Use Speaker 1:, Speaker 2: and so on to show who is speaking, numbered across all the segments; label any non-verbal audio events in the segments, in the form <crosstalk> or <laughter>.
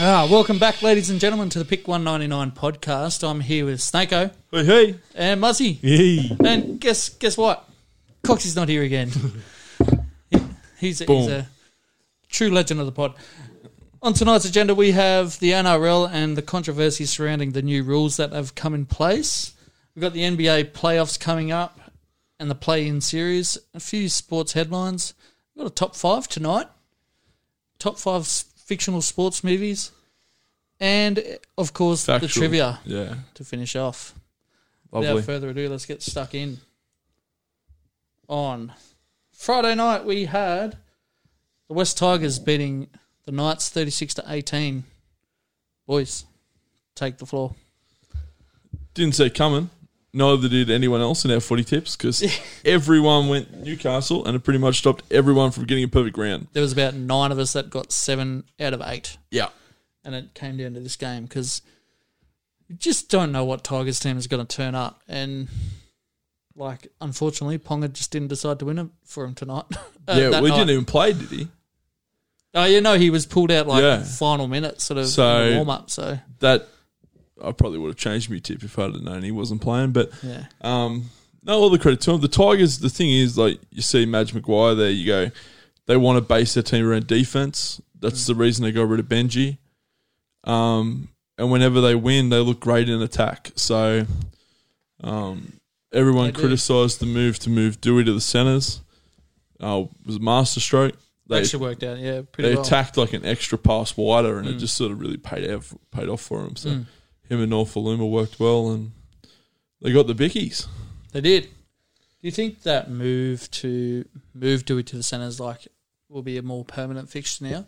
Speaker 1: Ah, welcome back, ladies and gentlemen, to the Pick 199 podcast. I'm here with Snako
Speaker 2: Hey, hey.
Speaker 1: and Muzzy. And guess guess what? Cox is not here
Speaker 2: <laughs>
Speaker 1: again. He- he's, he's
Speaker 2: Boom.
Speaker 1: a true legend of the pod. On tonight's agenda, we have the NRL and the controversy surrounding the new rules that have come in place. We've got the NBA playoffs coming up and the play in series, a few sports headlines. We've got a top five tonight, top five s- fictional sports movies, and, eh, of course, the
Speaker 2: Factual.
Speaker 1: trivia
Speaker 2: Yeah.
Speaker 1: to finish off. Without
Speaker 2: Lovely.
Speaker 1: further ado, let's get stuck in. On Friday night, we had the West Tigers beating the Knights 36 to 18. Boys, take the floor.
Speaker 2: Didn't see it coming. Neither did anyone else in our footy tips because everyone went Newcastle and it pretty much stopped everyone from getting a perfect round.
Speaker 1: There was about nine of us that got seven out of eight,
Speaker 2: Yeah.
Speaker 1: and it came down to this game because you just don't know what Tigers team is going to turn up. And, like, unfortunately, Ponga just didn't decide to win it for him tonight. <laughs> Uh,
Speaker 2: yeah,
Speaker 1: that
Speaker 2: we
Speaker 1: night.
Speaker 2: didn't even play, did he?
Speaker 1: Oh, you know, he was pulled out like
Speaker 2: Yeah.
Speaker 1: final minute, sort of
Speaker 2: So-
Speaker 1: warm up. So
Speaker 2: That I probably would have changed my tip if I'd have known he wasn't playing. But
Speaker 1: yeah,
Speaker 2: Um, no, all the credit to him. The Tigers, the thing is, like, you see Madge McGuire there, you go, they want to base their team around defense. That's
Speaker 1: Mm.
Speaker 2: the reason they got rid of Benji. Um, and whenever they win, they look great in attack. So um,
Speaker 1: They
Speaker 2: everyone
Speaker 1: do.
Speaker 2: criticised the move to move Dewey to the centres. Uh, it was a masterstroke. They,
Speaker 1: actually worked out. Yeah, pretty
Speaker 2: they
Speaker 1: well.
Speaker 2: attacked like an extra pass wider, and it just sort of really paid out, paid off for him. So
Speaker 1: Mm.
Speaker 2: him and Norfoluma worked well, and they got the bickies.
Speaker 1: They did. Do you think that move to move Dewey to the centres like will be a more permanent fixture now?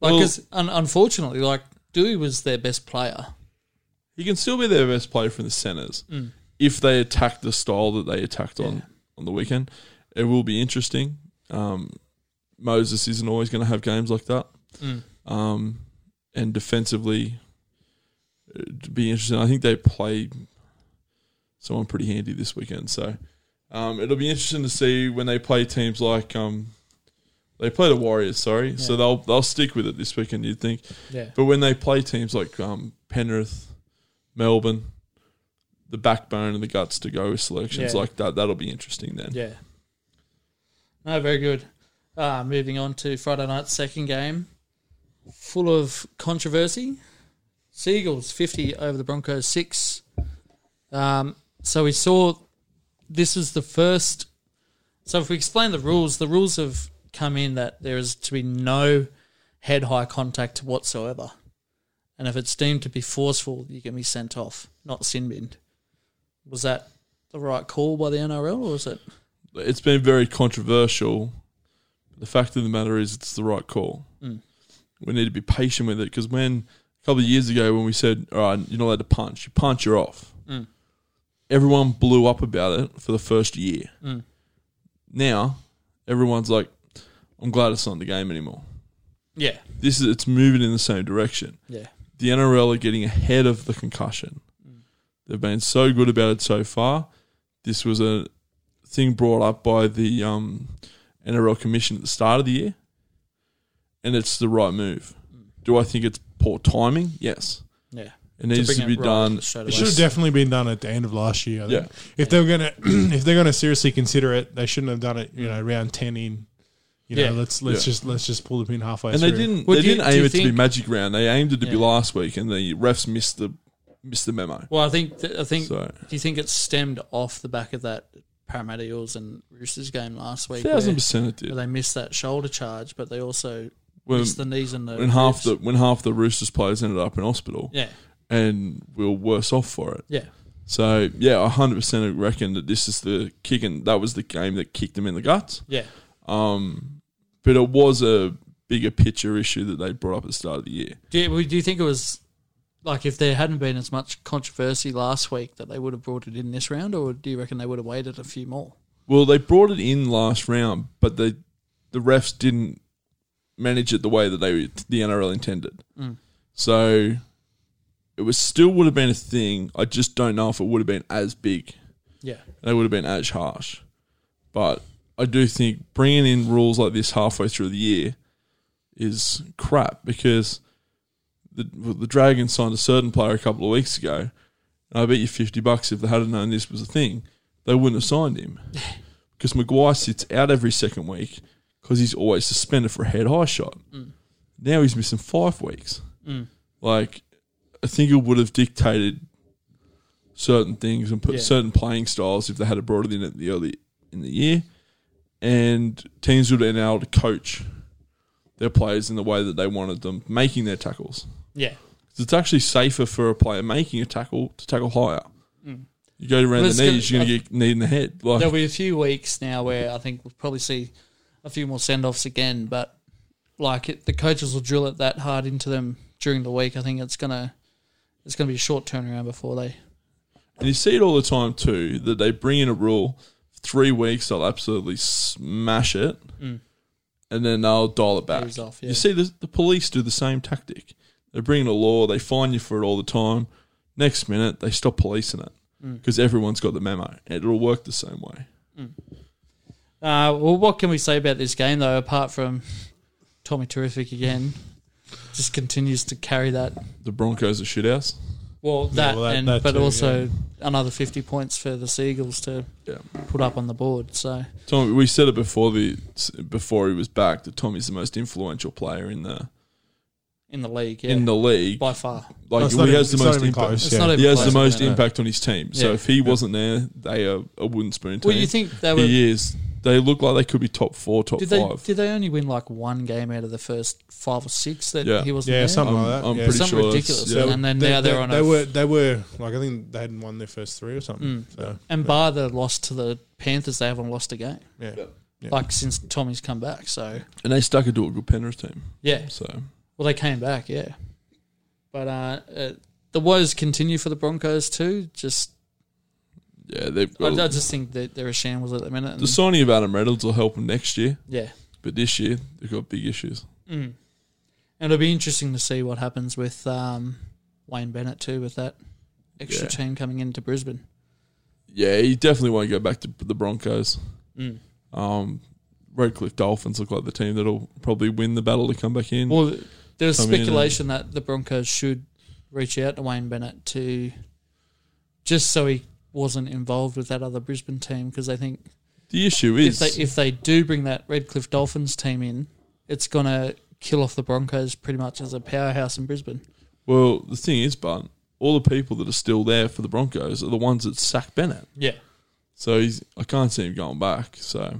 Speaker 1: Like,
Speaker 2: Well-
Speaker 1: because un- unfortunately, like Dewey was their best player.
Speaker 2: He can still be their best player from the centres
Speaker 1: Mm.
Speaker 2: if they attack the style that they attacked
Speaker 1: Yeah.
Speaker 2: on on the weekend. It will be interesting. Um, Moses isn't always going to have games like that,
Speaker 1: Mm.
Speaker 2: um, and defensively, it'd be interesting. I think they play someone pretty handy this weekend, so um, it'll be interesting to see when they play teams like um, they play the Warriors. Sorry, so
Speaker 1: Yeah.
Speaker 2: they'll they'll stick with it this weekend. You'd think.
Speaker 1: Yeah,
Speaker 2: But when they play teams like um, Penrith, Melbourne, the backbone and the guts to go with selections
Speaker 1: Yeah.
Speaker 2: like that, that'll be interesting then.
Speaker 1: yeah. No, very good. Uh, moving on to Friday night's second game, full of controversy. Seagulls fifty over the Broncos six. Um, so we saw this is the first. So if we explain the rules, the rules have come in that there is to be no head high contact whatsoever, and if it's deemed to be forceful, you can be sent off, not sin binned. Was that the right call by the NRL, or was it?
Speaker 2: It's been very controversial. The fact of the matter is, it's the right call.
Speaker 1: Mm.
Speaker 2: We need to be patient with it because when a couple of years ago, when we said, all right, you're not allowed to punch, you punch, you're off,
Speaker 1: Mm.
Speaker 2: everyone blew up about it for the first year.
Speaker 1: Mm.
Speaker 2: Now, everyone's like, I'm glad it's not in the game anymore.
Speaker 1: Yeah,
Speaker 2: This is it's moving in the same direction.
Speaker 1: yeah, Mm.
Speaker 2: the NRL are getting ahead of the concussion. They've been so good about it so far. This was a thing brought up by the um, NRL commission at the start of the year, and it's the right move.
Speaker 1: Mm.
Speaker 2: Do I think it's poor timing? Yes,
Speaker 1: yeah.
Speaker 2: it needs
Speaker 1: bring
Speaker 2: to be
Speaker 1: it right
Speaker 2: done.
Speaker 1: straight
Speaker 2: It
Speaker 1: away.
Speaker 3: It should have
Speaker 2: should
Speaker 3: definitely been done at the end of last year. I think.
Speaker 2: Yeah.
Speaker 3: If they were gonna, <clears throat> if they're gonna seriously consider it, they shouldn't have done it. You know, round ten in. You know,
Speaker 1: Yeah.
Speaker 3: let's let's
Speaker 2: Yeah.
Speaker 3: just let's just pull the pin halfway.
Speaker 2: and
Speaker 3: through.
Speaker 2: they didn't.
Speaker 1: Well,
Speaker 2: they
Speaker 1: do you-
Speaker 2: didn't
Speaker 1: do
Speaker 2: aim
Speaker 1: you
Speaker 2: it to be
Speaker 1: think-
Speaker 2: magic round. They aimed it to be
Speaker 1: Yeah.
Speaker 2: last week, and the refs missed the missed the memo.
Speaker 1: Well, I think th- I think.
Speaker 2: So
Speaker 1: Do you think it stemmed off the back of that Parramatta Eels and Roosters game last week?
Speaker 2: thousand
Speaker 1: where-
Speaker 2: percent it
Speaker 1: where
Speaker 2: did.
Speaker 1: they missed that shoulder charge, but they also
Speaker 2: When,
Speaker 1: missed the knees and the.
Speaker 2: when Um, half
Speaker 1: ribs.
Speaker 2: the when half the Roosters players ended up in hospital,
Speaker 1: Yeah,
Speaker 2: and we were worse off for it.
Speaker 1: yeah,
Speaker 2: So yeah, I hundred percent reckon that this is the kick, and that was the game that kicked them in the guts.
Speaker 1: yeah,
Speaker 2: Um, but it was a bigger picture issue that they brought up at the start of the year.
Speaker 1: do you, well, do you think it was like if there hadn't been as much controversy last week that they would have brought it in this round, or do you reckon they would have waited a few more?
Speaker 2: Well, they brought it in last round, but they the refs didn't manage it the way that they the NRL intended.
Speaker 1: Mm.
Speaker 2: So it was still would have been a thing. I just don't know if it would have been as big.
Speaker 1: Yeah,
Speaker 2: they would have been as harsh. But I do think bringing in rules like this halfway through the year is crap because the well, the Dragons signed a certain player a couple of weeks ago. And I bet you fifty bucks if they hadn't known this was a thing, they wouldn't have signed him because Maguire sits out every second week because he's always suspended for a head high shot. Now he's missing five weeks. Like I think it would have dictated certain things and put
Speaker 1: Yeah.
Speaker 2: certain playing styles if they had brought it in at the early in the year, and teams would have been able to coach their players in the way that they wanted them making their tackles.
Speaker 1: Yeah.
Speaker 2: 'Cause It's actually safer for a player making a tackle to tackle higher. You go around
Speaker 1: Mm. Well, it's
Speaker 2: the knees,
Speaker 1: gonna-
Speaker 2: you're going to get kneed in the head. Like,
Speaker 1: There'll be a few weeks now where I think we'll probably see a few more send offs again, but like it, the coaches will drill it that hard into them during the week. I think it's gonna it's gonna be a short turnaround before they.
Speaker 2: And you see it all the time too that they bring in a rule, three weeks they'll absolutely smash it, and then they'll dial it back.
Speaker 1: Mm. Ease off, yeah.
Speaker 2: You see the, the police do the same tactic. They bring in a law, they fine you for it all the time. Next minute they stop policing it
Speaker 1: Mm.
Speaker 2: because everyone's got the memo. It'll work the same way.
Speaker 1: Uh, well, what can we say about this game though? Apart from Tommy Terrific again, just continues to carry that.
Speaker 2: The Broncos are shithouse.
Speaker 1: Well, that,
Speaker 3: well, that-
Speaker 1: and
Speaker 3: that
Speaker 1: but
Speaker 3: too,
Speaker 1: also another fifty points for the Seagulls to
Speaker 2: Yeah.
Speaker 1: put up on the board. So
Speaker 2: Tommy, we said it before the before he was back that Tommy's the most influential player in the
Speaker 1: in the league, yeah,
Speaker 2: in the league.
Speaker 1: by far,
Speaker 2: Like
Speaker 3: It's
Speaker 2: he
Speaker 3: not
Speaker 2: has
Speaker 3: even-
Speaker 2: the
Speaker 3: it's not
Speaker 2: most
Speaker 3: even
Speaker 2: impact.
Speaker 3: close,
Speaker 1: It's
Speaker 3: yeah.
Speaker 1: not even
Speaker 2: he has
Speaker 1: close
Speaker 2: the
Speaker 1: at
Speaker 2: most
Speaker 1: minute.
Speaker 2: impact on his team. So
Speaker 1: Yeah.
Speaker 2: if he wasn't there, they are a wooden spoon team.
Speaker 1: Well, you think they were
Speaker 2: he is. They look like they could be top four, top
Speaker 1: Did
Speaker 2: five.
Speaker 1: they did they only win like one game out of the first five or six that
Speaker 2: Yeah.
Speaker 1: he wasn't
Speaker 3: Yeah,
Speaker 1: there?
Speaker 3: something
Speaker 2: I'm,
Speaker 3: like that.
Speaker 2: I'm
Speaker 3: yeah.
Speaker 2: pretty
Speaker 1: Something
Speaker 2: sure.
Speaker 1: ridiculous.
Speaker 2: it's-
Speaker 1: Yeah.
Speaker 3: were-
Speaker 1: And then now they're on
Speaker 3: They
Speaker 1: a-
Speaker 3: were. They were like I think they hadn't won their first three or something.
Speaker 2: Hmm.
Speaker 3: So
Speaker 1: And bar the loss to the Panthers, they haven't lost a game
Speaker 3: yeah. Yeah.
Speaker 1: like since Tommy's come back. So
Speaker 2: And they stuck it to a good Penrith team.
Speaker 1: yeah,
Speaker 2: So
Speaker 1: well they came back, yeah. But uh, uh, the woes continue for the Broncos too. Just
Speaker 2: yeah, they've
Speaker 1: I,
Speaker 2: got
Speaker 1: I just think that they're a shambles at the minute. and-
Speaker 2: the signing of Adam Reynolds will help them next year,
Speaker 1: yeah,
Speaker 2: but this year they've got big issues.
Speaker 1: mm. and it'll be interesting to see what happens with um, Wayne Bennett too with that extra
Speaker 2: Yeah.
Speaker 1: team coming into Brisbane.
Speaker 2: Yeah, he definitely won't go back to the Broncos.
Speaker 1: Mm.
Speaker 2: Um, Redcliffe Dolphins look like the team that'll probably win the battle to come back in.
Speaker 1: Well, there was
Speaker 2: Come in and-
Speaker 1: speculation that the Broncos should reach out to Wayne Bennett to just so he wasn't involved with that other Brisbane team because they think
Speaker 2: the issue
Speaker 1: if
Speaker 2: is
Speaker 1: they if they do bring that Redcliffe Dolphins team in, it's gonna kill off the Broncos pretty much as a powerhouse in Brisbane.
Speaker 2: Well, the thing is, but all the people that are still there for the Broncos are the ones that sacked Bennett.
Speaker 1: Yeah,
Speaker 2: So he's, I can't see him going back. So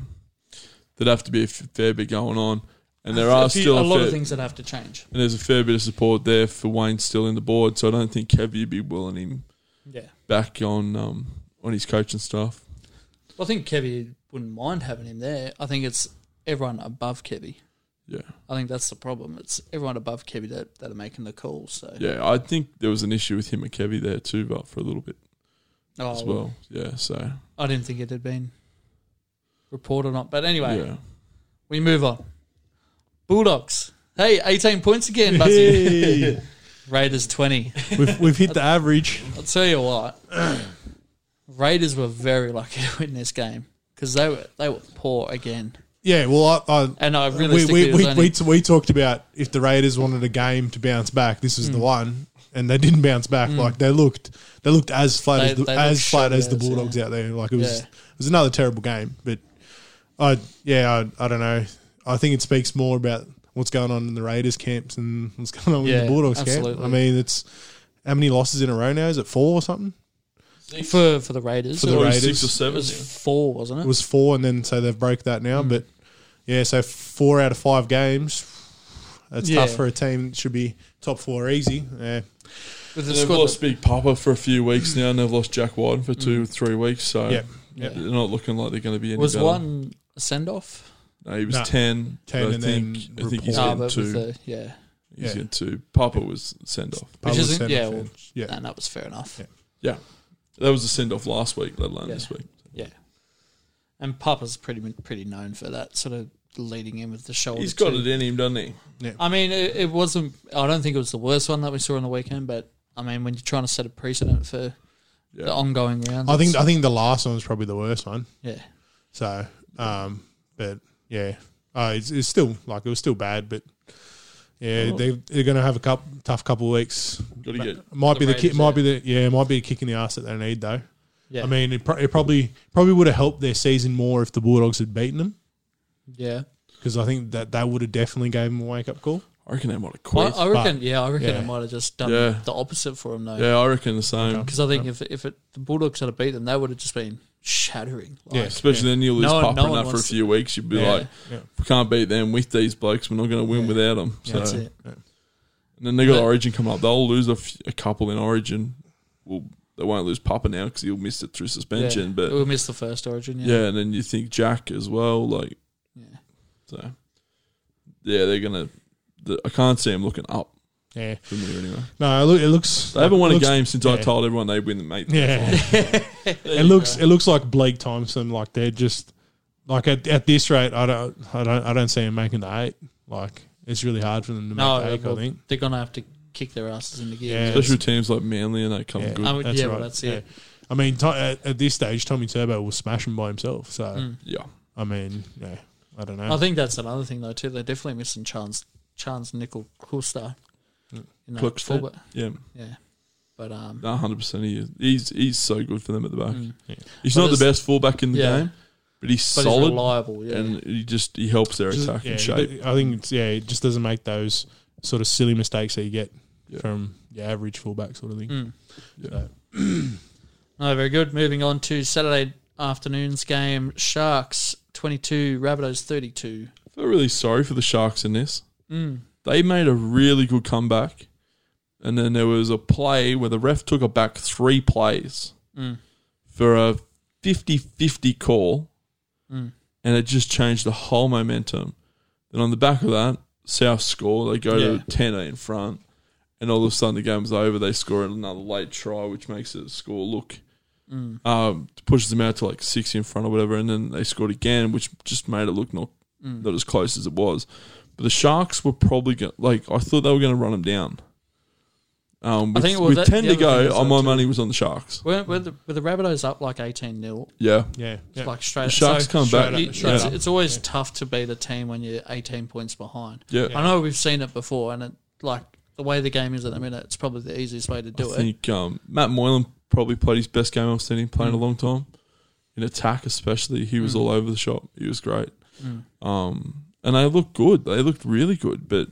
Speaker 2: there'd have to be a f- fair bit going on, and there are
Speaker 1: a few-
Speaker 2: still
Speaker 1: a lot
Speaker 2: fair,
Speaker 1: of things that have to change.
Speaker 2: And there's a fair bit of support there for Wayne still in the board. So I don't think Kevy would be willing him
Speaker 1: Yeah,
Speaker 2: back on um, on his coaching staff.
Speaker 1: I think Kevy wouldn't mind having him there. I think it's everyone above Kevy.
Speaker 2: Yeah,
Speaker 1: I think that's the problem. It's everyone above Kevy that, that are making the call. So
Speaker 2: yeah. I think there was an issue with him and Kevy there too, but for a little bit
Speaker 1: Oh,
Speaker 2: as well. Yeah. So
Speaker 1: I didn't think it had been reported on. But anyway,
Speaker 2: yeah.
Speaker 1: we move on. Bulldogs. Hey, 18 points again, Buzzy.
Speaker 3: <laughs>
Speaker 1: Raiders 20.
Speaker 3: we've, we've hit the average.
Speaker 1: I'll tell you what. Raiders were very lucky to win this game because they were they were poor again.
Speaker 3: Yeah, well, I, I,
Speaker 1: And I
Speaker 3: we,
Speaker 1: realistically
Speaker 3: we,
Speaker 1: it was
Speaker 3: we,
Speaker 1: only-
Speaker 3: we, we talked about if the Raiders wanted a game to bounce back, this is the
Speaker 1: Mm.
Speaker 3: one, and they didn't bounce back. Like they looked, they looked as flat
Speaker 1: They-
Speaker 3: as the,
Speaker 1: they
Speaker 3: as
Speaker 1: looked
Speaker 3: flat as the
Speaker 1: shit-house,
Speaker 3: Bulldogs out there. Like it was,
Speaker 1: Yeah.
Speaker 3: it was another terrible game. But I, yeah, I, I don't know. I think it speaks more about what's going on in the Raiders camps and what's <laughs> going on in
Speaker 1: Yeah,
Speaker 3: the Bulldogs camp.
Speaker 1: absolutely.
Speaker 3: I mean, it's how many losses in a row now? Is it four or something?
Speaker 1: for for the Raiders.
Speaker 3: For the
Speaker 1: it
Speaker 2: Probably
Speaker 1: was,
Speaker 3: Raiders.
Speaker 2: six or
Speaker 1: it
Speaker 2: seven.
Speaker 1: was
Speaker 2: yeah.
Speaker 1: four, wasn't it?
Speaker 3: It was four, and then so they've broke that now. But yeah, so four out of five games. That's
Speaker 1: Yeah.
Speaker 3: tough for a team that should be top four easy. Yeah,
Speaker 1: With the
Speaker 2: And they've
Speaker 1: squad
Speaker 2: lost
Speaker 1: that-
Speaker 2: Big Papa for a few weeks now, and they've lost Jack Wyden for two, three weeks. So
Speaker 3: Yep.
Speaker 1: Yep.
Speaker 2: they're not looking like they're going to be any
Speaker 1: was
Speaker 2: better.
Speaker 1: one send off.
Speaker 2: No, he was
Speaker 3: No.
Speaker 2: ten.
Speaker 3: 10
Speaker 2: but I
Speaker 3: and then
Speaker 2: think I think he's
Speaker 3: report.
Speaker 1: Ah,
Speaker 2: getting
Speaker 1: but
Speaker 2: two.
Speaker 1: with the, yeah.
Speaker 2: he's
Speaker 3: Yeah.
Speaker 2: getting two. Papa was send off.
Speaker 1: Which
Speaker 3: Public
Speaker 1: isn't-
Speaker 3: centre
Speaker 1: yeah,
Speaker 3: fan.
Speaker 1: well,
Speaker 3: yeah.
Speaker 1: And that was fair enough.
Speaker 3: Yeah.
Speaker 2: Yeah, that was a send off last week, let alone
Speaker 1: Yeah.
Speaker 2: this week.
Speaker 1: Yeah, and Papa's pretty pretty known for that sort of leading in with the shoulder.
Speaker 2: He's got
Speaker 1: too.
Speaker 2: it in him, doesn't he?
Speaker 1: I mean, it, it wasn't. I don't think it was the worst one that we saw on the weekend, but I mean, when you're trying to set a precedent for the ongoing rounds,
Speaker 3: I think
Speaker 1: it's-
Speaker 3: I think the last one was probably the worst one.
Speaker 1: yeah,
Speaker 3: So, um, but yeah, uh, it's, it's still like it was still bad, but
Speaker 1: Oh.
Speaker 3: Yeah, they they're going to have a couple, tough couple of weeks.
Speaker 2: Got to get
Speaker 3: Might
Speaker 1: The
Speaker 3: be the
Speaker 1: Raiders,
Speaker 3: kick. Might be the yeah. Might be a kick in the ass that they need though.
Speaker 1: Yeah.
Speaker 3: I mean, it, pro- it probably probably would have helped their season more if the Bulldogs had beaten them
Speaker 1: yeah.
Speaker 3: because I think that that would have definitely gave them a wake up call.
Speaker 2: I reckon they might have
Speaker 1: I,
Speaker 2: quit.
Speaker 1: I reckon. Yeah, I reckon
Speaker 3: yeah.
Speaker 1: it might have just done
Speaker 2: Yeah.
Speaker 1: the opposite for him though.
Speaker 2: yeah, I reckon the same.
Speaker 1: Because I think if if it, the Bulldogs had have beat them, they would have just been shattering. Like,
Speaker 3: Yeah.
Speaker 2: Especially then you'll lose
Speaker 1: No one-
Speaker 2: Papa
Speaker 1: no
Speaker 2: and
Speaker 1: one
Speaker 2: that for a
Speaker 1: wants
Speaker 2: few weeks. You'd be
Speaker 3: Yeah.
Speaker 2: like,
Speaker 3: Yeah.
Speaker 2: if we can't beat them with these blokes. We're not going to win without them. So
Speaker 1: That's it.
Speaker 2: And then they got
Speaker 1: But-
Speaker 2: Origin coming up. They'll lose a, f- a couple in Origin. Well, they won't lose Papa now because he'll miss it through suspension.
Speaker 1: Yeah.
Speaker 2: But
Speaker 1: we'll miss the first Origin.
Speaker 2: yeah. and then you think Jack as well. Like,
Speaker 1: Yeah.
Speaker 2: so yeah, they're gonna. The, I can't see them looking up
Speaker 3: Yeah,
Speaker 2: from here anyway.
Speaker 3: no, it, look, it looks.
Speaker 2: They haven't won a
Speaker 3: looks-
Speaker 2: game since I
Speaker 3: yeah.
Speaker 2: told everyone they win the mate. <laughs>
Speaker 3: Yeah, it looks it looks like Blake Thompson. Like they're just like at, at this rate, I don't I don't I don't see him making the eight. Like it's really hard for them to make
Speaker 1: No,
Speaker 3: the eight.
Speaker 1: well,
Speaker 3: I think.
Speaker 1: they're gonna have to kick their asses into gear.
Speaker 3: Yeah.
Speaker 2: Especially with teams like Manly and they come
Speaker 3: Yeah.
Speaker 2: good.
Speaker 1: I would-
Speaker 3: That's
Speaker 1: Oh, yeah,
Speaker 3: right.
Speaker 1: well, that's it.
Speaker 3: Yeah. I mean, to, at, at this stage, Tommy Turbo was smashing by himself. So
Speaker 2: yeah,
Speaker 3: I mean, yeah, I don't know.
Speaker 1: Mm. I
Speaker 2: Um,
Speaker 1: think that's another thing though too. They're definitely missing Chance Chance Nickel Kluster.
Speaker 2: Mm.
Speaker 1: You know,
Speaker 2: Cluckstead.
Speaker 1: fullback.
Speaker 2: yeah,
Speaker 1: Yeah, but um,
Speaker 2: hundred percent. He is. He's he's so good for them at the back.
Speaker 1: mm.
Speaker 2: He's
Speaker 1: But
Speaker 2: not the
Speaker 1: it's-
Speaker 2: best fullback in the
Speaker 1: yeah.
Speaker 2: game, but he's
Speaker 1: but he's
Speaker 2: solid
Speaker 1: reliable. Yeah,
Speaker 2: and he just he helps their
Speaker 3: Just-
Speaker 2: attack
Speaker 3: yeah,
Speaker 2: and shape.
Speaker 3: I think it's yeah, it just doesn't make those sort of silly mistakes that you get
Speaker 2: Yeah.
Speaker 3: from your average fullback sort of thing.
Speaker 1: Mm.
Speaker 2: Yeah.
Speaker 1: <clears throat>
Speaker 3: So,
Speaker 1: no, very good. Moving on to Saturday afternoon's game: Sharks twenty-two, Rabbitohs thirty-two.
Speaker 2: I feel really sorry for the Sharks in this.
Speaker 1: Mm.
Speaker 2: They made a really good comeback, and then there was a play where the ref took it back three plays
Speaker 1: Mm.
Speaker 2: for a 50-50 call,
Speaker 1: Mm.
Speaker 2: and it just changed the whole momentum. Then on the back of that, South score. They go
Speaker 1: Yeah.
Speaker 2: to ten in front, and all of a sudden the game's over. They score another late try, which makes it score look
Speaker 1: Mm.
Speaker 2: um, pushes them out to like six in front or whatever, and then they scored again, which just made it look not
Speaker 1: Mm.
Speaker 2: not as close as it was. But the Sharks were probably going like I thought they were going to run them down. Um,
Speaker 1: I
Speaker 2: with,
Speaker 1: think, well,
Speaker 2: with
Speaker 1: that-
Speaker 2: ten
Speaker 1: the
Speaker 2: to
Speaker 1: other thing is
Speaker 2: go, uh,
Speaker 1: that
Speaker 2: my
Speaker 1: too-
Speaker 2: money was on the Sharks.
Speaker 1: Were, were, the, were the Rabbitohs up like eighteen 0
Speaker 2: Mm. Yeah,
Speaker 3: yeah, yeah.
Speaker 1: like straight?
Speaker 2: the Sharks
Speaker 1: so
Speaker 2: come back.
Speaker 3: straight
Speaker 1: you-
Speaker 3: up,
Speaker 2: yeah.
Speaker 1: it's, it's always tough to be the team when you're eighteen points behind.
Speaker 2: yeah.
Speaker 1: I know we've seen it before, and it, like the way the game is at the minute, it's probably the easiest way to do
Speaker 2: I
Speaker 1: it.
Speaker 2: think um, Matt Moylan probably played his best game I've seen him play in a
Speaker 1: Mm.
Speaker 2: long time. In attack, especially, he was
Speaker 1: Mm.
Speaker 2: all over the shop. He was great.
Speaker 1: Mm.
Speaker 2: Um, and they looked good. They looked really good, but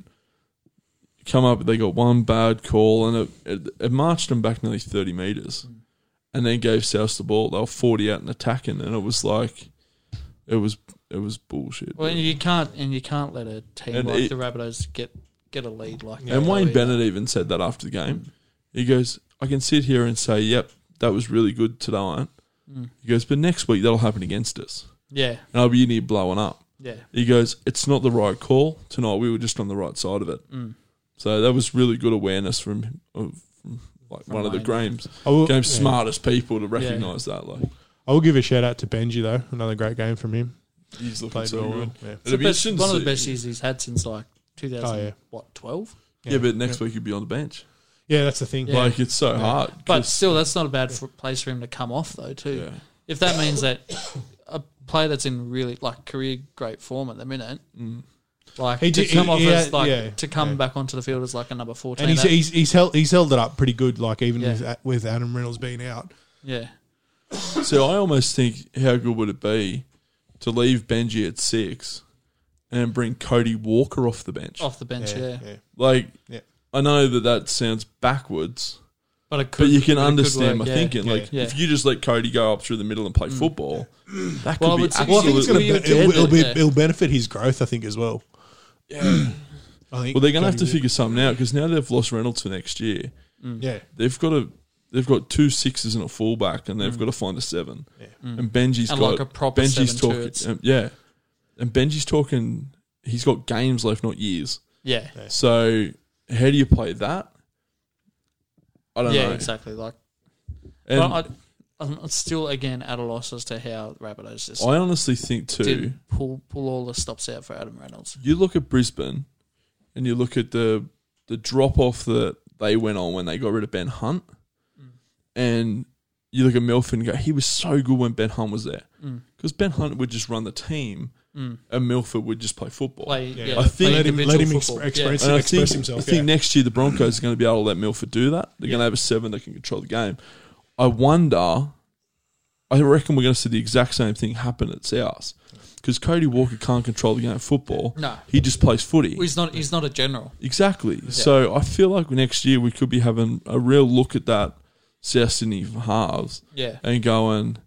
Speaker 2: come up, they got one bad call, and it, it, it marched them back nearly 30 metres
Speaker 1: Mm.
Speaker 2: and then gave South the ball. They were 40 out and attacking, and it was like, it was it was bullshit.
Speaker 1: Well, and
Speaker 2: man.
Speaker 1: you can't, and you can't let a team
Speaker 2: And
Speaker 1: like
Speaker 2: it-
Speaker 1: the Rabbitohs get get a lead like that.
Speaker 2: and Wayne
Speaker 1: though,
Speaker 2: Bennett even said that after the game. He goes, I can sit here and say, yep, that was really good tonight.
Speaker 1: Mm.
Speaker 2: He goes, but next week that'll happen against us.
Speaker 1: Yeah,
Speaker 2: And I'll be in here blowing up.
Speaker 1: yeah.
Speaker 2: He goes, It's not the right call. Tonight we were just on the right side of it.
Speaker 1: Mm.
Speaker 2: So that was really good awareness from, of, from like
Speaker 1: From
Speaker 2: one of the
Speaker 1: Wayne.
Speaker 2: game's
Speaker 3: I will,
Speaker 2: game's
Speaker 3: yeah.
Speaker 2: smartest people to recognise that. Like
Speaker 3: I will give a shout out to Benji though. Another great game from him.
Speaker 2: he's looking
Speaker 3: Played
Speaker 2: so
Speaker 3: really
Speaker 2: good.
Speaker 3: well. Yeah.
Speaker 1: It's
Speaker 2: It'll
Speaker 1: the
Speaker 2: be
Speaker 1: best,
Speaker 2: interesting to
Speaker 1: one of the
Speaker 2: see.
Speaker 1: best years he's had since like 2000,
Speaker 3: Oh, yeah.
Speaker 1: what 12?
Speaker 2: Yeah, but next week he'll be on the bench.
Speaker 3: Yeah, that's the thing.
Speaker 1: Yeah.
Speaker 2: Like it's so hard.
Speaker 1: But
Speaker 2: 'cause-
Speaker 1: still, that's not a bad for, place for him to come off though. Too,
Speaker 2: yeah,
Speaker 1: if that means that a player that's in really like career great form at the minute,
Speaker 2: Mm.
Speaker 1: like
Speaker 3: He
Speaker 1: to
Speaker 3: did-
Speaker 1: come
Speaker 3: he-
Speaker 1: off
Speaker 3: he
Speaker 1: as
Speaker 3: had-
Speaker 1: like
Speaker 3: yeah,
Speaker 1: to come
Speaker 3: yeah.
Speaker 1: back onto the field as like a number 14.
Speaker 3: And he's,
Speaker 1: that-
Speaker 3: he's he's held he's held it up pretty good. Like even
Speaker 1: Yeah.
Speaker 3: with, with Adam Reynolds being out.
Speaker 1: yeah,
Speaker 2: So I almost think how good would it be to leave Benji at six and bring Cody Walker off the bench?
Speaker 1: off the bench. Yeah,
Speaker 3: yeah.
Speaker 2: Like,
Speaker 3: Yeah.
Speaker 2: I know that that sounds backwards,
Speaker 1: but it could,
Speaker 2: but you can
Speaker 1: but it could
Speaker 2: understand
Speaker 1: work, yeah.
Speaker 2: my thinking. Like,
Speaker 1: Yeah. Mm.
Speaker 2: if you just let Cody go up through the middle and play football, that could
Speaker 1: Well, I
Speaker 2: be
Speaker 1: would say-
Speaker 2: absolutely.
Speaker 3: Well, I think it's gonna
Speaker 1: Absolutely.
Speaker 3: be, it'll, it'll be
Speaker 1: Yeah.
Speaker 3: it'll benefit his growth. I think as well.
Speaker 2: Yeah.
Speaker 3: <clears throat> I think.
Speaker 2: well, they're going to have to
Speaker 3: Cody-
Speaker 2: figure something out because now they've lost Reynolds for next year.
Speaker 3: Yeah,
Speaker 2: They've got a. They've got two sixes and a fullback, and they've got to find a seven.
Speaker 3: Yeah.
Speaker 2: And Benji's
Speaker 1: Mm. And
Speaker 2: got
Speaker 1: like a proper
Speaker 2: Benji's
Speaker 1: seven too,
Speaker 2: talking,
Speaker 1: it's-
Speaker 2: um, yeah. And Benji's talking. He's got games left, not years.
Speaker 1: yeah,
Speaker 2: So how do you play that? I don't
Speaker 1: yeah,
Speaker 2: know.
Speaker 1: exactly. Like.
Speaker 2: And
Speaker 1: but I, I'm still again at a loss as to how Rabbitohs just
Speaker 2: I honestly think too.
Speaker 1: did pull pull all the stops out for Adam Reynolds.
Speaker 2: you look at Brisbane and you look at the the drop off that they went on when they got rid of Ben Hunt, and you look at Milford and go, he was so good when Ben Hunt was there because Ben Hunt would just run the team
Speaker 1: Mm.
Speaker 2: and Milford would just play football.
Speaker 1: Play,
Speaker 3: Yeah.
Speaker 1: yeah.
Speaker 2: I
Speaker 1: play
Speaker 2: think-
Speaker 3: let him let
Speaker 1: individual
Speaker 3: him ex-
Speaker 1: football.
Speaker 3: express,
Speaker 2: And I think,
Speaker 3: express himself.
Speaker 2: I think
Speaker 3: yeah.
Speaker 2: next year the Broncos are going to be able to let Milford do that. They're going to have a seven that can control the game. I wonder. I reckon we're going to see the exact same thing happen at ours because Cody Walker can't control the game of football.
Speaker 1: No.
Speaker 2: he just plays footy.
Speaker 1: Yeah. He's not. He's not a general.
Speaker 2: Exactly. So I feel like next year we could be having a real look at that South Sydney halves
Speaker 1: Yeah.
Speaker 2: and going,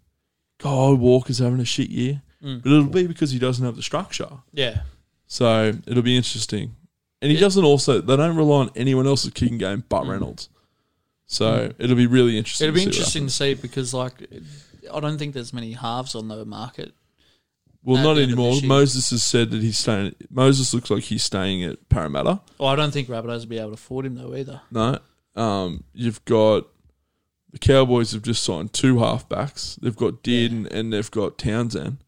Speaker 2: God, Walker's having a shit year.
Speaker 1: Mm.
Speaker 2: But it'll be because he doesn't have the structure.
Speaker 1: Yeah.
Speaker 2: So it'll be interesting. And he
Speaker 1: Yeah. Mm.
Speaker 2: doesn't also, they don't rely on anyone else's kicking game but Reynolds. So it'll be really interesting.
Speaker 1: It'll be
Speaker 2: to see what
Speaker 1: interesting to see because, like, I don't think there's many halves on the market.
Speaker 2: happens. Well,
Speaker 1: at
Speaker 2: not
Speaker 1: the end of
Speaker 2: anymore.
Speaker 1: this year.
Speaker 2: Moses has said that he's staying, Moses looks like he's staying at Parramatta.
Speaker 1: Well, I don't think Rabbitohs will be able to afford him though either.
Speaker 2: No. Um, you've got the Cowboys have just signed two halfbacks. They've got Dearden and they've got Townsend.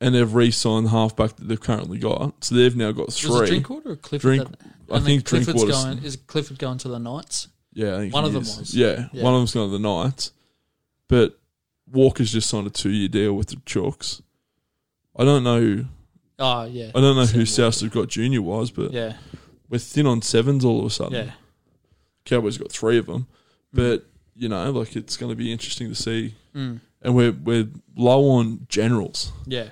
Speaker 2: And they've re signed the halfback that they've currently got. So they've now got
Speaker 1: Was it
Speaker 2: three.
Speaker 1: Drinkwater or Clifford?
Speaker 2: Drink-
Speaker 1: that-
Speaker 2: I
Speaker 1: and
Speaker 2: think
Speaker 1: Clifford's
Speaker 2: Drinkwater's-
Speaker 1: going. Is Clifford going to the Knights?
Speaker 2: Yeah, I think
Speaker 1: One
Speaker 2: he
Speaker 1: of them
Speaker 2: is.
Speaker 1: was.
Speaker 2: Yeah,
Speaker 1: Yeah.
Speaker 2: one of them's gone to the Knights. But Walker's just signed a two-year deal with the Chalks. I don't know.
Speaker 1: Oh yeah.
Speaker 2: I don't know who
Speaker 1: Sam
Speaker 2: South have got junior was, but
Speaker 1: Yeah.
Speaker 2: we're thin on sevens all of a
Speaker 3: Um,
Speaker 2: sudden.
Speaker 1: Yeah.
Speaker 2: Cowboys got three of them, but you know, like it's going to be interesting to see.
Speaker 1: Mm.
Speaker 2: And we're we're low on generals.
Speaker 1: Yeah.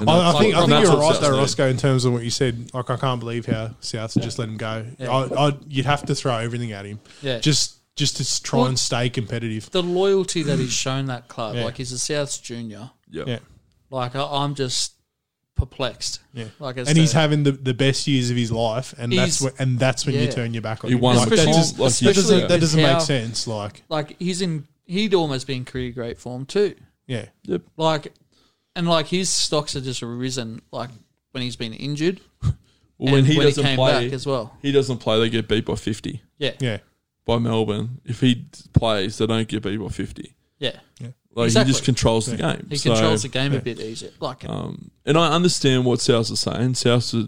Speaker 2: And
Speaker 3: I,
Speaker 2: that's-
Speaker 3: I think I
Speaker 1: Like,
Speaker 3: think
Speaker 2: that's
Speaker 3: you're
Speaker 2: what
Speaker 3: right
Speaker 2: Souths
Speaker 3: though,
Speaker 2: need.
Speaker 3: Roscoe, in terms of what you said. Like I can't believe how Souths just let him go.
Speaker 1: Yeah.
Speaker 3: I, I, you'd have to throw everything at him
Speaker 1: Yeah.
Speaker 3: just just to s- try
Speaker 1: Well-
Speaker 3: and stay competitive.
Speaker 1: the loyalty that he's shown that club,
Speaker 3: Yeah.
Speaker 1: like he's a Souths junior.
Speaker 2: Yeah.
Speaker 3: Yeah,
Speaker 1: Like I, I'm just perplexed.
Speaker 3: yeah.
Speaker 1: Like as
Speaker 3: And he's
Speaker 1: to-
Speaker 3: having the, the best years of his life, and that's
Speaker 1: He's-
Speaker 3: when, and that's when
Speaker 1: yeah.
Speaker 3: you turn your back on
Speaker 2: He
Speaker 3: him.
Speaker 2: won
Speaker 3: Like,
Speaker 2: a
Speaker 3: that
Speaker 1: Especially-
Speaker 3: just-
Speaker 2: like
Speaker 3: that doesn't,
Speaker 1: Yeah.
Speaker 3: that doesn't
Speaker 1: How-
Speaker 3: make sense. Like,
Speaker 1: like he's in he'd almost be in career great form too.
Speaker 3: yeah,
Speaker 2: Yep.
Speaker 1: Like and like his stocks have just risen like when he's been injured.
Speaker 2: Well, when
Speaker 1: and
Speaker 2: he doesn't
Speaker 1: came
Speaker 2: play,
Speaker 1: back as well.
Speaker 2: he doesn't play. They get beat by fifty
Speaker 1: Yeah.
Speaker 3: yeah,
Speaker 2: by Melbourne. If he d- plays, they don't get beat by fifty.
Speaker 1: Yeah.
Speaker 2: Like
Speaker 1: Exactly.
Speaker 2: he just controls the
Speaker 3: Yeah.
Speaker 2: game.
Speaker 1: He
Speaker 2: So-
Speaker 1: controls the game
Speaker 3: yeah. Uh,
Speaker 1: a bit easier. Like
Speaker 2: Um, and I understand what South is saying. South is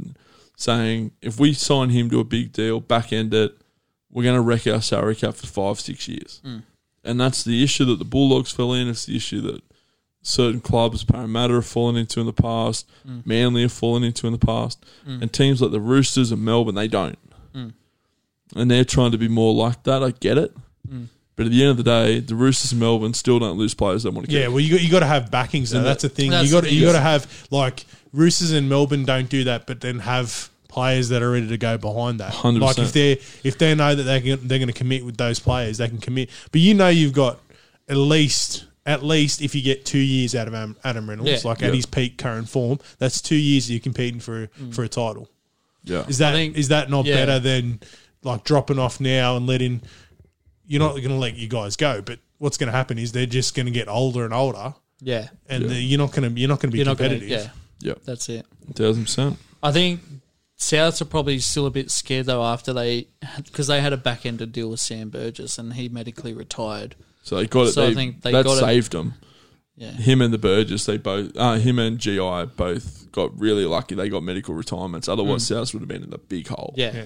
Speaker 2: saying if we sign him to a big deal, back end it, we're going to wreck our salary cap for five, six years. And that's the issue that the Bulldogs fell in. It's the issue that certain clubs, Parramatta, have fallen into in the past, Manly have fallen into in the past, and teams like the Roosters and Melbourne, they don't. And they're trying to be more like that. I get it. But at the end of the day, the Roosters and Melbourne still don't lose players they want to keep.
Speaker 3: yeah. Well, you got you got to have backings. Though.
Speaker 2: And
Speaker 3: That's the thing.
Speaker 1: that's
Speaker 3: You got
Speaker 1: the
Speaker 3: you
Speaker 1: thing.
Speaker 3: got to have like Roosters and Melbourne don't do that, but then have players that are ready to go behind that.
Speaker 2: 100%.
Speaker 3: Like if they if they know that they can, they're going to commit with those players, they can commit. But you know, you've got at least. At least if you get two years out of Adam, Adam Reynolds,
Speaker 1: Yeah.
Speaker 3: like
Speaker 2: Yeah.
Speaker 3: at his peak current form, that's two years you're competing for
Speaker 1: Mm.
Speaker 3: for a title.
Speaker 2: Yeah.
Speaker 3: Is that is
Speaker 1: think-
Speaker 3: that not
Speaker 1: yeah.
Speaker 3: better than like dropping off now and letting you're not going to let you guys go? But what's going to happen is they're just going to get older and older,
Speaker 1: yeah.
Speaker 3: and
Speaker 2: Yeah.
Speaker 3: the- you're not going to you're not going to be
Speaker 1: You're not gonna
Speaker 3: competitive.
Speaker 1: yeah,
Speaker 2: Yeah.
Speaker 1: that's it.
Speaker 2: 1000%.
Speaker 1: I think Souths are probably still a bit scared though after they because they had a back ended deal with Sam Burgess and he medically retired.
Speaker 2: So they got it.
Speaker 1: So I
Speaker 2: they,
Speaker 1: think they
Speaker 2: that
Speaker 1: got it.
Speaker 2: saved them.
Speaker 1: Yeah.
Speaker 2: Him and the Burgess, they both, uh, him and GI both got really lucky. They got medical retirements. Otherwise, South would have been in the big hole.
Speaker 1: Mm. Yeah.
Speaker 3: Yeah.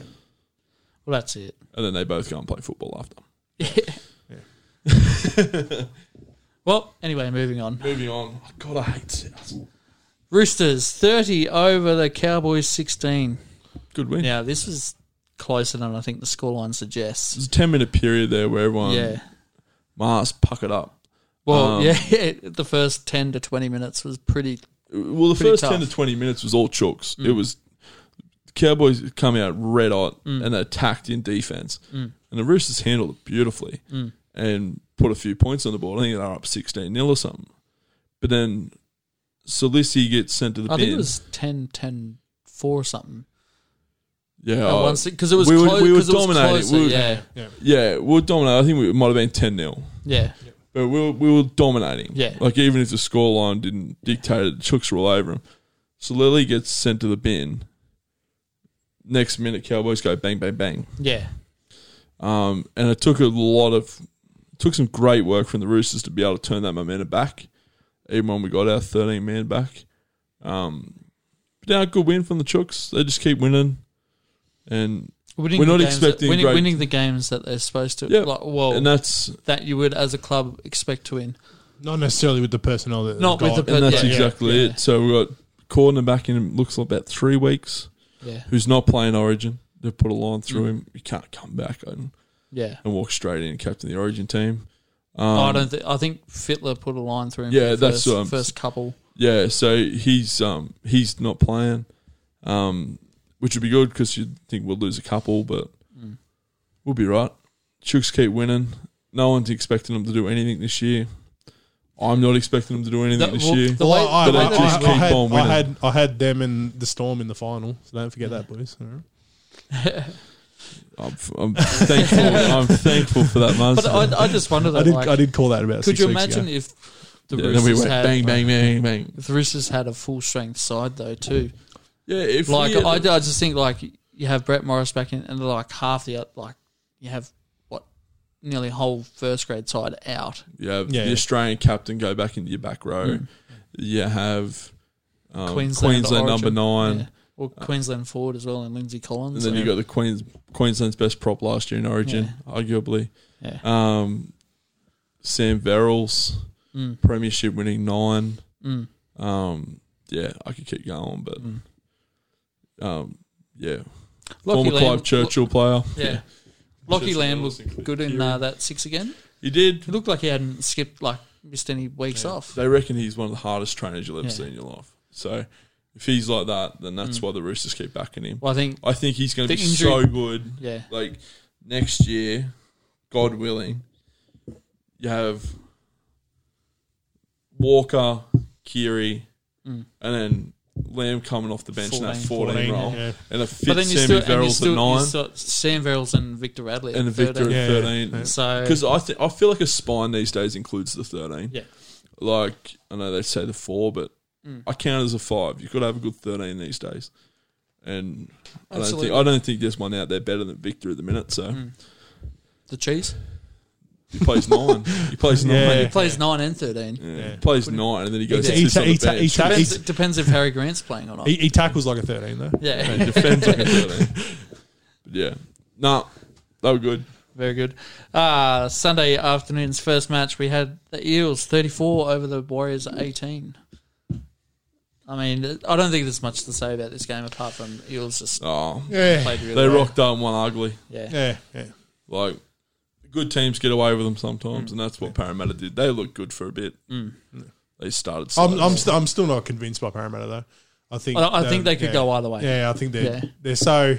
Speaker 1: Well, that's it.
Speaker 2: And then they both go and play football after.
Speaker 1: <laughs> Well, anyway, moving on.
Speaker 2: Moving on. God, I hate South.
Speaker 1: Roosters 30 over the Cowboys <laughs> 16.
Speaker 2: Good win.
Speaker 1: Now, this is closer than I think the scoreline suggests.
Speaker 2: There's a 10 minute period there where everyone,
Speaker 1: yeah.
Speaker 2: Mars, puck it up.
Speaker 1: Well,
Speaker 2: um,
Speaker 1: yeah, <laughs> the first 10 to 20 minutes was pretty.
Speaker 2: Well, the
Speaker 1: Pretty
Speaker 2: first
Speaker 1: tough. Mm.
Speaker 2: 10 to 20 minutes was all chooks. It was Cowboys come out red hot
Speaker 1: Mm.
Speaker 2: and they attacked in defense. And the Roosters handled it beautifully
Speaker 1: Mm.
Speaker 2: and put a few points on the board. I think they were up 16 0 or something. But then Solisi gets sent to the
Speaker 1: I
Speaker 2: bin.
Speaker 1: think it was 10 10 4 or something.
Speaker 2: yeah, I-
Speaker 1: Because it was
Speaker 2: Oh, we were-
Speaker 1: close.
Speaker 2: we were
Speaker 1: it was
Speaker 2: dominating.
Speaker 1: closer,
Speaker 2: We were-
Speaker 1: yeah.
Speaker 2: yeah, we were dominating. I think we- it might have been 10 0.
Speaker 1: Yeah.
Speaker 2: But we were, we were dominating.
Speaker 1: Yeah.
Speaker 2: Like, even if the scoreline didn't dictate it, the Chooks were all over him. So Lily gets sent to the bin. Next minute, Cowboys go bang, bang, bang.
Speaker 1: Yeah.
Speaker 2: Um, and it took a lot of, took some great work from the Roosters to be able to turn that momentum back, even when we got our 13 man back. Um, but now, a good win from the Chooks. They just keep winning. And
Speaker 1: Winning
Speaker 2: We're
Speaker 1: the
Speaker 2: not
Speaker 1: games that-
Speaker 2: expecting
Speaker 1: winning,
Speaker 2: great-
Speaker 1: winning the games that they're supposed to.
Speaker 2: Yeah.
Speaker 1: Like, well,
Speaker 2: and that's
Speaker 1: that you would, as a club, expect to win.
Speaker 3: Not necessarily with the personnel that
Speaker 1: Not
Speaker 3: they've
Speaker 1: with the
Speaker 3: got.
Speaker 1: per-
Speaker 2: and that's
Speaker 1: yeah,
Speaker 2: exactly
Speaker 1: yeah.
Speaker 2: it. So we got Corden back in looks like about three weeks.
Speaker 1: Yeah.
Speaker 2: Who's not playing Origin? They put a line through
Speaker 1: Mm.
Speaker 2: him. You can't come back and,
Speaker 1: Yeah.
Speaker 2: and walk straight in and captain the Origin team.
Speaker 1: I
Speaker 2: Um,
Speaker 1: don't. Th- Oh, I think Fitler put a line through him.
Speaker 2: Yeah,
Speaker 1: for the
Speaker 2: that's
Speaker 1: first,
Speaker 2: um, what I'm-
Speaker 1: first couple.
Speaker 2: Yeah, so he's um he's not playing, um, which would be good because you'd think we'll lose a couple, but
Speaker 1: Mm.
Speaker 2: we'll be right. Chooks keep winning. No one's expecting them to do anything this year. I'm not expecting them to do anything
Speaker 1: That-
Speaker 2: this
Speaker 1: well,
Speaker 2: year.
Speaker 1: the
Speaker 3: Well,
Speaker 1: way-
Speaker 3: I,
Speaker 1: the
Speaker 2: they
Speaker 1: way
Speaker 3: I-
Speaker 1: that
Speaker 2: just
Speaker 1: it
Speaker 3: I- I
Speaker 1: went-
Speaker 2: keep
Speaker 3: had,
Speaker 2: on
Speaker 3: I
Speaker 2: winning.
Speaker 3: had I had them and the Storm in the final, so don't forget that, boys. All right.
Speaker 2: I'm, I'm thankful. I'm thankful for that, man.
Speaker 1: But I, I just wonder
Speaker 3: I
Speaker 1: that.
Speaker 3: did
Speaker 1: like,
Speaker 3: I did call that about.
Speaker 1: could
Speaker 3: six
Speaker 1: you
Speaker 3: weeks
Speaker 1: imagine
Speaker 3: Ago.
Speaker 1: if the
Speaker 2: Yeah, then
Speaker 1: Roosters
Speaker 2: we went
Speaker 1: had
Speaker 2: bang, bang, bang, bang.
Speaker 1: if the Roosters had a full strength side though too?
Speaker 2: Yeah, if
Speaker 1: Like
Speaker 2: we had-
Speaker 1: I, I just think like you have Brett Morris back in, and like half the out- like you have what nearly whole first grade side out.
Speaker 2: you have
Speaker 3: Yeah.
Speaker 2: the Australian captain go back into your back row. You have um,
Speaker 1: Mm. Queensland
Speaker 2: Queensland, number
Speaker 1: Origin.
Speaker 2: nine.
Speaker 1: Yeah. Or Queensland forward as well, and Lindsay
Speaker 2: And
Speaker 1: Collins.
Speaker 2: then you got the Queens, Queensland's best prop last year in Origin, arguably.
Speaker 1: Yeah.
Speaker 2: Um, Sam Verrills,
Speaker 1: Mm,
Speaker 2: Premiership winning nine.
Speaker 1: mm,
Speaker 2: Um, yeah, I could keep going, but
Speaker 1: mm.
Speaker 2: um, yeah,
Speaker 1: Lockie
Speaker 2: former Clive
Speaker 1: Lamb-
Speaker 2: Churchill player. <laughs>
Speaker 1: Yeah. Lockie
Speaker 2: Just
Speaker 1: Lamb was
Speaker 2: Verrills included.
Speaker 1: good in uh, that six again.
Speaker 2: He did.
Speaker 1: He looked like he hadn't skipped like missed any weeks
Speaker 2: Yeah.
Speaker 1: off.
Speaker 2: They reckon he's one of the hardest trainers you'll ever
Speaker 1: Yeah.
Speaker 2: see in your life. So if he's like that, then that's
Speaker 1: Mm.
Speaker 2: why the Roosters keep backing him.
Speaker 1: Well, I think
Speaker 2: I think he's going
Speaker 1: The
Speaker 2: to be
Speaker 1: injury-
Speaker 2: so good.
Speaker 1: yeah,
Speaker 2: Like next year, God willing, you have Walker, Keary,
Speaker 1: Mm.
Speaker 2: and then Lamb coming off the bench in that 14,
Speaker 1: 14,
Speaker 2: role.
Speaker 3: Yeah.
Speaker 2: And a
Speaker 1: but
Speaker 2: fit
Speaker 1: then you
Speaker 2: Sammy
Speaker 1: still and you
Speaker 2: Verrills at
Speaker 1: still, you
Speaker 2: 9
Speaker 1: still Sam Verrills and Victor Radley
Speaker 2: and a
Speaker 1: at
Speaker 2: Victor at
Speaker 1: thirteen.
Speaker 3: Yeah, yeah,
Speaker 2: 13.
Speaker 3: yeah.
Speaker 1: So
Speaker 2: Because I, th- I feel like a spine these days includes the 13.
Speaker 1: Yeah.
Speaker 2: Like, I know they say the four, but
Speaker 1: Mm.
Speaker 2: I count it as a five. You've got to have a good 13 these days. And I don't,
Speaker 1: Absolutely.
Speaker 2: think, I don't think there's one out there better than Victor at the minute. So
Speaker 1: Mm. the cheese
Speaker 2: he plays nine. He plays nine.
Speaker 3: <laughs> Yeah.
Speaker 1: he plays nine and thirteen.
Speaker 2: Yeah,
Speaker 3: Yeah.
Speaker 2: He plays nine and then he goes
Speaker 3: ta-
Speaker 2: he,
Speaker 3: he
Speaker 2: sits
Speaker 3: ta-
Speaker 2: on the
Speaker 3: he ta- he
Speaker 2: bench.
Speaker 3: ta-
Speaker 1: Depends,
Speaker 3: he's-
Speaker 1: depends if Harry Grant's playing or not.
Speaker 3: He, he tackles like a thirteen though. <laughs>
Speaker 2: He
Speaker 1: yeah,
Speaker 2: defends like a 13. But yeah. No, they were good.
Speaker 1: very good. Uh, Sunday afternoon's first match, we had the Eels thirty-four over the Warriors eighteen. I mean, I don't think there's much to say about this game apart from Eels just
Speaker 2: Oh,
Speaker 3: Yeah,
Speaker 1: played really
Speaker 2: they
Speaker 1: well.
Speaker 2: rocked up and won ugly.
Speaker 1: Yeah.
Speaker 3: yeah, yeah.
Speaker 2: Like, good teams get away with them sometimes, and that's what Parramatta did. They looked good for a bit.
Speaker 1: Mm.
Speaker 2: They started.
Speaker 3: I'm
Speaker 2: slow.
Speaker 3: I'm, st- I'm still not convinced by Parramatta though. I think
Speaker 1: I, I think
Speaker 3: they're-
Speaker 1: they could
Speaker 3: yeah.
Speaker 1: go either way.
Speaker 3: Yeah, I think they're
Speaker 1: Yeah.
Speaker 3: they're so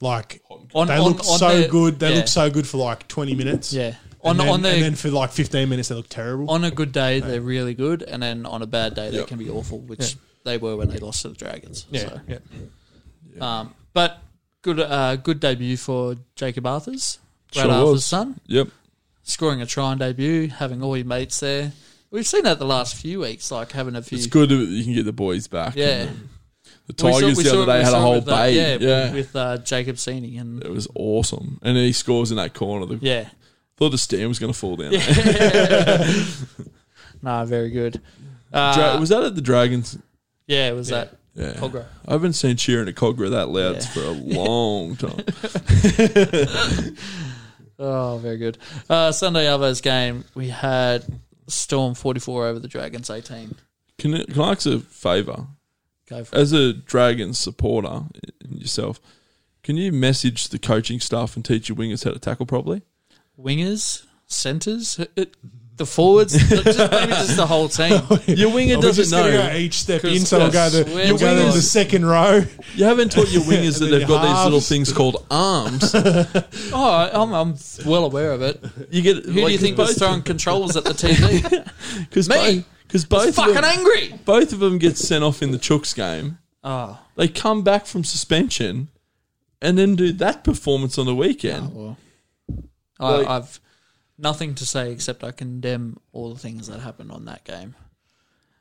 Speaker 3: like
Speaker 1: On,
Speaker 3: they
Speaker 1: on-
Speaker 3: look
Speaker 1: on
Speaker 3: so
Speaker 1: their-
Speaker 3: good. They
Speaker 1: yeah.
Speaker 3: look so good for like twenty minutes.
Speaker 1: Yeah. On
Speaker 3: On, and, then,
Speaker 1: on
Speaker 3: and
Speaker 1: their
Speaker 3: then for like 15 minutes, they look terrible.
Speaker 1: on a good day they're really good, and then on a bad day they
Speaker 2: Yep.
Speaker 1: can be awful, which
Speaker 3: Yeah.
Speaker 1: they were when they lost to the Dragons. So, <laughs>
Speaker 3: yeah.
Speaker 1: um, but good uh, good debut for Jacob Arthur's
Speaker 2: Sure
Speaker 1: Brad Arthur's
Speaker 2: was.
Speaker 1: son,
Speaker 2: Yep.
Speaker 1: scoring a try and debut, having all your mates there. We've seen that the last few weeks, like having a few.
Speaker 2: It's good that you can get the boys back.
Speaker 1: Yeah.
Speaker 2: The
Speaker 1: We saw-
Speaker 2: Tigers
Speaker 1: we
Speaker 2: the
Speaker 1: saw-
Speaker 2: other day
Speaker 1: we
Speaker 2: had a
Speaker 1: saw it
Speaker 2: whole
Speaker 1: with, uh,
Speaker 2: bay.
Speaker 1: yeah,
Speaker 2: Yeah.
Speaker 1: with uh, Jacob Sini and
Speaker 2: It was awesome. And he scores in that corner. The,
Speaker 1: yeah,
Speaker 2: thought the stand was going to fall down.
Speaker 1: nah, very good. Uh,
Speaker 2: Dra- was that at <laughs> the Dragons?
Speaker 1: yeah, it was that
Speaker 2: Yeah.
Speaker 1: Cogra.
Speaker 2: I haven't seen cheering at Cogra that loud
Speaker 1: Yeah. <laughs>
Speaker 2: for a long time.
Speaker 1: Oh, very good. Uh, Sunday Arvo's game, we had Storm 44 over the Dragons 18.
Speaker 2: Can, I- can I ask a favour?
Speaker 1: Go for it.
Speaker 2: As a Dragons supporter and yourself, can you message the coaching staff and teach your wingers how to tackle properly?
Speaker 1: Wingers, centres, uh, uh, the
Speaker 2: <laughs>
Speaker 1: forwards, just, maybe just the whole team.
Speaker 2: Your
Speaker 3: <laughs>
Speaker 2: winger
Speaker 3: Are we just
Speaker 2: doesn't
Speaker 3: gonna
Speaker 2: know.
Speaker 3: Go each step in,
Speaker 1: Because
Speaker 3: so we'll go
Speaker 1: that's
Speaker 3: the,
Speaker 1: where
Speaker 3: we'll go
Speaker 1: we
Speaker 3: to
Speaker 1: are.
Speaker 3: the second row. <laughs>
Speaker 2: You haven't
Speaker 1: <laughs>
Speaker 2: taught your wingers that
Speaker 3: And then
Speaker 2: they've got these little
Speaker 3: halves.
Speaker 2: things called arms.
Speaker 1: Oh, I'm, I'm well aware of it.
Speaker 2: You get
Speaker 1: Who do you think was throwing controls at the TV?
Speaker 2: Because
Speaker 1: Me.
Speaker 2: both, cause <laughs> both, of
Speaker 1: Fucking
Speaker 2: them,
Speaker 1: angry.
Speaker 2: both of them get sent off in the Chooks game.
Speaker 1: Oh,
Speaker 2: They come back from suspension and then do that performance on the weekend.
Speaker 1: well.
Speaker 2: Like-
Speaker 1: I, I've nothing to say except I condemn all the things that happened on that game.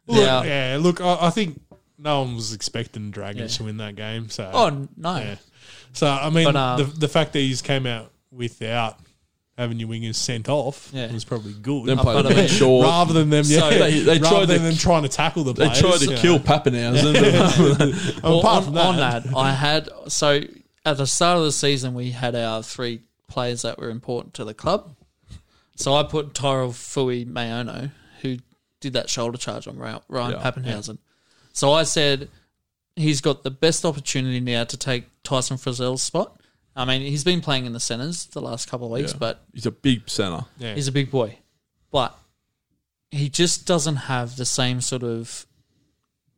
Speaker 3: Look,
Speaker 1: Yeah.
Speaker 3: yeah. look, I, I think no one was expecting Dragons
Speaker 1: Yeah.
Speaker 3: to win that game. So,
Speaker 1: Oh, no.
Speaker 3: yeah. So, I mean,
Speaker 1: But, um,
Speaker 3: the, the fact that he's came out without having your wingers sent off
Speaker 1: Yeah.
Speaker 3: was probably good. Uh,
Speaker 2: Then play
Speaker 1: but I
Speaker 2: them
Speaker 1: mean-
Speaker 2: in short.
Speaker 3: rather than them, yeah,
Speaker 1: So
Speaker 2: they- they
Speaker 3: rather
Speaker 2: tried
Speaker 3: than
Speaker 2: to-
Speaker 3: them trying to tackle the
Speaker 2: They
Speaker 3: players.
Speaker 2: tried to
Speaker 3: you
Speaker 2: kill
Speaker 3: know.
Speaker 2: Pappenhausen.
Speaker 1: <laughs>
Speaker 2: <laughs>
Speaker 1: Well,
Speaker 3: Apart
Speaker 1: on,
Speaker 3: from
Speaker 1: on
Speaker 3: that,
Speaker 1: that, I had so at the start of the season we had our three players that were important to the club. So I put Tyrell Fui Mayono, who did that shoulder charge on Ra- Ryan
Speaker 2: Yeah.
Speaker 1: Pappenhausen. So I said he's got the best opportunity now to take Tyson Frizzell's spot. I mean, he's been playing in the centres the last couple of weeks,
Speaker 2: Yeah.
Speaker 1: but
Speaker 2: He's a big centre.
Speaker 3: Yeah.
Speaker 1: he's a big boy. But he just doesn't have the same sort of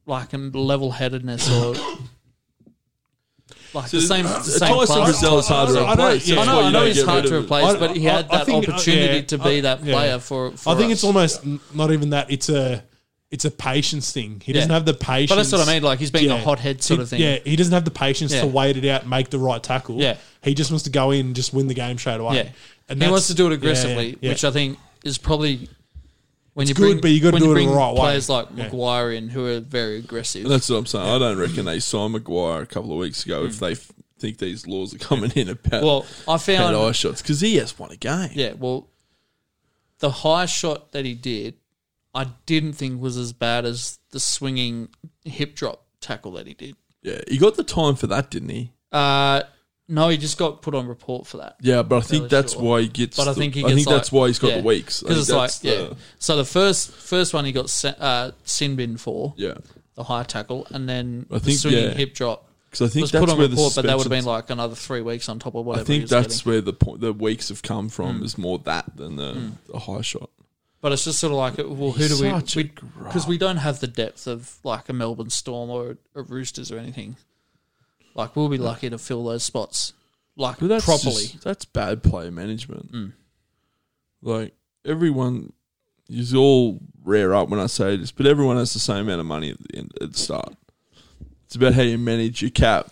Speaker 1: like level headedness or like the same, same
Speaker 2: Tyson
Speaker 1: class.
Speaker 2: Frizzell is hard to
Speaker 3: I don't-
Speaker 2: replace.
Speaker 3: yeah.
Speaker 1: I
Speaker 2: That's
Speaker 1: know,
Speaker 2: why
Speaker 1: I
Speaker 2: you
Speaker 1: know
Speaker 2: don't
Speaker 1: he's
Speaker 2: get
Speaker 1: hard
Speaker 2: rid
Speaker 1: to
Speaker 2: of him.
Speaker 1: replace,
Speaker 3: I-
Speaker 1: but he had
Speaker 3: I- I
Speaker 1: that
Speaker 3: think- uh,
Speaker 1: opportunity
Speaker 3: yeah,
Speaker 1: to be
Speaker 3: I-
Speaker 1: that
Speaker 3: yeah.
Speaker 1: player for, for
Speaker 3: I think it's
Speaker 1: us.
Speaker 3: almost n- not even that. It's a it's a patience thing. He doesn't
Speaker 1: Yeah.
Speaker 3: have the patience.
Speaker 1: But that's what I mean. Like he's being a
Speaker 3: Yeah.
Speaker 1: hothead sort
Speaker 3: He-
Speaker 1: of thing.
Speaker 3: Yeah, he doesn't have the patience
Speaker 1: Yeah.
Speaker 3: to wait it out, make the right tackle.
Speaker 1: Yeah.
Speaker 3: he just wants to go in and just win the game straight away.
Speaker 1: Yeah.
Speaker 3: and
Speaker 1: he
Speaker 3: that's-
Speaker 1: wants to do it
Speaker 3: yeah,
Speaker 1: aggressively,
Speaker 3: yeah, yeah.
Speaker 1: which I think is probably when you
Speaker 3: good,
Speaker 1: bring
Speaker 3: but you gotta
Speaker 1: when
Speaker 3: do
Speaker 1: you
Speaker 3: it in
Speaker 1: bring
Speaker 3: the right way.
Speaker 1: players like
Speaker 3: Yeah.
Speaker 1: Maguire in who are very aggressive.
Speaker 2: That's what I'm saying. I don't reckon they signed Maguire a couple of weeks ago if they f- think these laws are coming in about
Speaker 1: Hmm. well, I
Speaker 2: head
Speaker 1: found
Speaker 2: eye shots because he has won a game.
Speaker 1: yeah, well, the high shot that he did, I didn't think was as bad as the swinging hip drop tackle that he did.
Speaker 2: Yeah, he got the time for that, didn't he?
Speaker 1: Uh, no, he just got put on report for that.
Speaker 2: Yeah, but I think
Speaker 1: Fairly
Speaker 2: that's
Speaker 1: sure.
Speaker 2: why he gets.
Speaker 1: But I
Speaker 2: the-
Speaker 1: think he
Speaker 2: I
Speaker 1: gets
Speaker 2: think
Speaker 1: like-
Speaker 2: that's why he's got
Speaker 1: yeah.
Speaker 2: the weeks I
Speaker 1: because it's
Speaker 2: think
Speaker 1: like
Speaker 2: that's
Speaker 1: yeah. So the first first one he got se- uh, sin bin for
Speaker 2: the- yeah,
Speaker 1: the high tackle, and then
Speaker 2: I
Speaker 1: the
Speaker 2: think,
Speaker 1: swinging
Speaker 2: yeah.
Speaker 1: hip drop
Speaker 2: because I think
Speaker 1: was
Speaker 2: that's
Speaker 1: put on
Speaker 2: where
Speaker 1: report,
Speaker 2: the
Speaker 1: but that would have been like
Speaker 2: suspensions-
Speaker 1: another three weeks on top of whatever. he
Speaker 2: I think
Speaker 1: was
Speaker 2: that's
Speaker 1: getting. Hmm.
Speaker 2: where the point the weeks have come from. Is more that than the, the high shot.
Speaker 1: But it's just sort of like, uh, well, who do
Speaker 2: Such a
Speaker 1: we?
Speaker 2: grub.
Speaker 1: Because we, don't have the depth of like a Melbourne Storm or a Roosters or anything. Like we'll be lucky to fill those spots, like
Speaker 2: But that's
Speaker 1: properly.
Speaker 2: just- that's bad player management.
Speaker 3: Mm.
Speaker 2: Like everyone, you all rear up when I say this, but everyone has the same amount of money at the, end, at the start. It's about how you manage your cap.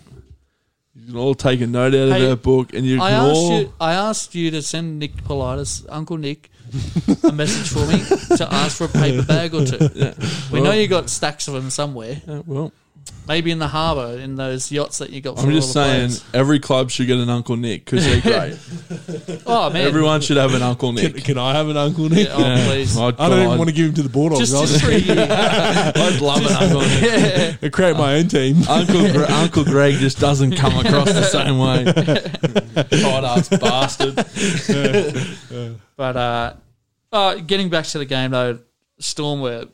Speaker 2: You can all take a note out of
Speaker 1: Hey,
Speaker 2: that book, and you
Speaker 1: I
Speaker 2: can
Speaker 1: asked
Speaker 2: all.
Speaker 1: you. I asked you to send Nick Politis, Uncle Nick,
Speaker 2: <laughs>
Speaker 1: a message for me to ask for a paper bag or two. We know you got stacks of them somewhere,
Speaker 2: Yeah, well,
Speaker 1: maybe in the harbour in those yachts that you got.
Speaker 2: I'm
Speaker 1: for
Speaker 2: just
Speaker 1: all the
Speaker 2: saying,
Speaker 1: players.
Speaker 2: every club should get an Uncle Nick because they're
Speaker 3: <laughs>
Speaker 2: great.
Speaker 1: Oh man,
Speaker 2: Everyone should have an Uncle Nick.
Speaker 3: Can, can I have an uncle Nick?
Speaker 1: Yeah, oh, please.
Speaker 2: Oh,
Speaker 3: I don't even
Speaker 2: God.
Speaker 3: want to give him to the Bulldogs.
Speaker 1: just,
Speaker 3: I'll
Speaker 1: just for a year.
Speaker 2: <laughs> I'd love an
Speaker 3: <laughs>
Speaker 2: Uncle Nick.
Speaker 1: Yeah.
Speaker 3: just create my own team.
Speaker 2: Uncle Gre- Uncle Greg just doesn't come across the same
Speaker 3: <laughs>
Speaker 2: way. Tight <laughs> ass bastard.
Speaker 1: But uh, uh, getting back to the game though, Storm were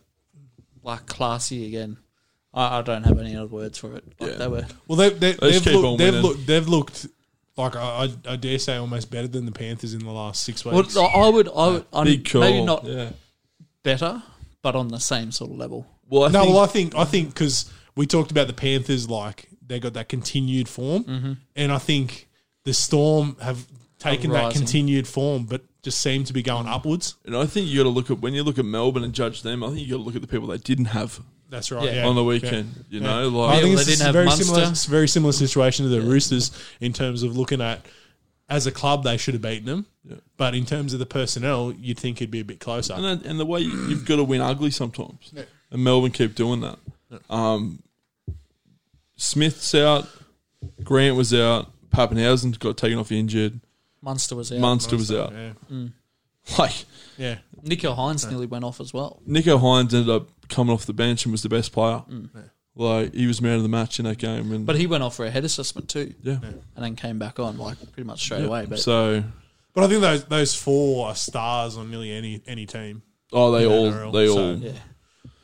Speaker 1: like classy again. I, I don't have any other words for it. Like
Speaker 2: Yeah.
Speaker 1: they were.
Speaker 3: <laughs> Well, they, they,
Speaker 2: Let's
Speaker 3: they've,
Speaker 2: keep on
Speaker 3: looked, they've,
Speaker 2: winning.
Speaker 3: looked, they've looked like I, I, I dare say almost better than the Panthers in the last six
Speaker 1: Well,
Speaker 3: weeks.
Speaker 1: I would, I would, I
Speaker 2: Big call.
Speaker 1: maybe not
Speaker 2: Yeah.
Speaker 1: better, but on the same sort of level.
Speaker 2: Well, I
Speaker 3: no,
Speaker 2: think
Speaker 3: well, I think I think because we talked about the Panthers, like they got that continued form,
Speaker 2: Mm-hmm.
Speaker 3: and I think the Storm have taken
Speaker 1: Are
Speaker 3: that
Speaker 1: rising.
Speaker 3: continued form, but just seem to be going upwards.
Speaker 2: And I think you got to look at when you look at Melbourne and judge them. I think you got to look at the people they didn't have
Speaker 3: That's right.
Speaker 1: Yeah.
Speaker 3: Yeah.
Speaker 2: on the
Speaker 3: yeah.
Speaker 2: weekend. You
Speaker 3: Yeah.
Speaker 2: know,
Speaker 3: I
Speaker 2: like
Speaker 3: think
Speaker 1: They
Speaker 3: it's
Speaker 1: didn't
Speaker 3: a
Speaker 1: have
Speaker 3: very similar,
Speaker 1: Munster.
Speaker 3: it's a very similar situation to the Roosters in terms of looking at as a club they should have beaten them, but in terms of the personnel, you'd think it'd be a bit closer.
Speaker 2: and, that- and the way you- you've got to win ugly sometimes. And Melbourne keep doing that. Um, Smith's out, Grant was out, Pappenhausen got taken off injured,
Speaker 1: Munster was out.
Speaker 2: Munster was out.
Speaker 3: Yeah.
Speaker 2: <laughs> Like
Speaker 3: yeah.
Speaker 1: Nico Hines nearly went off as well.
Speaker 2: Nico Hines ended up coming off the bench and was the best player. Like he was man of the match in that game, and
Speaker 1: But he went off for a head assessment too,
Speaker 2: yeah,
Speaker 1: and then came back on like pretty much straight away. But
Speaker 2: so
Speaker 3: But I think those those four are stars on nearly any any team.
Speaker 2: oh, they all
Speaker 3: NRL,
Speaker 2: they
Speaker 3: so-
Speaker 2: all
Speaker 1: yeah,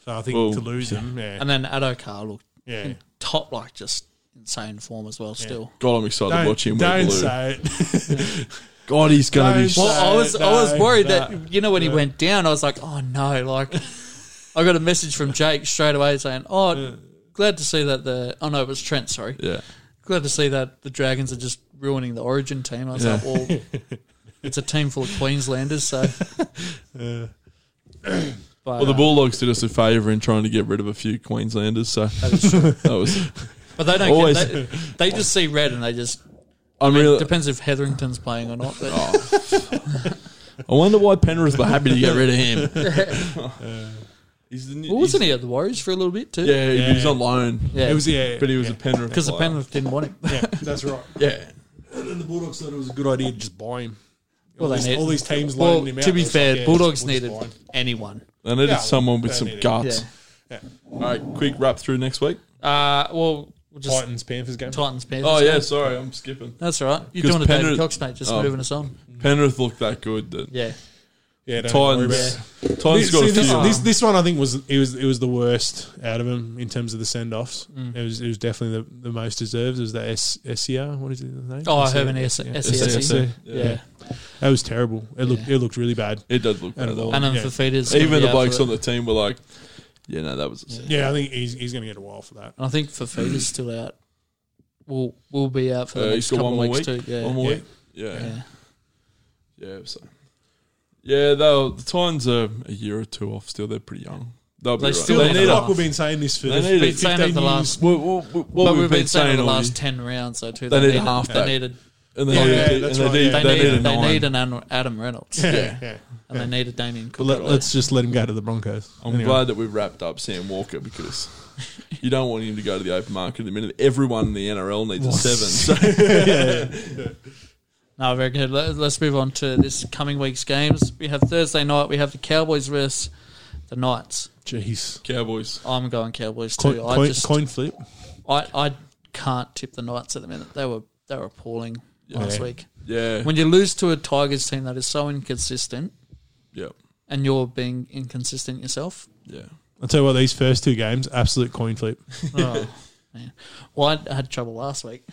Speaker 3: So I think
Speaker 2: Well,
Speaker 3: to lose them, yeah,
Speaker 1: and then Adokar looked
Speaker 3: yeah.
Speaker 1: in top like just insane form as well. Still,
Speaker 2: God, I'm excited
Speaker 3: Don't,
Speaker 2: to watch him. wear
Speaker 3: don't
Speaker 2: blue.
Speaker 3: say it.
Speaker 1: <laughs>
Speaker 2: God, he's going to be.
Speaker 3: Don't
Speaker 2: so-
Speaker 1: Well, I was I was
Speaker 3: no,
Speaker 1: worried
Speaker 3: no,
Speaker 1: that you know when he went down, I was like, oh no, like I got a message from Jake straight away saying, oh, glad to see that the oh no, it was Trent, sorry,
Speaker 2: yeah,
Speaker 1: glad to see that the Dragons are just ruining the Origin team. I was like, well, it's a team full of Queenslanders, so.
Speaker 3: <laughs>
Speaker 1: But,
Speaker 2: Well, the
Speaker 1: uh,
Speaker 2: Bulldogs did us a favour in trying to get rid of a few Queenslanders, so <laughs> that was.
Speaker 1: but they don't.
Speaker 2: always-
Speaker 1: They, they just see red and they just
Speaker 2: I'm really. Oh.
Speaker 1: depends if Hetherington's playing or not. But
Speaker 3: <laughs>
Speaker 2: <laughs> I wonder why Penrith were happy to get rid of
Speaker 1: <laughs>
Speaker 2: him. he's the new,
Speaker 1: well, wasn't he at the Warriors for a little bit too?
Speaker 2: Yeah, he was
Speaker 3: Yeah.
Speaker 2: on loan,
Speaker 1: yeah,
Speaker 3: It was yeah,
Speaker 2: but he was a Penrith
Speaker 1: because the
Speaker 2: player.
Speaker 1: Penrith didn't want him. <laughs>
Speaker 3: yeah, that's right.
Speaker 2: Yeah,
Speaker 3: And the Bulldogs thought it was a good idea to just buy him.
Speaker 1: Well,
Speaker 3: all,
Speaker 1: they
Speaker 3: these,
Speaker 1: need-
Speaker 3: all these teams
Speaker 1: Well,
Speaker 3: loaned him out.
Speaker 1: to be
Speaker 3: It's
Speaker 1: fair,
Speaker 3: like, yeah,
Speaker 1: Bulldogs
Speaker 3: we'll just
Speaker 1: needed
Speaker 3: buy him.
Speaker 1: anyone.
Speaker 2: they needed
Speaker 3: Yeah,
Speaker 2: someone with
Speaker 3: they
Speaker 2: some
Speaker 3: needed-
Speaker 2: guts.
Speaker 1: Yeah.
Speaker 2: All right, quick wrap through next week.
Speaker 1: Uh, well, we'll just
Speaker 3: Titans Panthers game.
Speaker 1: Titans, Panthers.
Speaker 2: Oh yeah, sorry, I'm skipping.
Speaker 1: That's all right. You're
Speaker 2: 'Cause
Speaker 1: doing a David
Speaker 2: Penrith-
Speaker 1: Cox, mate. Just
Speaker 2: Oh.
Speaker 1: moving us on.
Speaker 2: Penrith looked that good that
Speaker 1: Yeah.
Speaker 3: Yeah, don't worry about it.
Speaker 2: Titans. Titans
Speaker 3: This,
Speaker 2: got a
Speaker 3: see, this,
Speaker 2: few.
Speaker 3: this, this one I think was it was it was the worst out of them in terms of the send offs. It was it was definitely the, the most deserved. It was the S SCR. What is his name?
Speaker 1: Oh,
Speaker 3: SCR?
Speaker 1: Herman S-
Speaker 3: Yeah.
Speaker 1: SCR.
Speaker 3: SCR.
Speaker 1: Yeah.
Speaker 3: Yeah. That was terrible. It looked it looked really bad.
Speaker 2: It does look
Speaker 3: And
Speaker 2: bad. though.
Speaker 3: all-
Speaker 1: And then
Speaker 3: Yeah.
Speaker 1: Fafita's gonna
Speaker 2: Even
Speaker 1: be
Speaker 2: the
Speaker 1: out for
Speaker 2: blokes
Speaker 1: that.
Speaker 2: on the team were like, "Yeah, no, that was." A sin."
Speaker 3: Yeah, I think he's he's going to get a while for that.
Speaker 1: And I think Fafita's still out. Will will be out for the
Speaker 2: Uh, he's
Speaker 1: next
Speaker 2: got
Speaker 1: couple
Speaker 2: one more
Speaker 1: of weeks
Speaker 2: week.
Speaker 1: too. Yeah.
Speaker 2: One more
Speaker 3: Yeah.
Speaker 2: week. Yeah.
Speaker 1: yeah.
Speaker 2: Yeah, so yeah, they'll, the Titans are a year or two off still. They're pretty young. They'll be
Speaker 1: They
Speaker 2: right.
Speaker 1: still
Speaker 3: Still,
Speaker 2: they
Speaker 1: have
Speaker 2: need
Speaker 1: a
Speaker 2: a,
Speaker 1: lot.
Speaker 3: like we've been saying this for
Speaker 2: They
Speaker 3: the
Speaker 2: need it.
Speaker 1: Been saying
Speaker 3: 15
Speaker 1: that
Speaker 3: years.
Speaker 1: the last-
Speaker 2: what, what, what
Speaker 1: but
Speaker 2: we've, been saying
Speaker 1: the
Speaker 2: all
Speaker 1: last
Speaker 2: year.
Speaker 1: ten rounds though too.
Speaker 2: They need a
Speaker 1: a-
Speaker 2: halfback.
Speaker 1: They need a
Speaker 2: and they,
Speaker 3: Yeah,
Speaker 2: need, and
Speaker 3: that's
Speaker 2: they,
Speaker 3: right,
Speaker 2: need,
Speaker 3: yeah.
Speaker 1: they,
Speaker 2: they
Speaker 1: need,
Speaker 2: need a
Speaker 1: they
Speaker 2: nine.
Speaker 1: need an An- Adam Reynolds
Speaker 3: <laughs> Yeah,
Speaker 2: Yeah.
Speaker 3: yeah.
Speaker 1: and they need a Damien
Speaker 3: But
Speaker 1: Cook.
Speaker 3: let, us just let him go to the Broncos.
Speaker 2: I'm
Speaker 3: Anyway.
Speaker 2: glad that we've wrapped up Sam Walker because you don't want him to go to the open market at the minute. Everyone in the NRL needs a
Speaker 1: <laughs>
Speaker 2: seven.
Speaker 3: <laughs>
Speaker 2: So
Speaker 1: No, very good. Let- Let's move on to this coming week's games. We have Thursday night. We have the Cowboys versus the Knights.
Speaker 3: Jeez.
Speaker 2: Cowboys.
Speaker 1: I'm going Cowboys
Speaker 3: Coin,
Speaker 1: too. I
Speaker 3: coin-
Speaker 1: just
Speaker 3: coin flip.
Speaker 1: I, I can't tip the Knights at the minute. They were they were appalling last
Speaker 3: Yeah.
Speaker 1: week.
Speaker 2: Yeah.
Speaker 1: When you lose to a Tigers team that is so inconsistent,
Speaker 2: Yep.
Speaker 1: and you're being inconsistent
Speaker 3: <laughs>
Speaker 1: yourself,
Speaker 2: Yeah.
Speaker 3: I'll tell you what, these first two games, absolute coin flip.
Speaker 1: Oh, man. Well, I had trouble last week.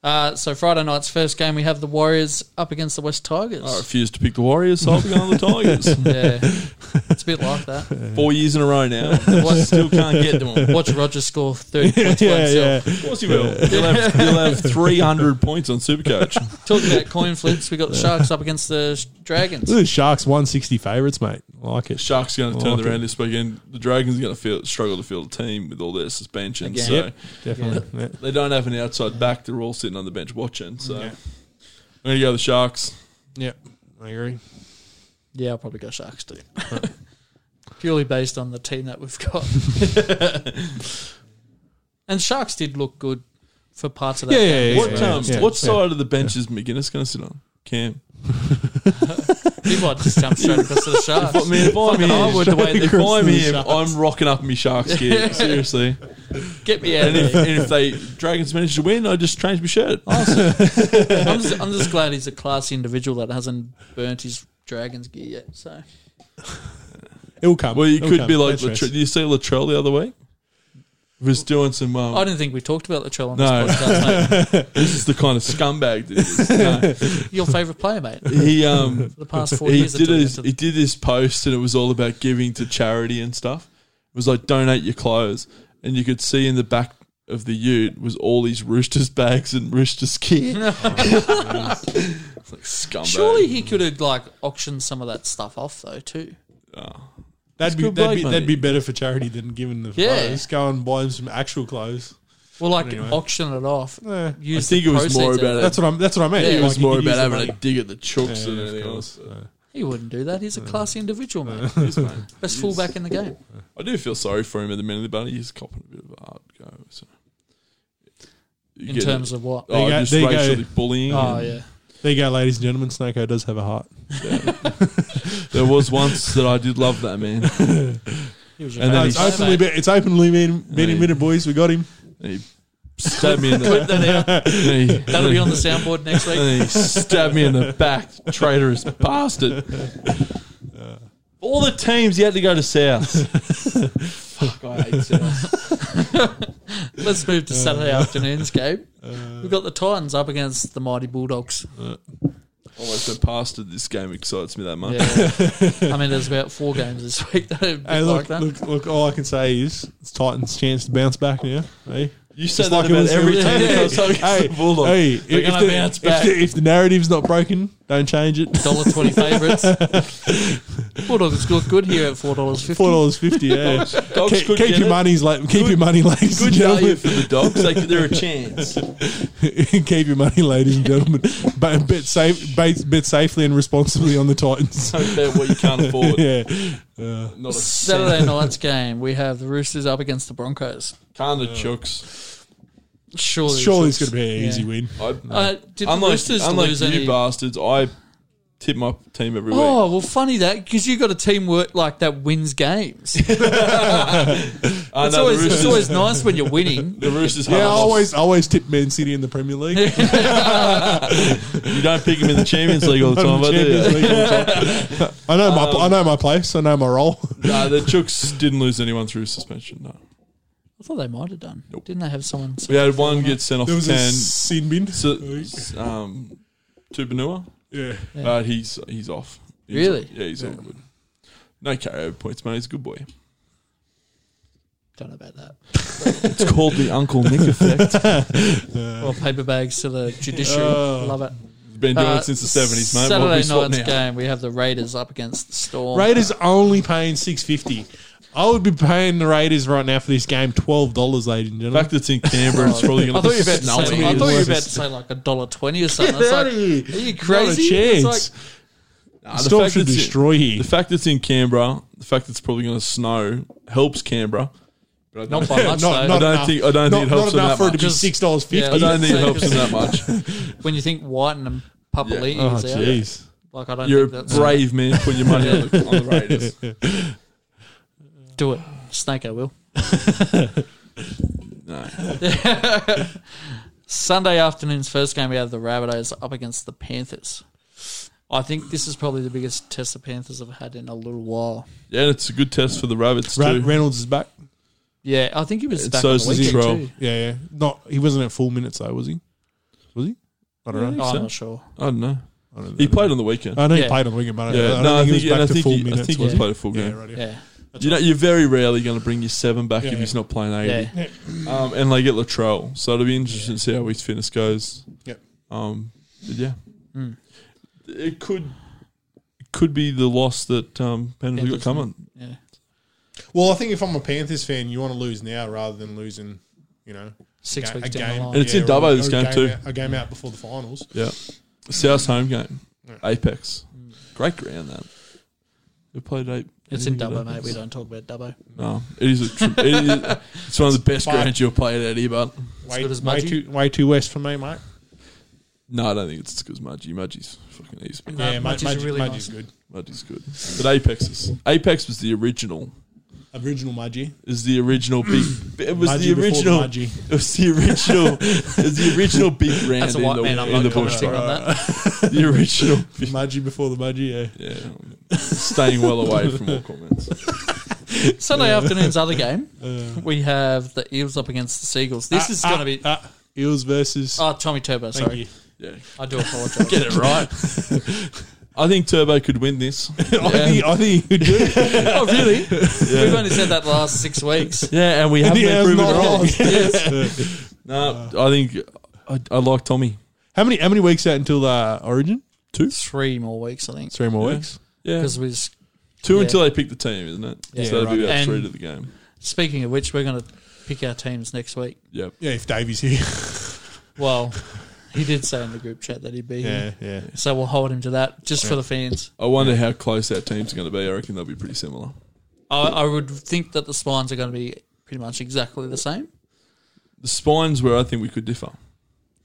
Speaker 1: Uh, so Friday night's first game, we have the Warriors up against the West Tigers.
Speaker 3: Oh,
Speaker 2: I refuse to pick the Warriors, so I'll be going to
Speaker 1: <laughs>
Speaker 2: the Tigers.
Speaker 1: Yeah, it's a bit like that.
Speaker 2: Four years in a row now.
Speaker 1: Watch,
Speaker 2: Still can't get them. all.
Speaker 1: watch Roger score thirty points by
Speaker 3: <laughs> <laughs> yeah,
Speaker 1: himself.
Speaker 3: yeah.
Speaker 2: Of course you will. You'll have, you'll have 300 points on Supercoach. <laughs>
Speaker 1: Talking about coin flips, we got the Sharks up against the Dragons.
Speaker 3: Look at the Sharks 160 favourites, mate. I like it.
Speaker 2: Sharks going to
Speaker 3: I
Speaker 2: turn
Speaker 3: like
Speaker 2: around
Speaker 3: it.
Speaker 2: this weekend. The Dragons are going to feel, struggle to field a team with all their suspensions.
Speaker 1: Again.
Speaker 2: So
Speaker 1: Yep.
Speaker 3: Definitely. Yeah.
Speaker 2: they don't have an outside back. They're all sitting on the bench watching. So
Speaker 3: Yeah.
Speaker 2: I'm going to go the Sharks.
Speaker 3: Yep. I agree.
Speaker 1: Yeah, I'll probably go Sharks too. <laughs> Purely based on the team that we've got. and Sharks did look good for parts of that
Speaker 3: Yeah, yeah,
Speaker 1: game.
Speaker 3: yeah,
Speaker 2: what um,
Speaker 3: yeah.
Speaker 2: what
Speaker 3: Yeah.
Speaker 2: side of the bench is McGinnis going to sit on? Cam.
Speaker 1: People had just jumped straight across to the Sharks.
Speaker 2: But man, if I'm him,
Speaker 1: Fucking I would the way they-
Speaker 2: if I'm,
Speaker 3: the
Speaker 2: him
Speaker 3: Sharks.
Speaker 2: I'm rocking up my Sharks gear. Seriously.
Speaker 1: Get me out of
Speaker 2: And <laughs> if,
Speaker 1: here.
Speaker 2: and if they Dragons manage to win, I just change my shirt. Awesome.
Speaker 1: I'm just, I'm just glad he's a classy individual that hasn't burnt his Dragons gear yet. So
Speaker 3: It will come.
Speaker 2: Well, you
Speaker 3: It'll
Speaker 2: could
Speaker 3: come.
Speaker 2: be like
Speaker 3: That's right.
Speaker 2: Latrell. Did you see Latrell the other week? He was doing some. Um,
Speaker 1: I didn't think we talked about Latrell on
Speaker 2: No.
Speaker 1: this podcast, mate.
Speaker 2: This is the kind of scumbag that he is.
Speaker 1: <laughs>
Speaker 2: No.
Speaker 1: Your favourite player, mate.
Speaker 2: He um
Speaker 1: For the past four
Speaker 2: he
Speaker 1: years, I
Speaker 2: did
Speaker 1: took
Speaker 2: his,
Speaker 1: him
Speaker 2: he
Speaker 1: to-
Speaker 2: did this post and it was all about giving to charity and stuff. It was like donate your clothes and you could see in the back of the ute was all these roosters bags and
Speaker 1: <laughs>
Speaker 2: roosters kit. It's like scumbag.
Speaker 1: Surely he could have like auctioned some of that stuff off though too.
Speaker 3: That'd be,
Speaker 2: good
Speaker 3: that'd, be,
Speaker 2: bloke,
Speaker 3: that'd
Speaker 2: mate.
Speaker 3: be better for charity than giving the
Speaker 1: Yeah.
Speaker 3: clothes. Go and buy them some actual clothes.
Speaker 1: Well, like
Speaker 3: Anyway.
Speaker 1: auction it off.
Speaker 3: Eh,
Speaker 2: I
Speaker 1: Use
Speaker 2: think
Speaker 1: the
Speaker 2: it was more
Speaker 1: proceeds of
Speaker 2: about it.
Speaker 3: that's what I'm. That's what I meant.
Speaker 1: Yeah,
Speaker 2: It was
Speaker 3: Like, you
Speaker 2: more
Speaker 3: could use
Speaker 2: about
Speaker 3: the
Speaker 2: having
Speaker 3: money.
Speaker 2: a dig at the chooks
Speaker 3: Yeah,
Speaker 2: than
Speaker 3: of
Speaker 2: anything
Speaker 3: course.
Speaker 2: else.
Speaker 3: Yeah.
Speaker 1: He wouldn't do that. He's a classy individual, mate. Best fullback in the game.
Speaker 2: I do feel sorry for him at the minute, but he's copping a bit of a hard go. So. You
Speaker 1: In
Speaker 2: get-
Speaker 1: terms of what?
Speaker 3: There
Speaker 2: oh,
Speaker 3: you go-
Speaker 2: just
Speaker 3: there you go.
Speaker 2: racially bullying.
Speaker 1: Oh
Speaker 2: and-
Speaker 1: yeah.
Speaker 3: There you go, ladies and gentlemen. Snako does have a heart.
Speaker 2: There was once that I did love that man.
Speaker 1: He was a
Speaker 2: And then
Speaker 1: bad
Speaker 3: No,
Speaker 2: he's-
Speaker 3: it's
Speaker 1: player,
Speaker 3: openly.
Speaker 1: mate.
Speaker 3: Be, it's openly been been
Speaker 2: Yeah.
Speaker 3: admitted, boys. We got him.
Speaker 2: And he stabbed me in the. <laughs>
Speaker 1: Put that out.
Speaker 2: and he-
Speaker 1: That'll be on the soundboard next week.
Speaker 2: <laughs> and he stabbed me in the back, traitorous bastard. All the teams he had to go to <laughs> South. Fuck, I hate South.
Speaker 1: Let's move to Saturday afternoon's game.
Speaker 3: Uh,
Speaker 1: We've got the Titans up against the mighty Bulldogs.
Speaker 2: Almost a bastard. This game excites me that much.
Speaker 1: Yeah. I mean, there's about four games this week that are a bit
Speaker 3: Hey,
Speaker 1: like
Speaker 3: look,
Speaker 1: that.
Speaker 3: look, look. All I can say is it's Titans' chance to bounce back now. Hey,
Speaker 2: You
Speaker 3: Just
Speaker 2: said that
Speaker 3: like it
Speaker 2: about
Speaker 3: was-
Speaker 2: every <laughs>
Speaker 3: yeah,
Speaker 2: team.
Speaker 3: yeah.
Speaker 2: that was up against
Speaker 3: <laughs> hey,
Speaker 2: the Bulldogs.
Speaker 3: hey,
Speaker 2: We're
Speaker 3: if,
Speaker 2: gonna
Speaker 3: the,
Speaker 2: bounce
Speaker 3: if
Speaker 2: back.
Speaker 3: the- if the narrative's not broken, don't change
Speaker 2: <laughs>
Speaker 3: it.
Speaker 1: Dollar twenty favourites. Bulldogs look good here at four dollars fifty.
Speaker 3: Four dollars fifty. Yeah,
Speaker 2: Dogs
Speaker 3: keep,
Speaker 2: could
Speaker 3: keep
Speaker 2: get
Speaker 3: your
Speaker 2: it.
Speaker 3: money's like keep your money, ladies
Speaker 2: Good
Speaker 3: and
Speaker 2: value
Speaker 3: gentlemen.
Speaker 2: for the dogs. Like they're a chance.
Speaker 3: <laughs> keep your money, ladies and gentlemen. <laughs> but bet safe, bet, bet safely and responsibly on the Titans. <laughs>
Speaker 2: Don't bet what you can't afford.
Speaker 3: yeah,
Speaker 2: Not a
Speaker 1: Saturday night's game, we have the Roosters up against the Broncos.
Speaker 2: Kind of chooks.
Speaker 1: Surely,
Speaker 3: surely it's going to be an
Speaker 1: Yeah.
Speaker 3: easy win.
Speaker 2: I,
Speaker 1: Uh, did the
Speaker 2: unlike
Speaker 1: Roosters
Speaker 2: unlike
Speaker 1: lose
Speaker 2: you
Speaker 1: any?
Speaker 2: bastards, I tip my team Uh, every week.
Speaker 1: Oh well, funny that because you got a teamwork like that wins
Speaker 2: <laughs>
Speaker 1: games. it's
Speaker 2: Uh, no,
Speaker 1: always it's
Speaker 2: the Roosters,
Speaker 1: always nice when you're winning. <laughs>
Speaker 2: <laughs> the Roosters
Speaker 3: Yeah, I
Speaker 2: haven't lost.
Speaker 3: always, I always tip Man City in the Premier <laughs> League.
Speaker 2: You don't pick him in the Champions League
Speaker 3: <laughs>
Speaker 2: all the time, I do.
Speaker 3: Champions
Speaker 2: you?
Speaker 3: League all the time. <laughs> I know my, I know my place. I know my role.
Speaker 2: <laughs> No, the Chooks didn't lose anyone through suspension. No,
Speaker 1: I thought they might have done. Didn't they have someone?
Speaker 2: we had one get sent off
Speaker 3: There
Speaker 2: for
Speaker 3: was a
Speaker 2: ten.
Speaker 3: sin bin.
Speaker 2: So, um, Tupanua,
Speaker 3: yeah,
Speaker 2: but he's he's off. He's
Speaker 1: Really?
Speaker 2: yeah, he's all good. No carryover points, man. He's a good boy.
Speaker 1: Don't know about that.
Speaker 2: It's called the Uncle Nick effect.
Speaker 1: Or paper bags to the judiciary.
Speaker 3: Oh.
Speaker 1: Love it.
Speaker 2: Been doing
Speaker 1: Uh,
Speaker 2: it since the seventies, mate. What
Speaker 1: Saturday
Speaker 2: we swapping
Speaker 1: night's
Speaker 2: out?
Speaker 1: game, we have the Raiders up against the Storm.
Speaker 3: Raiders only paying six fifty. I would be paying the Raiders right now for this game twelve dollars, ladies and
Speaker 2: The
Speaker 3: gentlemen.
Speaker 2: fact that it's in Canberra, it's
Speaker 3: <laughs>
Speaker 1: <laughs>
Speaker 2: probably
Speaker 1: I
Speaker 2: going to
Speaker 1: thought you
Speaker 2: be
Speaker 1: were about to
Speaker 2: snowing.
Speaker 1: say. I
Speaker 3: Snowing.
Speaker 1: thought you were
Speaker 3: Worse.
Speaker 1: about to say like a dollar twenty or something.
Speaker 3: <laughs> Get
Speaker 1: It's
Speaker 3: out
Speaker 1: like,
Speaker 3: of here.
Speaker 1: are you
Speaker 3: Not
Speaker 1: crazy?
Speaker 3: a chance.
Speaker 1: It's like,
Speaker 2: Nah, the
Speaker 3: Storm
Speaker 2: fact
Speaker 3: should
Speaker 2: it's in-
Speaker 3: destroy here.
Speaker 2: The fact it's in Canberra, the fact it's probably going to snow helps Canberra. But I
Speaker 1: Not
Speaker 2: don't,
Speaker 3: <laughs>
Speaker 1: by much
Speaker 3: Not-
Speaker 1: though.
Speaker 3: not-
Speaker 2: I don't
Speaker 3: enough.
Speaker 2: think I don't
Speaker 3: Not,
Speaker 2: think it helps
Speaker 3: not
Speaker 2: them
Speaker 3: enough
Speaker 2: that
Speaker 3: for it to
Speaker 2: much.
Speaker 3: be
Speaker 1: much.
Speaker 3: six dollars
Speaker 1: Yeah,
Speaker 3: fifty.
Speaker 2: I don't think it
Speaker 1: Yeah.
Speaker 2: helps them that much.
Speaker 3: <laughs>
Speaker 1: when you think White and Papali'i
Speaker 3: oh
Speaker 1: is out,
Speaker 3: jeez.
Speaker 1: like I don't
Speaker 2: You're
Speaker 1: think
Speaker 2: a
Speaker 1: that's
Speaker 2: brave man. Put your money on the, on the Raiders.
Speaker 3: <laughs>
Speaker 1: do it. Snake, I
Speaker 2: <laughs>
Speaker 1: will.
Speaker 2: No.
Speaker 1: <laughs> Sunday afternoon's first game, we have the Rabbitohs up against the Panthers. I think this is probably the biggest test the Panthers have had in a little while.
Speaker 2: Yeah, and it's a good test for the rabbits
Speaker 3: Ra-
Speaker 2: too.
Speaker 3: Reynolds is back.
Speaker 1: Yeah, I think he was
Speaker 2: And
Speaker 1: back
Speaker 2: so
Speaker 1: on
Speaker 2: is
Speaker 1: the weekend
Speaker 2: Israel.
Speaker 1: too.
Speaker 3: Yeah, yeah. Not he wasn't at full minutes though, was he? Was he? I don't know.
Speaker 1: Oh,
Speaker 2: So?
Speaker 1: I'm not sure.
Speaker 2: I don't know.
Speaker 3: I don't know.
Speaker 2: He played on the weekend.
Speaker 3: I know
Speaker 1: Yeah.
Speaker 3: he played on the weekend, but Uh, I,
Speaker 2: yeah,
Speaker 3: don't
Speaker 2: no, I think,
Speaker 3: think he was
Speaker 2: and I
Speaker 3: back to
Speaker 2: think,
Speaker 3: full
Speaker 2: he, I
Speaker 3: minutes.
Speaker 2: think
Speaker 3: was
Speaker 2: he's
Speaker 3: he?
Speaker 2: played a full
Speaker 3: yeah,
Speaker 2: game.
Speaker 3: right. Yeah.
Speaker 1: Yeah,
Speaker 2: You know, you're very rarely going to bring your seven back
Speaker 3: Yeah,
Speaker 2: if he's
Speaker 3: yeah.
Speaker 2: not playing eighty.
Speaker 1: yeah.
Speaker 2: Um, and they get Latrell, so it'll be interesting to see how his fitness goes.
Speaker 3: Yep.
Speaker 2: Um, but yeah,
Speaker 1: Hmm.
Speaker 2: it could it could be the loss that um, Panthers have
Speaker 1: Panthers,
Speaker 2: got coming.
Speaker 1: yeah.
Speaker 3: Well, I think if I'm a Panthers fan, you want to lose now rather than losing, you know,
Speaker 1: Six
Speaker 3: ga-
Speaker 1: weeks down the line.
Speaker 2: And it's in
Speaker 3: or-
Speaker 2: Dubbo,
Speaker 3: or
Speaker 2: this
Speaker 3: a
Speaker 2: game too.
Speaker 3: out- a game out before the finals.
Speaker 2: Yeah, South's home game, Apex, great ground that. We played eight.
Speaker 1: Hmm. It's in
Speaker 2: we did
Speaker 1: Dubbo, mate.
Speaker 2: Apex.
Speaker 1: We don't talk about Dubbo.
Speaker 2: No, it is. A tr- it is it's one of the best
Speaker 3: Fine.
Speaker 2: grounds you'll play at Eddie, but
Speaker 3: Way,
Speaker 1: good as
Speaker 3: way
Speaker 1: Mudgee.
Speaker 3: too way too west for me, mate.
Speaker 2: no, I don't think it's as good as Mudgee. Mudgee's fucking easy.
Speaker 1: No,
Speaker 3: yeah,
Speaker 1: Mudgee's
Speaker 3: Mudgee's,
Speaker 1: really
Speaker 3: really
Speaker 1: nice.
Speaker 3: Mudgee's good.
Speaker 2: Mudgee's good, but Apex is Apex was the original.
Speaker 3: Original Mudgee.
Speaker 2: Is the original big? It was
Speaker 3: Mudgee
Speaker 2: the
Speaker 3: before
Speaker 2: original.
Speaker 3: Mudgee.
Speaker 2: It was the original. <laughs> it was the original big brand
Speaker 1: That's a
Speaker 2: in
Speaker 1: white
Speaker 2: the,
Speaker 1: man. I'm
Speaker 2: in the
Speaker 1: not
Speaker 2: bush.
Speaker 1: commenting on that.
Speaker 2: right? The <laughs> original. big-
Speaker 3: Mudgee before the Mudgee, yeah.
Speaker 2: Yeah, I'm staying well away from all comments.
Speaker 1: Sunday afternoon's
Speaker 3: <laughs>
Speaker 1: other game,
Speaker 3: Uh,
Speaker 1: we have the Eels up against the Seagulls. This
Speaker 3: ah,
Speaker 1: is
Speaker 3: ah,
Speaker 1: going to be.
Speaker 3: ah, Eels versus.
Speaker 1: Oh, Tommy Turbo,
Speaker 3: Thank
Speaker 1: sorry.
Speaker 3: you.
Speaker 2: <laughs> Yeah,
Speaker 1: I do apologise.
Speaker 2: get it right. <laughs> I think Turbo could win this.
Speaker 3: <laughs> I think I
Speaker 1: <laughs>
Speaker 3: think you do.
Speaker 1: oh,
Speaker 3: <laughs>
Speaker 1: really? We've only said that the last six weeks.
Speaker 2: Yeah, and we
Speaker 3: And
Speaker 2: haven't
Speaker 3: he
Speaker 2: been
Speaker 3: has
Speaker 2: proven
Speaker 3: not
Speaker 1: <laughs>
Speaker 2: wrong.
Speaker 3: lost.
Speaker 2: No, I think I, I like Tommy.
Speaker 3: <laughs> How many how many weeks out until uh, Origin? Two,
Speaker 1: Three more weeks, I think.
Speaker 3: three more
Speaker 2: Yeah.
Speaker 3: weeks.
Speaker 2: Yeah,
Speaker 1: Because we just
Speaker 2: two
Speaker 1: yeah.
Speaker 2: until they pick the team, isn't it?
Speaker 1: Yeah,
Speaker 2: so that'll be
Speaker 1: right.
Speaker 2: about three
Speaker 1: And-
Speaker 2: to the game.
Speaker 1: Speaking of which, we're going to pick our teams next week.
Speaker 2: Yep.
Speaker 3: Yeah, if Davey's here.
Speaker 1: Well, <laughs> he did say in the group chat that he'd be
Speaker 3: Yeah,
Speaker 1: here.
Speaker 3: yeah.
Speaker 1: So we'll hold him to that just for the fans.
Speaker 2: I wonder how close our teams are going to be. I reckon they'll be pretty similar.
Speaker 1: I, I would think that the spines are going to be pretty much exactly the same.
Speaker 2: The spines where I think we could differ.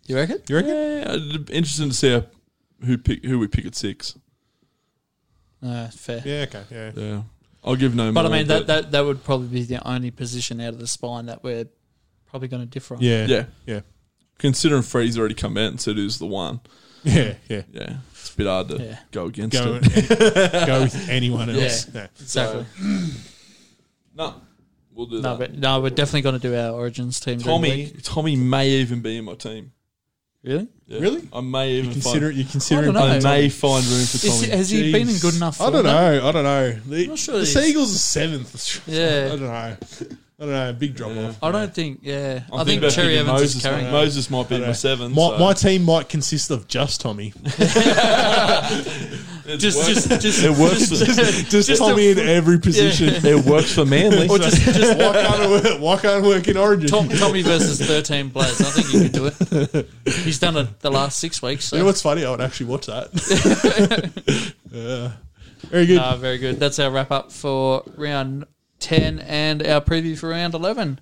Speaker 1: You reckon?
Speaker 3: You reckon?
Speaker 2: Yeah, it'd be interesting to see how, who pick who we pick at six.
Speaker 1: No, Uh, fair.
Speaker 3: Yeah, okay, yeah.
Speaker 2: Yeah, I'll give no.
Speaker 1: But I
Speaker 2: more,
Speaker 1: mean, that, that, that would probably be the only position out of the spine that we're probably going to differ on.
Speaker 3: Yeah.
Speaker 2: yeah,
Speaker 3: Yeah.
Speaker 2: Considering Freddie's already come out and said who's the one,
Speaker 3: Yeah. Yeah.
Speaker 2: yeah, it's a bit hard to
Speaker 1: Yeah.
Speaker 2: go against
Speaker 3: Go, <laughs>
Speaker 2: it.
Speaker 3: go with anyone else.
Speaker 1: Yeah.
Speaker 3: Yeah.
Speaker 1: Exactly.
Speaker 2: No, we'll do
Speaker 1: no,
Speaker 2: that.
Speaker 1: but no, we're definitely going to do our origins team. during the
Speaker 2: Tommy,
Speaker 1: week.
Speaker 2: Tommy may even be in my team.
Speaker 1: really?
Speaker 2: Yeah.
Speaker 3: Really?
Speaker 2: I may even
Speaker 3: Consider
Speaker 2: find,
Speaker 3: you consider
Speaker 1: I don't know.
Speaker 2: I may find room for
Speaker 1: Is,
Speaker 2: Tommy.
Speaker 1: has he been in good enough?
Speaker 3: I
Speaker 1: form,
Speaker 3: don't know. I don't know. The,
Speaker 1: not sure
Speaker 3: the
Speaker 1: he's-
Speaker 3: Seagulls are seventh. I
Speaker 1: Yeah.
Speaker 3: don't know. I don't know. Big drop
Speaker 2: Yeah.
Speaker 3: off.
Speaker 1: I don't think. Yeah,
Speaker 2: I'm
Speaker 1: i think
Speaker 2: thinking about
Speaker 1: Cherry
Speaker 2: picking
Speaker 1: Evans
Speaker 2: Moses,
Speaker 1: is carrying.
Speaker 2: mate.
Speaker 1: it.
Speaker 2: Moses might be in my seven.
Speaker 3: My,
Speaker 2: so
Speaker 3: my team might consist of just Tommy,
Speaker 2: it's
Speaker 1: Just,
Speaker 2: worked.
Speaker 1: just, just,
Speaker 2: it works.
Speaker 1: just- <laughs>
Speaker 2: For,
Speaker 3: just,
Speaker 1: Just
Speaker 3: Tommy
Speaker 1: a-
Speaker 3: in every position.
Speaker 2: it works for <laughs> Manly.
Speaker 1: or just, just
Speaker 3: Why can't I work? Why can't I work in Origin?
Speaker 1: Tom, Tommy versus thirteen players. I think he can do it. He's done it the last six weeks.
Speaker 3: You know
Speaker 1: So.
Speaker 3: what's funny? I would actually watch that. <laughs> Yeah. very good.
Speaker 1: Ah, very good. That's our wrap up for round ten and our preview for round eleven.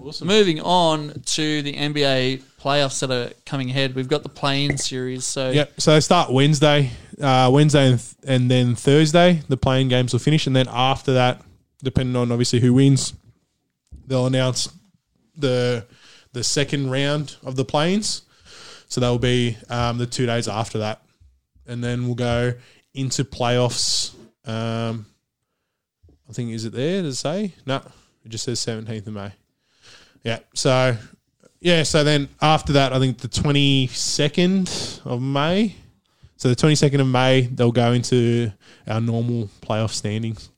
Speaker 3: Awesome.
Speaker 1: Moving on to the NBA playoffs that are coming ahead, we've got the play-in series. So
Speaker 3: Yep. So they start Wednesday, uh, Wednesday, and, th- and then Thursday. The playing games will finish, and then after that, depending on obviously who wins, they'll announce the the second round of the planes. So that will be um, the two days after that, and then we'll go into playoffs. Um, I think is it there? Does it say no? It just says seventeenth of May. Yeah. So yeah, so then after that, I think the 22nd of May. So the 22nd of May, they'll go into our normal playoff standings.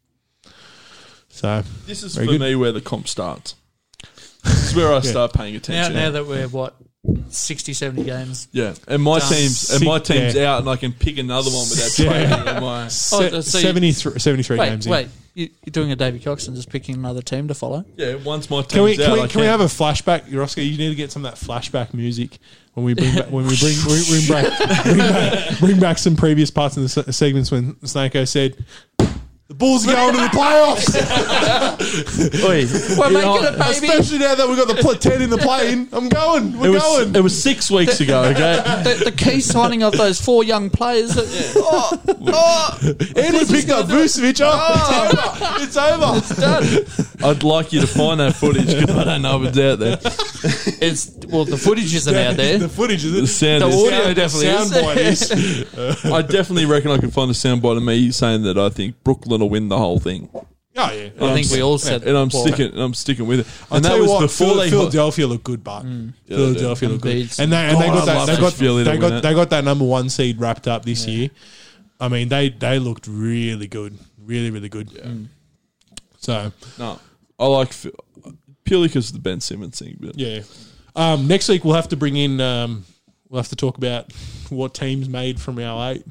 Speaker 3: So,
Speaker 1: Oh,
Speaker 2: This is
Speaker 3: Very
Speaker 2: for
Speaker 3: good.
Speaker 2: me where the comp starts. This is where I start paying
Speaker 1: now,
Speaker 2: attention.
Speaker 1: now that we're what 60, 70 games.
Speaker 2: yeah, and my
Speaker 1: Done.
Speaker 2: teams and my
Speaker 3: Sick,
Speaker 2: team's
Speaker 3: yeah.
Speaker 2: out, and I can pick another one without
Speaker 3: <laughs> Yeah.
Speaker 2: trading. Yeah. My,
Speaker 1: Oh,
Speaker 3: se-
Speaker 1: so you-
Speaker 3: 73, 73
Speaker 1: Wait,
Speaker 3: games
Speaker 1: wait,
Speaker 3: in.
Speaker 1: you, you're doing a Davy Cox and just picking another team to follow.
Speaker 2: yeah, once my team's
Speaker 3: Can we
Speaker 2: out,
Speaker 3: can, we,
Speaker 2: I
Speaker 3: can,
Speaker 2: <laughs>
Speaker 3: we have a flashback, Yorosky? You need to get some of that flashback music when we bring back, when we bring bring, bring, back, bring back bring back some previous parts in the se- segments when Snako said the Bulls are going to the
Speaker 1: <laughs>
Speaker 3: playoffs,
Speaker 1: We're
Speaker 2: You know,
Speaker 1: making it, baby.
Speaker 3: <laughs> especially now that we've got the platoon in the plane. I'm going, we're
Speaker 2: it was
Speaker 3: going.
Speaker 2: it was six weeks ago. Okay,
Speaker 1: the, the key signing of those four young players. That, <laughs> oh, oh,
Speaker 3: And we picked up Vucevic. Oh, it's over. It's over.
Speaker 2: I'd like you to find that footage because I don't know if it's out there.
Speaker 1: it's well, the footage isn't out there.
Speaker 3: The footage is
Speaker 2: The
Speaker 3: it?
Speaker 2: sound
Speaker 1: The
Speaker 2: is-
Speaker 1: audio definitely is.
Speaker 3: soundbite is.
Speaker 2: I definitely reckon I can find a soundbite of me saying that I think Brooklyn will win the whole thing,
Speaker 3: Oh yeah.
Speaker 1: I think we all said,
Speaker 2: and I'm
Speaker 1: well,
Speaker 2: sticking. And I'm sticking with it.
Speaker 3: I'll
Speaker 2: And
Speaker 3: tell
Speaker 2: that
Speaker 3: you
Speaker 2: was
Speaker 3: what,
Speaker 2: before
Speaker 3: Phil-
Speaker 2: they.
Speaker 3: Philadelphia looked good, but Philadelphia looked good,
Speaker 1: Embiid's-
Speaker 3: and they and they
Speaker 2: God,
Speaker 3: got
Speaker 2: Oh, I
Speaker 3: that
Speaker 2: love
Speaker 3: they
Speaker 2: that
Speaker 3: got
Speaker 2: Philly to
Speaker 3: they
Speaker 2: win
Speaker 3: got
Speaker 2: it.
Speaker 3: they got that number one seed wrapped up this year. I mean, they they looked really good, really really good.
Speaker 2: Mm.
Speaker 3: So
Speaker 2: No, I like Phil- purely because of the Ben Simmons thing. But
Speaker 3: yeah, um, next week we'll have to bring in. Um, we'll have to talk about what teams made from our eight.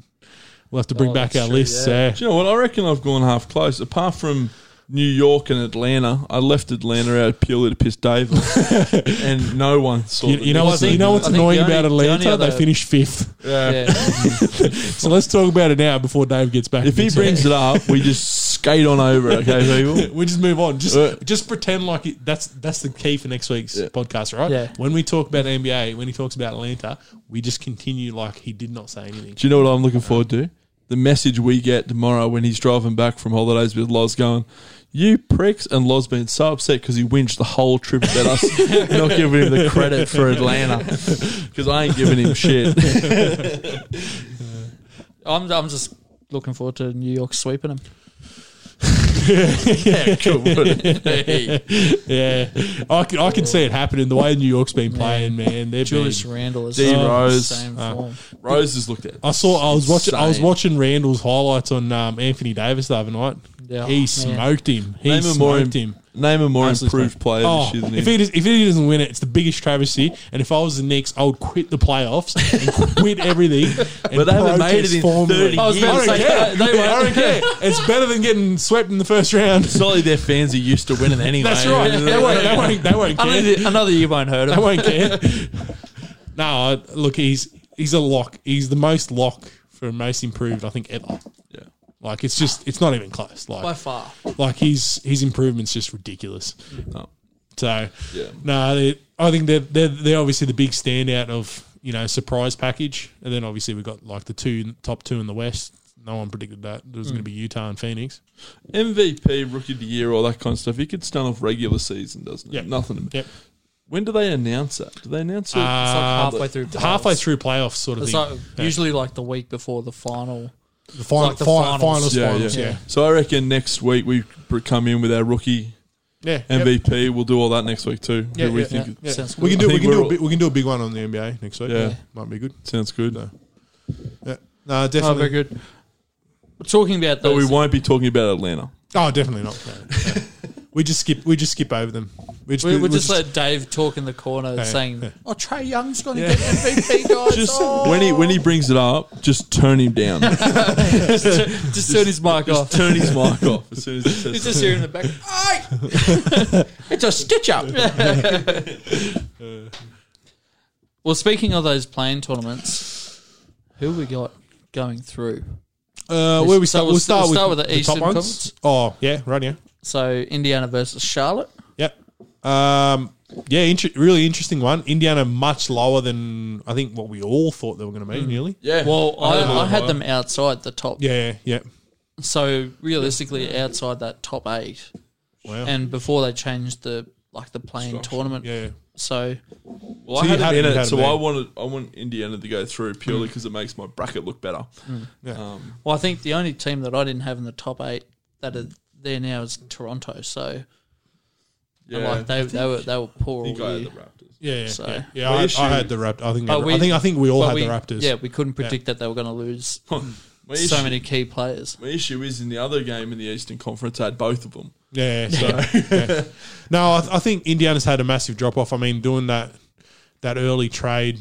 Speaker 3: We'll have to bring
Speaker 1: Oh,
Speaker 3: back
Speaker 1: that's
Speaker 3: our
Speaker 1: true,
Speaker 3: lists.
Speaker 1: yeah.
Speaker 3: Yeah.
Speaker 2: Do you know what? I reckon I've gone half close. Apart from New York and Atlanta, I left Atlanta out purely to piss Dave off,
Speaker 3: <laughs>
Speaker 2: and no one saw.
Speaker 3: You,
Speaker 2: the
Speaker 3: you know
Speaker 2: next
Speaker 3: what's
Speaker 2: thing.
Speaker 3: you know what's
Speaker 1: I think
Speaker 3: annoying
Speaker 1: the only-
Speaker 3: about
Speaker 1: the
Speaker 3: Atlanta?
Speaker 1: only other-
Speaker 3: they finished fifth.
Speaker 2: <laughs> Yeah.
Speaker 1: yeah.
Speaker 3: So let's talk about it now before Dave gets back.
Speaker 2: If he
Speaker 3: next
Speaker 2: brings it up, we just skate on over it, okay,
Speaker 3: <laughs> week.
Speaker 2: people?
Speaker 3: <laughs> we just move on. Just
Speaker 2: Uh,
Speaker 3: just pretend like it, that's that's the key for next week's podcast, right?
Speaker 1: Yeah.
Speaker 3: When we talk about NBA, when he talks about Atlanta, we just continue like he did not say
Speaker 2: <laughs>
Speaker 3: anything.
Speaker 2: Do you know what I'm looking forward to? The message we get tomorrow when he's driving back from holidays with Loz going, You pricks. And Loz being so upset because he whinged the whole trip at
Speaker 3: <laughs>
Speaker 2: us, not giving him the credit for Atlanta. Because I ain't giving him
Speaker 3: <laughs>
Speaker 2: shit. <laughs>
Speaker 1: I'm, I'm just looking forward to New York sweeping them.
Speaker 2: yeah, cool. Hey.
Speaker 3: Yeah, I can, I can see it happening. The way New York's been playing, man, they're
Speaker 1: Julius
Speaker 3: been-
Speaker 1: Randle is
Speaker 2: D.
Speaker 1: in the
Speaker 2: Rose.
Speaker 1: same
Speaker 3: Uh,
Speaker 1: form.
Speaker 2: Rose has looked at
Speaker 3: I saw. I was watching. I was
Speaker 2: Insane.
Speaker 3: watching Randall's highlights on um, Anthony Davis the other night.
Speaker 1: Yeah.
Speaker 3: he
Speaker 1: Man.
Speaker 3: smoked him. He
Speaker 2: Name a more,
Speaker 3: smoked
Speaker 2: im-
Speaker 3: him.
Speaker 2: name a more
Speaker 3: Absolutely
Speaker 2: improved player
Speaker 3: Oh,
Speaker 2: this year than
Speaker 3: if
Speaker 2: him.
Speaker 3: he, does, if he doesn't win it, it's the biggest travesty. And if I was the Knicks, I would quit the playoffs and quit everything.
Speaker 2: <laughs>
Speaker 3: And
Speaker 2: But they haven't made it
Speaker 3: protest
Speaker 2: in
Speaker 3: formally.
Speaker 2: 30
Speaker 1: I was about
Speaker 3: I
Speaker 1: to
Speaker 3: don't <laughs>
Speaker 1: say,
Speaker 3: care.
Speaker 1: they- they
Speaker 3: I don't
Speaker 1: won't.
Speaker 2: <laughs>
Speaker 3: care. It's better than getting swept in the first round.
Speaker 2: It's not like their fans are used to winning anyway.
Speaker 3: <laughs> That's right. They won't, they won't, they won't care.
Speaker 1: Another, another year won't hurt
Speaker 3: They
Speaker 1: him.
Speaker 3: won't care. <laughs> No, I, look, he's he's a lock. He's the most lock for most improved, I think, ever.
Speaker 2: Yeah.
Speaker 3: Like it's just it's not even close. Like
Speaker 1: By far.
Speaker 3: like his his improvements just ridiculous.
Speaker 2: No.
Speaker 3: So
Speaker 2: Um, Yeah.
Speaker 3: no, they, I think they're, they're they're obviously the big standout of you know surprise package, and then obviously we've got like the two top two in the West. No one predicted that there
Speaker 1: Mm.
Speaker 3: was going to be Utah and Phoenix.
Speaker 2: MVP, Rookie of the Year, all that kind of stuff. He could start off regular season, doesn't it?
Speaker 3: Yep.
Speaker 2: Nothing. To
Speaker 3: Yep,
Speaker 2: When do they announce that? Do they announce
Speaker 1: It's
Speaker 2: it?
Speaker 3: Uh,
Speaker 1: like halfway through. playoffs.
Speaker 3: halfway through playoffs sort of
Speaker 1: It's
Speaker 3: thing.
Speaker 1: like
Speaker 3: Yeah.
Speaker 1: usually like the week before the final.
Speaker 3: the final,
Speaker 1: like the
Speaker 3: final, finals,
Speaker 1: finals.
Speaker 2: yeah,
Speaker 3: finals,
Speaker 2: yeah.
Speaker 3: yeah, yeah.
Speaker 2: So I reckon next week we pr- come in with our rookie
Speaker 3: Yep.
Speaker 2: MVP. We'll do all that next week too.
Speaker 3: Yeah,
Speaker 2: Who we
Speaker 3: yeah,
Speaker 2: think
Speaker 1: yeah. Sounds
Speaker 3: We
Speaker 1: good.
Speaker 2: I
Speaker 3: can do we
Speaker 2: think
Speaker 3: can
Speaker 2: we're
Speaker 3: do a
Speaker 2: all-
Speaker 3: big, we can do a big one on the NBA next week.
Speaker 2: Yeah.
Speaker 3: might be good.
Speaker 2: sounds good. But
Speaker 3: Yeah, no,
Speaker 1: Oh, very
Speaker 3: definitely.
Speaker 1: good. We're talking about those.
Speaker 2: we won't be talking about Atlanta.
Speaker 3: Oh, definitely not. No, no. we just skip. We just skip over them. We just,
Speaker 1: we,
Speaker 3: we
Speaker 1: we just,
Speaker 3: just-
Speaker 1: let Dave talk in the corner
Speaker 3: Yeah.
Speaker 1: saying, "Oh, Trey Young's going to
Speaker 3: Yeah.
Speaker 1: get MVP, guys."
Speaker 2: Just
Speaker 1: oh.
Speaker 2: when he when he brings it up, just turn him
Speaker 1: <laughs>
Speaker 2: down.
Speaker 1: just, turn- just turn his mic off.
Speaker 2: just turn his mic off as soon as he
Speaker 1: He's
Speaker 2: says.
Speaker 1: just here in the back. "Oi!" it's a stitch up. well, speaking of those playing tournaments, who we got going through?
Speaker 3: Uh, where we
Speaker 1: So
Speaker 3: start?
Speaker 1: we'll
Speaker 3: We'll
Speaker 1: s-
Speaker 3: start,
Speaker 1: we'll start with the
Speaker 3: top
Speaker 1: Eastern
Speaker 3: ones.
Speaker 1: Conference.
Speaker 3: Oh yeah, right yeah,
Speaker 1: So Indiana versus Charlotte.
Speaker 3: yep. Um, yeah, inter- really interesting one. Indiana much lower than I think what we all thought they were going to be. Nearly. <laughs>
Speaker 2: Yeah.
Speaker 1: Well, I,
Speaker 3: Oh,
Speaker 1: I had
Speaker 3: wow.
Speaker 1: them outside the top.
Speaker 3: Yeah. Yeah.
Speaker 1: So realistically, outside that top eight,
Speaker 3: Wow.
Speaker 1: and before they changed the like the playing
Speaker 2: Structure.
Speaker 1: tournament.
Speaker 3: yeah.
Speaker 1: So
Speaker 2: Well,
Speaker 3: So
Speaker 2: I
Speaker 3: you
Speaker 2: had,
Speaker 3: had-
Speaker 2: them
Speaker 3: you
Speaker 2: in it,
Speaker 3: had
Speaker 2: so
Speaker 3: them
Speaker 2: I
Speaker 3: in.
Speaker 2: wanted I want Indiana to go through purely because it makes my bracket look better.
Speaker 3: Yeah.
Speaker 2: Um,
Speaker 1: Well, I think the only team that I didn't have in the top eight that are there now is Toronto. So
Speaker 2: yeah,
Speaker 1: like they, they were they were
Speaker 2: I
Speaker 1: poor all
Speaker 2: think I had
Speaker 1: year.
Speaker 2: the Raptors. <laughs>
Speaker 3: Yeah, yeah,
Speaker 1: So-
Speaker 3: yeah. yeah
Speaker 2: My
Speaker 3: I,
Speaker 2: issue-
Speaker 3: I had the Raptors. I think,
Speaker 1: But
Speaker 3: I
Speaker 1: we-
Speaker 3: think I think we all
Speaker 1: But
Speaker 3: had
Speaker 1: we-
Speaker 3: the Raptors.
Speaker 1: Yeah, we couldn't predict that they were going to lose
Speaker 2: My issue,
Speaker 1: so many key players.
Speaker 2: my issue is in the other game in the Eastern Conference, I had both of them.
Speaker 3: yeah. So, yeah. no, I, th- I think Indiana's had a massive drop off. I mean, doing that that early trade,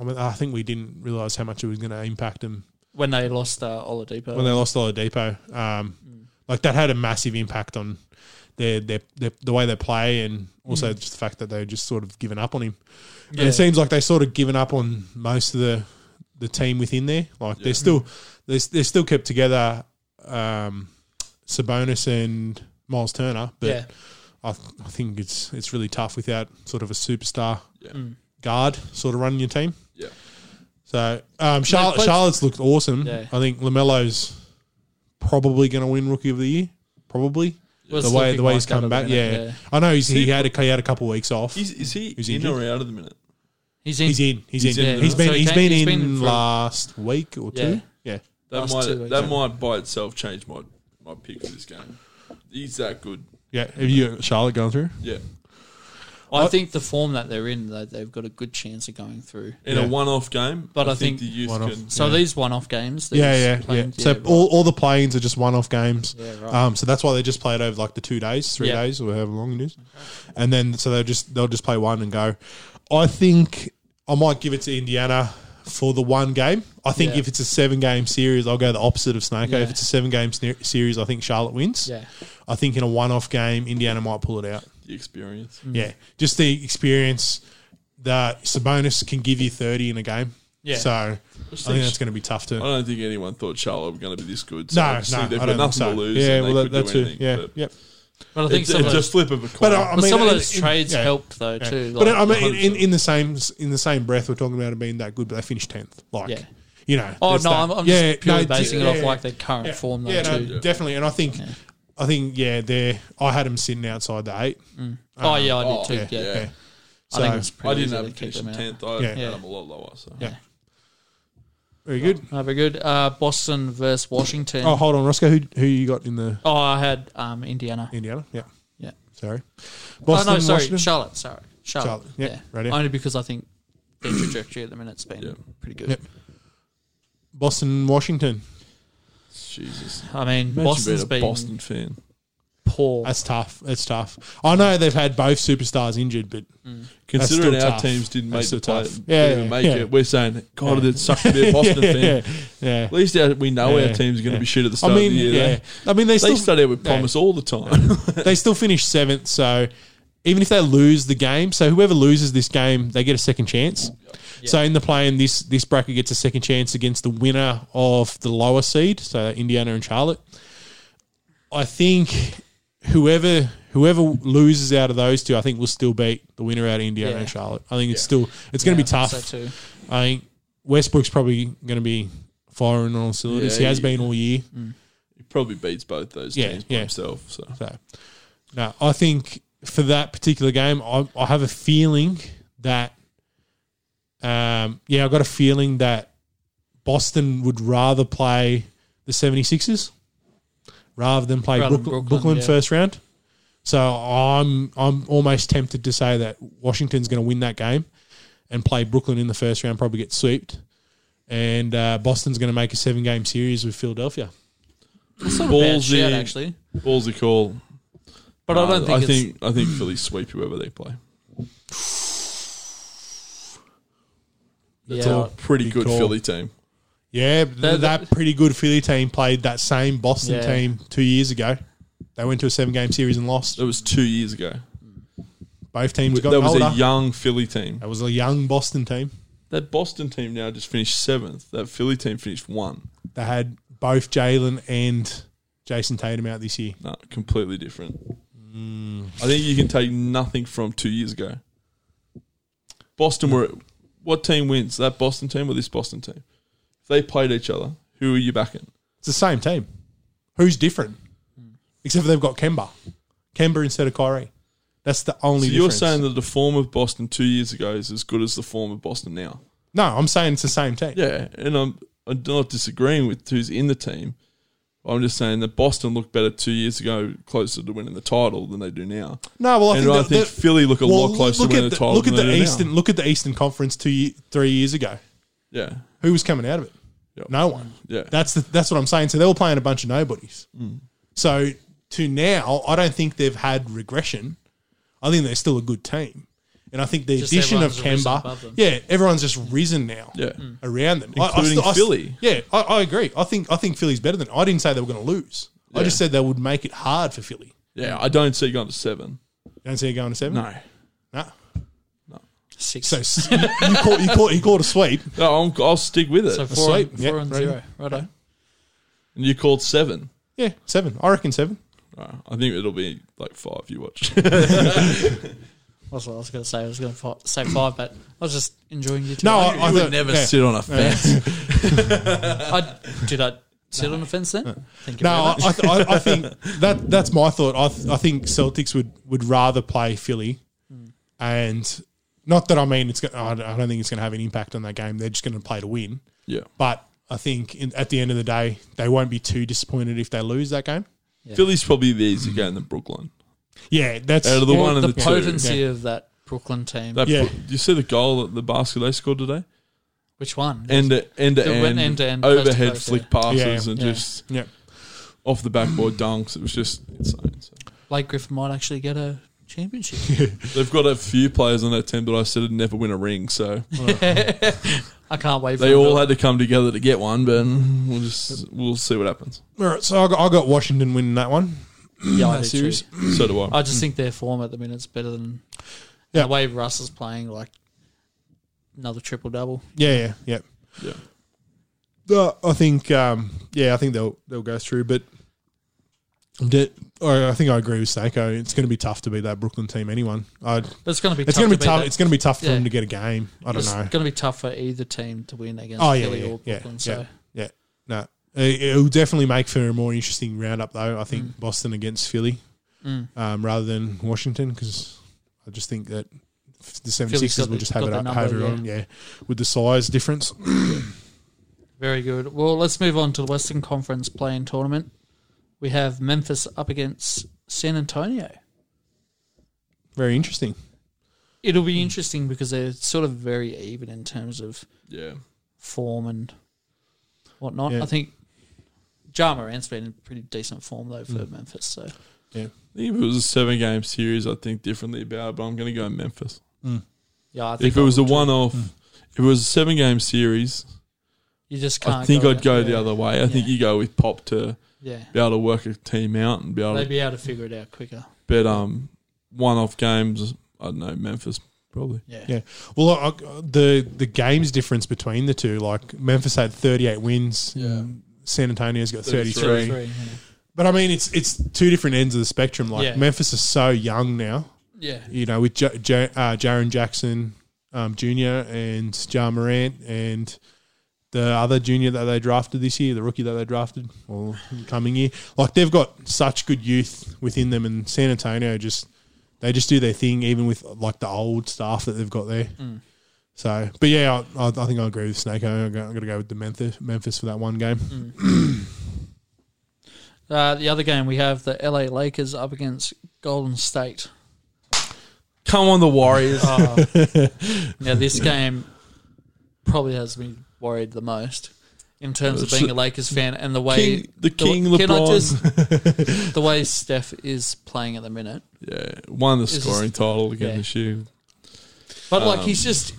Speaker 3: I, mean, I think we didn't realize how much it was going to impact them
Speaker 1: When they lost uh, Oladipo,
Speaker 3: when they lost Oladipo. Um,
Speaker 1: Mm.
Speaker 3: Like that had a massive impact on their, their, their the way they play, and also just the fact that they just sort of given up on him. And
Speaker 1: Mm. Yeah.
Speaker 3: it seems like they sort of given up on most of the the team within there. Like
Speaker 2: Yeah.
Speaker 3: they're still they're, they're still kept together. Um, Sabonis and Miles Turner, but
Speaker 1: yeah,
Speaker 3: I, th- I think it's it's really tough without sort of a superstar
Speaker 2: Yeah.
Speaker 1: Mm.
Speaker 3: guard sort of running your team.
Speaker 2: Yeah.
Speaker 3: So um, Charlotte,
Speaker 1: played-
Speaker 3: Charlotte's looked awesome.
Speaker 1: Yeah.
Speaker 3: I think Lamelo's probably going to win Rookie of the Year. Probably
Speaker 1: Was
Speaker 3: the way
Speaker 1: looking
Speaker 3: the way
Speaker 1: like
Speaker 3: he's
Speaker 1: that
Speaker 3: come
Speaker 1: at the
Speaker 3: back. Yeah.
Speaker 1: minute,
Speaker 3: I know he's, he had a, he had a couple of weeks off.
Speaker 2: Is, is he
Speaker 3: Who's
Speaker 2: in
Speaker 3: injured?
Speaker 2: or out at the minute?
Speaker 1: he's in.
Speaker 3: He's in. He's,
Speaker 2: He's
Speaker 3: in.
Speaker 2: in.
Speaker 3: He's been.
Speaker 1: So he
Speaker 3: he's
Speaker 1: came-
Speaker 3: been
Speaker 1: he's
Speaker 3: in,
Speaker 1: been in for-
Speaker 3: last week or
Speaker 1: Yeah.
Speaker 3: two. Yeah.
Speaker 2: That
Speaker 1: Last
Speaker 2: might
Speaker 1: two
Speaker 2: that
Speaker 1: weeks, yeah.
Speaker 2: might by itself change my my pick for this game. He's that good.
Speaker 3: Yeah. Have you Charlotte going through?
Speaker 2: Yeah.
Speaker 1: I think the form that they're in, they, they've got a good chance of going through.
Speaker 2: In
Speaker 3: Yeah.
Speaker 2: a one-off game,
Speaker 1: But I think
Speaker 2: the youth
Speaker 3: one-off.
Speaker 2: can.
Speaker 1: So
Speaker 3: Yeah.
Speaker 1: these one-off games, these
Speaker 3: yeah, yeah, yeah.
Speaker 1: planes,
Speaker 3: So
Speaker 1: right.
Speaker 3: all, all the planes are just one-off games.
Speaker 1: Yeah, right.
Speaker 3: Um, so that's why they just play it over like the two days, three
Speaker 1: Yeah.
Speaker 3: days, or however long it is, and then so they'll just they'll just play one and go. I think I might give it to Indiana for the one game. I think
Speaker 1: Yeah.
Speaker 3: if it's a seven-game series, I'll go the opposite of Snake.
Speaker 1: Yeah.
Speaker 3: If it's a seven-game sne- series, I think Charlotte wins.
Speaker 1: yeah,
Speaker 3: I think in a one-off game, Indiana might pull it out.
Speaker 2: the experience.
Speaker 1: Mm.
Speaker 3: Yeah, just the experience that Sabonis can give you thirty in a game.
Speaker 1: Yeah.
Speaker 3: So I think
Speaker 2: think-
Speaker 3: that's going to be tough to.
Speaker 2: I don't think anyone thought Charlotte were going to be this good. So
Speaker 3: No,
Speaker 2: I
Speaker 3: no,
Speaker 2: just think they've
Speaker 3: I
Speaker 2: got
Speaker 3: don't
Speaker 2: nothing
Speaker 3: think so.
Speaker 2: to lose.
Speaker 3: Yeah,
Speaker 2: and they
Speaker 3: well,
Speaker 2: could
Speaker 3: that, that's
Speaker 2: do
Speaker 3: it.
Speaker 2: anything,
Speaker 3: Yeah,
Speaker 2: but
Speaker 3: yep.
Speaker 1: but I think
Speaker 2: It's,
Speaker 1: some,
Speaker 2: it's
Speaker 1: of
Speaker 2: a
Speaker 1: those,
Speaker 2: flip of a coin.
Speaker 3: But I
Speaker 1: but
Speaker 3: mean,
Speaker 1: some of
Speaker 3: in-
Speaker 1: those
Speaker 3: in-
Speaker 1: trades
Speaker 3: yeah.
Speaker 1: helped though
Speaker 3: Yeah.
Speaker 1: too.
Speaker 3: but
Speaker 1: like-
Speaker 3: I mean, in, in, in the same in the same breath, we're talking about it being that good, but they finished tenth. Like,
Speaker 1: Yeah.
Speaker 3: you know.
Speaker 1: oh
Speaker 3: there's
Speaker 1: no,
Speaker 3: that.
Speaker 1: I'm, I'm
Speaker 3: Yeah,
Speaker 1: just purely
Speaker 3: no,
Speaker 1: basing
Speaker 3: yeah,
Speaker 1: it off
Speaker 3: yeah,
Speaker 1: like their current form though
Speaker 3: yeah, no,
Speaker 1: too.
Speaker 3: definitely. And I think, I think, yeah, there. I had them sitting outside the eight.
Speaker 1: oh yeah, I did
Speaker 2: oh,
Speaker 1: too.
Speaker 3: yeah,
Speaker 1: Yeah,
Speaker 2: yeah.
Speaker 1: I think
Speaker 3: So-
Speaker 1: it's
Speaker 2: I
Speaker 1: pretty
Speaker 2: didn't
Speaker 1: easy
Speaker 2: have
Speaker 1: to
Speaker 2: them
Speaker 1: keep
Speaker 2: finish
Speaker 1: them out.
Speaker 2: tenth. I
Speaker 3: Yeah.
Speaker 2: had
Speaker 1: Yeah.
Speaker 2: them a lot lower. So
Speaker 3: Yeah. Very good.
Speaker 1: No, very good. Uh, Boston versus Washington.
Speaker 3: Oh,
Speaker 1: Oh,
Speaker 3: hold on, Roscoe. Who who you got in the
Speaker 1: I had um, Indiana.
Speaker 3: Indiana? Yeah,
Speaker 1: Yeah.
Speaker 3: sorry.
Speaker 1: oh no, sorry,
Speaker 3: Washington?
Speaker 1: Charlotte. Sorry, Charlotte.
Speaker 3: Charlotte, yeah, right here.
Speaker 1: Only because I think their trajectory at the minute's been
Speaker 2: Yeah.
Speaker 1: pretty good.
Speaker 3: Yep. Boston, Washington.
Speaker 2: Jesus,
Speaker 1: I mean,
Speaker 2: imagine
Speaker 1: Boston's
Speaker 2: being
Speaker 1: been
Speaker 2: a Boston fan.
Speaker 1: poor.
Speaker 3: That's tough. That's tough. I know they've had both superstars injured, but
Speaker 2: Considering
Speaker 3: still
Speaker 2: our
Speaker 3: tough.
Speaker 2: teams didn't
Speaker 3: That's
Speaker 2: make the
Speaker 3: still
Speaker 2: play,
Speaker 3: tough.
Speaker 2: yeah,
Speaker 3: Yeah,
Speaker 2: make
Speaker 3: yeah.
Speaker 2: it, we're saying God, it sucks
Speaker 3: <laughs>
Speaker 2: to be a Boston
Speaker 3: yeah,
Speaker 2: fan.
Speaker 3: yeah.
Speaker 2: At least our, we know
Speaker 3: Yeah,
Speaker 2: our team's going to
Speaker 3: yeah.
Speaker 2: be shit at the start
Speaker 3: I mean,
Speaker 2: of the year.
Speaker 3: yeah.
Speaker 2: They-
Speaker 3: I mean, they
Speaker 2: They
Speaker 3: still
Speaker 2: start out with
Speaker 3: yeah.
Speaker 2: promise all the time.
Speaker 3: they still finish seventh. So even if they lose the game, so whoever loses this game, they get a second chance. So in the play-in, this this bracket gets a second chance against the winner of the lower seed, so Indiana and Charlotte. I think whoever whoever loses out of those two, I think will still beat the winner out of Indiana
Speaker 1: Yeah.
Speaker 3: and Charlotte. I think it's still it's going to
Speaker 1: Yeah,
Speaker 3: be
Speaker 1: I
Speaker 3: tough.
Speaker 1: think so too.
Speaker 3: I think Westbrook's probably going to be firing on all cylinders.
Speaker 2: Yeah,
Speaker 3: he has
Speaker 2: he-
Speaker 3: been all year.
Speaker 2: <laughs> he probably beats both those
Speaker 3: Yeah,
Speaker 2: teams by
Speaker 3: yeah.
Speaker 2: himself. So
Speaker 3: So, no, I think for that particular game, I, I have a feeling that, um, yeah, I got a feeling that Boston would rather play the 76ers rather than play
Speaker 1: Rather than
Speaker 3: Brook- Brooklyn,
Speaker 1: Brooklyn, yeah.
Speaker 3: first round. So I'm I'm almost tempted to say that Washington's going to win that game and play Brooklyn in the first round, probably get swept, and uh, Boston's going to make a seven game series with Philadelphia.
Speaker 1: Bad
Speaker 2: ballsy,
Speaker 1: shout, actually.
Speaker 2: ballsy call.
Speaker 1: But I don't
Speaker 2: Uh, I
Speaker 1: think it's
Speaker 2: think I think Philly sweep whoever they play.
Speaker 1: yeah,
Speaker 3: all.
Speaker 1: right.
Speaker 2: Pretty
Speaker 3: Big
Speaker 2: good
Speaker 3: call.
Speaker 2: Philly team.
Speaker 3: Yeah, but
Speaker 1: That-
Speaker 3: that, pretty good Philly team played that same Boston
Speaker 1: Yeah.
Speaker 3: team two years ago. They went to a seven game series and lost.
Speaker 2: That was two years ago.
Speaker 3: Both teams got
Speaker 2: That was
Speaker 3: older.
Speaker 2: a young Philly team.
Speaker 3: that was a young Boston team.
Speaker 2: That Boston team now just finished seventh. That Philly team finished one.
Speaker 3: They had both Jalen and Jason Tatum out this year.
Speaker 2: No, completely different.
Speaker 3: Mm.
Speaker 2: I think you can take nothing from two years ago. Boston were what team wins? That Boston team or this Boston team? If they played each other, who are you backing?
Speaker 3: It's the same team. Who's different?
Speaker 2: Hmm.
Speaker 3: Except for they've got Kemba. Kemba instead of Kyrie. That's the only
Speaker 2: So you're
Speaker 3: difference.
Speaker 2: saying that the form of Boston two years ago is as good as the form of Boston now?
Speaker 3: no, I'm saying it's the same team.
Speaker 2: Yeah, and I'm I'm not disagreeing with who's in the team. I'm just saying that Boston looked better two years ago, closer to winning the title than they do now.
Speaker 3: No, well, I
Speaker 2: and
Speaker 3: think,
Speaker 2: I
Speaker 3: that-
Speaker 2: think
Speaker 3: that-
Speaker 2: Philly look a
Speaker 3: well,
Speaker 2: lot closer to
Speaker 3: look at
Speaker 2: winning the,
Speaker 3: the,
Speaker 2: title
Speaker 3: look at
Speaker 2: than
Speaker 3: the
Speaker 2: they do
Speaker 3: Eastern.
Speaker 2: now.
Speaker 3: Look at the Eastern Conference two, ye- three years ago.
Speaker 2: Yeah,
Speaker 3: Who was coming out of it?
Speaker 2: Yep.
Speaker 3: No one.
Speaker 2: yeah.
Speaker 3: That's the, that's what I'm saying. So they were playing a bunch of nobodies. So to now, I don't think they've had regression. I think they're still a good team, and I think the
Speaker 1: Just
Speaker 3: addition of
Speaker 1: everyone's risen above
Speaker 3: Kemba,
Speaker 1: them.
Speaker 3: yeah, everyone's just risen now.
Speaker 2: Yeah.
Speaker 3: around them,
Speaker 2: Including
Speaker 3: st- st-
Speaker 2: Philly.
Speaker 3: yeah, I, I agree. I think I think Philly's better than. I didn't say they were going to lose. I
Speaker 2: Yeah.
Speaker 3: just said they would make it hard for Philly.
Speaker 2: yeah, I don't see going to seven.
Speaker 3: Don't see it going to seven.
Speaker 2: No,
Speaker 3: Nah.
Speaker 1: Six.
Speaker 3: So
Speaker 1: So,
Speaker 3: s- <laughs> you, you caught you caught you caught a sweep.
Speaker 2: no, I'm, I'll stick with it.
Speaker 1: four,
Speaker 3: sweep.
Speaker 1: and,
Speaker 3: Yeah,
Speaker 1: four and
Speaker 3: right.
Speaker 1: zero. Righto.
Speaker 2: and you called seven.
Speaker 3: Yeah, seven. I reckon seven.
Speaker 2: Right, I think it'll be like five. You watch.
Speaker 1: That's what I was going to say. I was going to say five, but I was just enjoying you. Two.
Speaker 3: No,
Speaker 1: I,
Speaker 2: <laughs>
Speaker 3: I, I
Speaker 2: I would
Speaker 3: thought-
Speaker 2: never
Speaker 3: yeah.
Speaker 2: sit on a fence.
Speaker 1: I, did I sit on the fence then? Thank you very
Speaker 3: No, I,
Speaker 1: much.
Speaker 3: I, th- I, I think
Speaker 2: <laughs>
Speaker 3: that that's my thought. I, th- I think Celtics would, would rather play Philly,
Speaker 2: Hmm.
Speaker 3: and not that I mean it's. Gonna, I don't- I don't think it's going to have an impact on that game. They're just going to play to win.
Speaker 2: Yeah,
Speaker 3: But I think in, at the end of the day, they won't be too disappointed if they lose that game.
Speaker 2: Philly's probably the easier game than Brooklyn.
Speaker 3: Yeah, that's
Speaker 2: Out of the
Speaker 1: Or
Speaker 2: one and
Speaker 1: the,
Speaker 2: the, two.
Speaker 1: potency of that Brooklyn team.
Speaker 2: That,
Speaker 3: Yeah.
Speaker 2: Do you see the goal at the basket they scored today?
Speaker 1: Which one?
Speaker 2: End to end, to
Speaker 1: They went
Speaker 2: end,
Speaker 1: end-to-end, coast to
Speaker 2: overhead
Speaker 1: coast,
Speaker 2: flick
Speaker 1: yeah.
Speaker 2: passes
Speaker 3: Yeah.
Speaker 2: and
Speaker 1: Yeah.
Speaker 2: just
Speaker 3: yeah.
Speaker 2: off the backboard dunks. It was just insane. So
Speaker 1: Blake Griffin might actually get a championship.
Speaker 3: <laughs>
Speaker 2: they've got a few players on that team that I said would never win a ring, so
Speaker 1: I can't wait. For
Speaker 2: they
Speaker 1: him
Speaker 2: all
Speaker 1: to-
Speaker 2: had to come together to get one. But we'll just we'll see what happens.
Speaker 3: All right, so I got, I got Washington winning that one.
Speaker 1: yeah, I
Speaker 3: that
Speaker 1: do
Speaker 3: series.
Speaker 1: too.
Speaker 2: <clears throat> So do I.
Speaker 1: I just think their form at the minute's better than
Speaker 3: Yeah.
Speaker 1: the way Russ is playing. Like another triple double.
Speaker 3: Yeah, yeah, yeah.
Speaker 2: Yeah.
Speaker 3: Uh, I think, um, yeah, I think they'll they'll go through. But de- or I think I agree with Sako. It's going to be tough to beat that Brooklyn team. Anyone, I'd,
Speaker 1: It's going to be.
Speaker 3: it's
Speaker 1: tough
Speaker 3: going to be
Speaker 1: beat
Speaker 3: tough.
Speaker 1: that.
Speaker 3: It's going to be tough for
Speaker 1: Yeah.
Speaker 3: them to get a game. I don't
Speaker 1: It's
Speaker 3: know.
Speaker 1: going to be tough for either team to win against
Speaker 3: Oh yeah,
Speaker 1: Philly
Speaker 3: yeah,
Speaker 1: or
Speaker 3: yeah,
Speaker 1: Brooklyn.
Speaker 3: yeah,
Speaker 1: so
Speaker 3: yeah. No, it, it'll definitely make for a more interesting roundup, though. I
Speaker 1: Mm.
Speaker 3: think Boston against Philly um, rather than Washington because I just think that the
Speaker 1: Philly's
Speaker 3: 76ers
Speaker 1: got
Speaker 3: will
Speaker 1: the-
Speaker 3: just have
Speaker 1: got
Speaker 3: it
Speaker 1: the
Speaker 3: up
Speaker 1: number,
Speaker 3: over
Speaker 1: yeah.
Speaker 3: on, yeah, with the size difference.
Speaker 1: very good. Well, let's move on to the Western Conference playing tournament. We have Memphis up against San Antonio.
Speaker 3: Very interesting.
Speaker 1: It'll
Speaker 2: Hmm.
Speaker 1: be interesting because they're sort of very even in terms of
Speaker 2: Yeah.
Speaker 1: form and whatnot.
Speaker 3: Yeah.
Speaker 1: I think Ja Morant's been in pretty decent form though
Speaker 2: Hmm.
Speaker 1: for Memphis. So
Speaker 2: I think if it was a seven game series, I'd think differently about it, but I'm going to go Memphis.
Speaker 1: yeah, I think
Speaker 2: If it
Speaker 1: I
Speaker 2: was a
Speaker 1: would too. Hmm.
Speaker 2: one off, if it was a seven game series,
Speaker 1: you just can't.
Speaker 2: I think I'd go
Speaker 1: yeah.
Speaker 2: the other way. I think
Speaker 1: Yeah.
Speaker 2: you go with Pop to
Speaker 1: Yeah,
Speaker 2: be able to work a team out and be able
Speaker 1: they'd
Speaker 2: to
Speaker 1: be able to figure it out quicker.
Speaker 2: bet um, one off games. I don't know, Memphis, probably.
Speaker 1: Yeah,
Speaker 3: Yeah. Well, I, I- the the games difference between the two, like Memphis had 38 wins,
Speaker 2: Yeah.
Speaker 3: San Antonio's got 33.
Speaker 2: 33.
Speaker 1: Two or three, yeah.
Speaker 3: But I mean, it's it's two different ends of the spectrum. Like
Speaker 1: Yeah.
Speaker 3: Memphis is so young now,
Speaker 1: yeah.
Speaker 3: you know, with J- J- uh, Jaron Jackson um, Jr. and Ja Morant and the other junior that they drafted this year, the rookie that they drafted or coming year. Like they've got such good youth within them, and San Antonio just they just do their thing, even with like the old staff that they've got there. So, but yeah, I, I, I think I agree with Snake. I'm going to go with the Memphis, Memphis for that one game.
Speaker 1: Uh, the other game we have the LA Lakers up against Golden State.
Speaker 2: Come on, the Warriors. <laughs>
Speaker 1: Oh. now this game probably has me worried the most in terms of being a Lakers fan and the way
Speaker 2: King, the King
Speaker 1: the, can I
Speaker 2: LeBron.
Speaker 1: just- the way Steph is playing at the minute.
Speaker 2: <laughs> yeah, won the
Speaker 1: just-
Speaker 2: scoring title again
Speaker 1: yeah.
Speaker 2: this year.
Speaker 1: But like he's just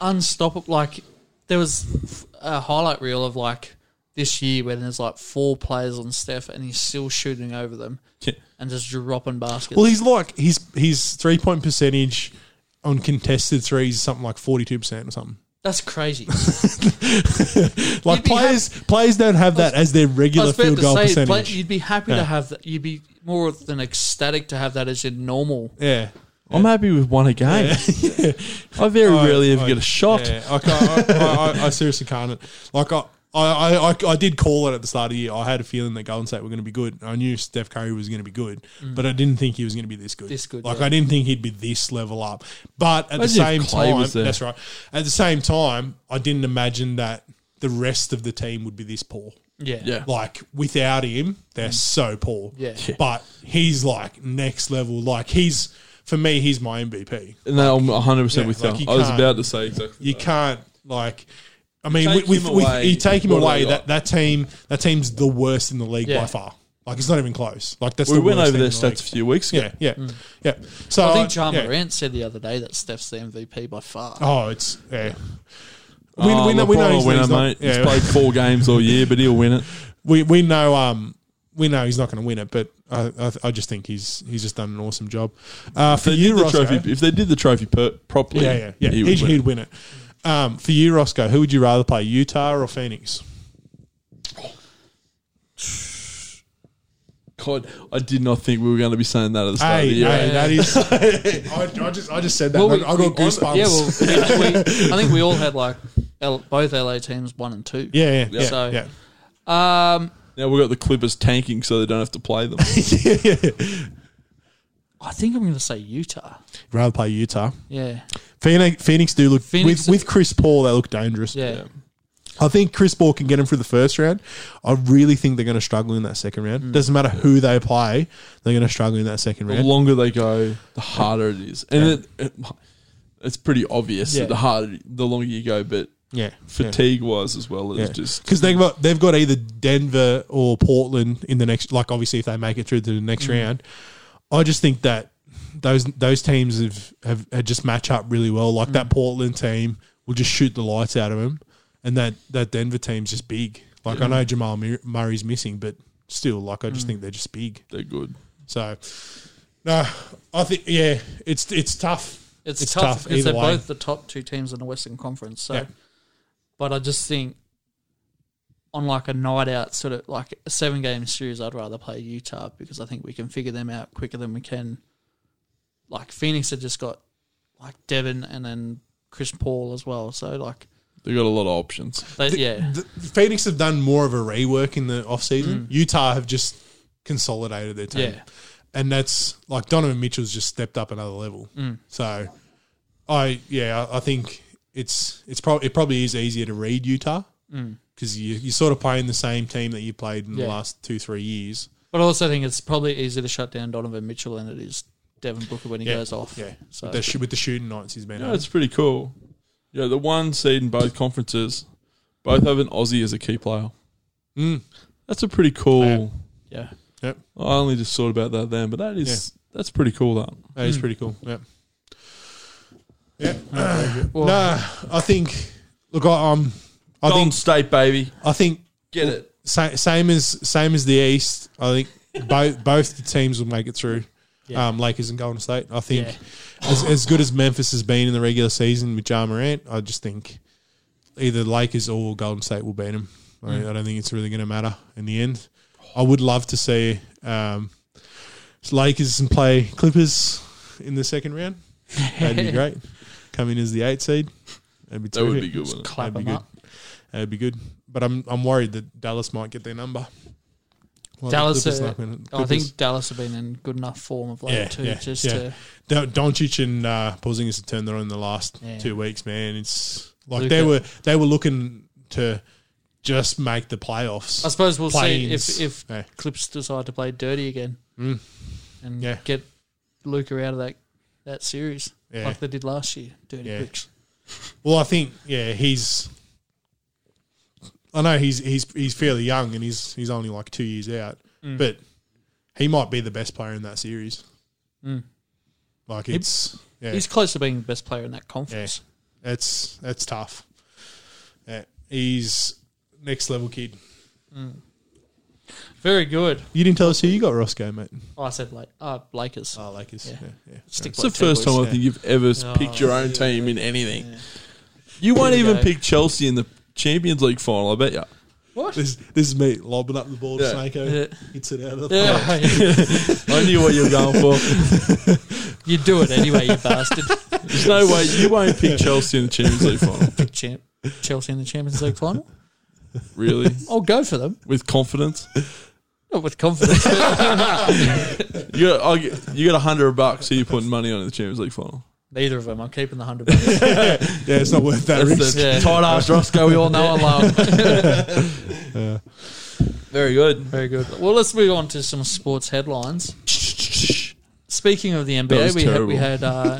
Speaker 1: unstoppable. Like there was a highlight reel of like this year when there's like four players on Steph and he's still shooting over them
Speaker 2: Yeah.
Speaker 1: and just dropping baskets.
Speaker 3: Well, he's like his his three point percentage on contested threes is something like 42 percent or something.
Speaker 1: That's
Speaker 3: <laughs>
Speaker 1: crazy.
Speaker 3: Like
Speaker 1: You'd be
Speaker 3: players, players don't have that as their
Speaker 1: I
Speaker 3: regular
Speaker 1: was
Speaker 3: field
Speaker 1: about
Speaker 3: goal
Speaker 1: to say,
Speaker 3: percentage.
Speaker 1: but you'd be happy
Speaker 3: Yeah.
Speaker 1: to have that. You'd be more than ecstatic to have that as your normal.
Speaker 3: yeah,
Speaker 2: I'm happy with one a game. <laughs> I very
Speaker 3: I-
Speaker 2: rarely ever
Speaker 3: I-
Speaker 2: get a shot.
Speaker 3: Yeah, I, can't- I, I, I, I seriously can't. Like I, I, I, I- I did call it at the start of the year. I had a feeling that Golden State were going to be good. I knew Steph Curry was going to be good, but I didn't think he was going to be this good.
Speaker 1: Mm. This good,
Speaker 3: Like
Speaker 1: yeah.
Speaker 3: I didn't think he'd be this level up. But at
Speaker 2: Imagine if
Speaker 3: the same
Speaker 2: Clay
Speaker 3: time,
Speaker 2: was there.
Speaker 3: that's right. At the same time, I didn't imagine that the rest of the team would be this poor.
Speaker 1: Yeah.
Speaker 2: Yeah.
Speaker 3: Like without him, they're so poor.
Speaker 1: Mm. Yeah. Yeah.
Speaker 3: But he's like next level. Like he's for me, he's my MVP.
Speaker 2: And that I'm 100 percent
Speaker 3: Yeah,
Speaker 2: with
Speaker 3: like
Speaker 2: you.
Speaker 3: you
Speaker 2: I was
Speaker 3: can't-
Speaker 2: about to say exactly.
Speaker 3: You can't like. I mean,
Speaker 2: take
Speaker 3: with, with,
Speaker 2: him
Speaker 3: with-
Speaker 2: away,
Speaker 3: you take him
Speaker 2: what do
Speaker 3: away.
Speaker 2: they got?
Speaker 3: That, that team, that team's the worst in the league by
Speaker 1: Yeah.
Speaker 3: far. Like it's not even close. Like that's
Speaker 2: We
Speaker 3: the
Speaker 2: went
Speaker 3: worst
Speaker 2: over their
Speaker 3: team in the
Speaker 2: stats a few weeks ago.
Speaker 3: league. Yeah, yeah, yeah. So
Speaker 1: Mm. I think John
Speaker 3: Uh, yeah.
Speaker 1: Morant said the other day that Steph's the MVP by far.
Speaker 3: Oh, it's yeah. We,
Speaker 2: Oh,
Speaker 3: we know, we
Speaker 2: LeBron
Speaker 3: know
Speaker 2: will
Speaker 3: he's,
Speaker 2: win
Speaker 3: he's
Speaker 2: it,
Speaker 3: not,
Speaker 2: mate. He's
Speaker 3: yeah.
Speaker 2: played four games all year, but he'll win it.
Speaker 3: we we know um we know he's not going to win it, but I, I I just think he's he's just done an awesome job. Uh, <laughs> for
Speaker 2: They
Speaker 3: you,
Speaker 2: did the
Speaker 3: Roscoe,
Speaker 2: trophy, if they did the trophy per, properly,
Speaker 3: yeah, yeah, yeah,
Speaker 2: he would
Speaker 3: he'd,
Speaker 2: win
Speaker 3: he'd
Speaker 2: it.
Speaker 3: win it. Um, for you, Roscoe, who would you rather play, Utah or Phoenix?
Speaker 2: God, I did not think we were going to be saying that at the start
Speaker 3: Hey,
Speaker 2: of the year.
Speaker 3: hey,
Speaker 2: <laughs>
Speaker 3: that is. I, I just, I just said that.
Speaker 1: Well,
Speaker 3: and I, I
Speaker 1: we-
Speaker 3: got
Speaker 1: we-
Speaker 3: goosebumps.
Speaker 1: Yeah, well, we,
Speaker 3: <laughs>
Speaker 1: we- I think we all had like L, both LA teams one and two.
Speaker 3: yeah, yeah, yeah,
Speaker 1: So-
Speaker 3: yeah.
Speaker 1: Um,
Speaker 2: Now we've got the Clippers tanking, so they don't have to play
Speaker 3: <laughs>
Speaker 2: them.
Speaker 1: I think I'm going to say Utah.
Speaker 3: Rather play Utah.
Speaker 1: Yeah.
Speaker 3: Phoenix, Phoenix do look
Speaker 1: Phoenix-
Speaker 3: with with Chris Paul. They look dangerous.
Speaker 1: Yeah.
Speaker 3: I think Chris Paul can get him through the first round. I really think they're going to struggle in that second round. Doesn't matter who they play, they're going to struggle in that second
Speaker 2: The
Speaker 3: round.
Speaker 2: longer they go, the harder it is, and it, it it's pretty obvious
Speaker 1: Yeah.
Speaker 2: that the harder, the longer you go, but
Speaker 3: Yeah,
Speaker 2: fatigue wise as well,
Speaker 3: Yeah.
Speaker 2: it's just
Speaker 3: because they've got they've got either Denver or Portland in the next. Like obviously, if they make it through to the next round, I just think that those those teams have have, have just match up really well. Like that Portland team will just shoot the lights out of them, and that that Denver team's just big. Like I know Jamal Mur- Murray's missing, but still, like I just think they're just big.
Speaker 2: they're good.
Speaker 3: So no, I think yeah, it's it's tough.
Speaker 1: It's, tough because
Speaker 3: either
Speaker 1: they're
Speaker 3: way.
Speaker 1: both the top two teams in the Western Conference. So,
Speaker 3: Yeah.
Speaker 1: but I just think on like a night out, sort of like a seven game series, I'd rather play Utah because I think we can figure them out quicker than we can. Like Phoenix have just got like Devin and then Chris Paul as well. So like,
Speaker 2: They got a lot of options.
Speaker 1: they,
Speaker 3: The-
Speaker 1: yeah,
Speaker 3: the- Phoenix have done more of a rework in the off season. Utah have just consolidated their team.
Speaker 1: Yeah.
Speaker 3: And that's like Donovan Mitchell's just stepped up another level. So I yeah, I I think it's it's probably it probably is easier to read Utah because you, you're sort of playing the same team that you played in the
Speaker 1: Yeah.
Speaker 3: last two three years.
Speaker 1: but I also think it's probably easier to shut down Donovan Mitchell than it is Devin Booker when he
Speaker 3: Yeah.
Speaker 1: goes off.
Speaker 3: Yeah,
Speaker 1: So
Speaker 3: with, the, sh- with the shooting nights he's been.
Speaker 2: Yeah,
Speaker 3: having.
Speaker 2: it's pretty cool. Yeah, the one seed in both conferences, both have an Aussie as a key player.
Speaker 3: Mm.
Speaker 2: That's a pretty cool.
Speaker 1: yeah,
Speaker 3: Yep.
Speaker 2: I only just thought about that then, but that is that's pretty cool. That
Speaker 3: That is pretty cool. Yeah. Yeah.
Speaker 1: Well-
Speaker 3: no, I think. Look, I, um, I
Speaker 2: Golden
Speaker 3: think.
Speaker 2: State baby,
Speaker 3: I think
Speaker 2: get it.
Speaker 3: sa- same as same as the East. I think both both the teams will make it through.
Speaker 1: Yeah.
Speaker 3: Um, Lakers and Golden State. I think
Speaker 1: Yeah.
Speaker 3: as, as good as Memphis has been in the regular season with Ja Morant, I just think either Lakers or Golden State will beat them. I,
Speaker 1: Mm.
Speaker 3: I don't think it's really going to matter in the end. I would love to see um, Lakers and play Clippers in the second round.
Speaker 1: <laughs>
Speaker 3: That'd be great. Come in as the eight seed. That'd be
Speaker 2: That would be
Speaker 3: terrific.
Speaker 2: good. Wouldn't it?
Speaker 1: clap
Speaker 3: That'd be
Speaker 1: them
Speaker 3: good.
Speaker 1: up.
Speaker 3: That'd be good. But I'm I'm worried that Dallas might get their number. Well, the
Speaker 1: Dallas,
Speaker 3: Clippers
Speaker 1: uh,
Speaker 3: not gonna-
Speaker 1: I
Speaker 3: Clippers-
Speaker 1: think Dallas have been in good enough form of late
Speaker 3: Yeah,
Speaker 1: too.
Speaker 3: yeah,
Speaker 1: just
Speaker 3: yeah.
Speaker 1: to
Speaker 3: Don- Doncic and uh, Porzingis have turned that on in the last
Speaker 1: Yeah.
Speaker 3: two weeks. Man, it's like
Speaker 1: Luka.
Speaker 3: they were they were looking to just make the playoffs.
Speaker 1: I suppose we'll
Speaker 3: Planes.
Speaker 1: see if if
Speaker 3: Yeah.
Speaker 1: Clips decide to play dirty again
Speaker 3: Mm.
Speaker 1: and
Speaker 3: Yeah.
Speaker 1: get Luca out of that that series
Speaker 3: Yeah.
Speaker 1: like they did last year. Dirty
Speaker 3: Yeah.
Speaker 1: picks.
Speaker 3: Well, I think yeah, he's. I know he's he's he's fairly young and he's he's only like two years out, but he might be the best player in that series.
Speaker 1: Mm.
Speaker 3: Like it's yeah,
Speaker 1: He's close to being the best player in that conference.
Speaker 3: it's it's tough. Yeah, he's next level kid.
Speaker 1: Very good.
Speaker 3: You didn't tell us who you got, Roscoe, mate.
Speaker 1: Oh, I said like uh, Lakers.
Speaker 3: Oh, Lakers.
Speaker 1: Yeah.
Speaker 3: Yeah, yeah.
Speaker 1: Stick
Speaker 2: It's
Speaker 1: by
Speaker 2: the first
Speaker 1: Cowboys.
Speaker 2: time I think you've ever
Speaker 1: Oh,
Speaker 2: picked your own team in anything. You won't
Speaker 1: Here we go.
Speaker 2: even pick Chelsea in the Champions League final. I bet you.
Speaker 1: What?
Speaker 3: This, this is me lobbing up the ball to
Speaker 2: Yeah.
Speaker 3: Snako.
Speaker 1: Yeah.
Speaker 3: Hits it out of the
Speaker 1: <laughs>
Speaker 3: park.
Speaker 1: Yeah.
Speaker 2: I knew what you were going for.
Speaker 1: you do it anyway, you bastard. <laughs>
Speaker 2: There's no way you won't pick Chelsea in the Champions League final.
Speaker 1: Pick champ- Chelsea in the Champions League final.
Speaker 2: Really,
Speaker 1: I'll go for them.
Speaker 2: with confidence.
Speaker 1: Not with confidence. <laughs>
Speaker 2: You got, I'll get, you got a hundred bucks. Who you putting money on in the Champions League final?
Speaker 1: Neither of them. I'm keeping the hundred.
Speaker 3: <laughs> Yeah, it's not worth that risk.
Speaker 1: the Yeah.
Speaker 2: tight ass Roscoe. We all know I love.
Speaker 3: <laughs> Yeah.
Speaker 2: Very good.
Speaker 1: Very good. Well, let's move on to some sports headlines. Speaking of the NBA,
Speaker 2: was
Speaker 1: we had,
Speaker 2: terrible.
Speaker 1: we had
Speaker 2: <laughs>
Speaker 1: uh,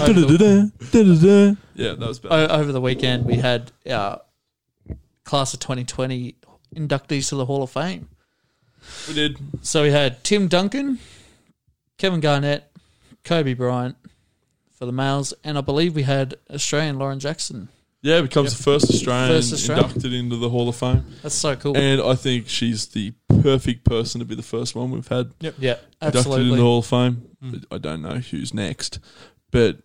Speaker 1: over, the,
Speaker 2: Da-da-da-da. Yeah, that was bad.
Speaker 1: o- over the weekend we had our class of 2020 inductees to the Hall of Fame.
Speaker 2: we did.
Speaker 1: So we had Tim Duncan, Kevin Garnett, Kobe Bryant for the males, and I believe we had Australian Lauren Jackson.
Speaker 2: Yeah, becomes the first Australian,
Speaker 1: First Australian.
Speaker 2: inducted into the Hall of Fame,
Speaker 1: That's so cool.
Speaker 2: and I think she's the perfect person to be the first one we've had
Speaker 1: yeah,
Speaker 2: inducted into the
Speaker 1: absolutely. Mm.
Speaker 2: Hall of Fame. I don't know who's next, but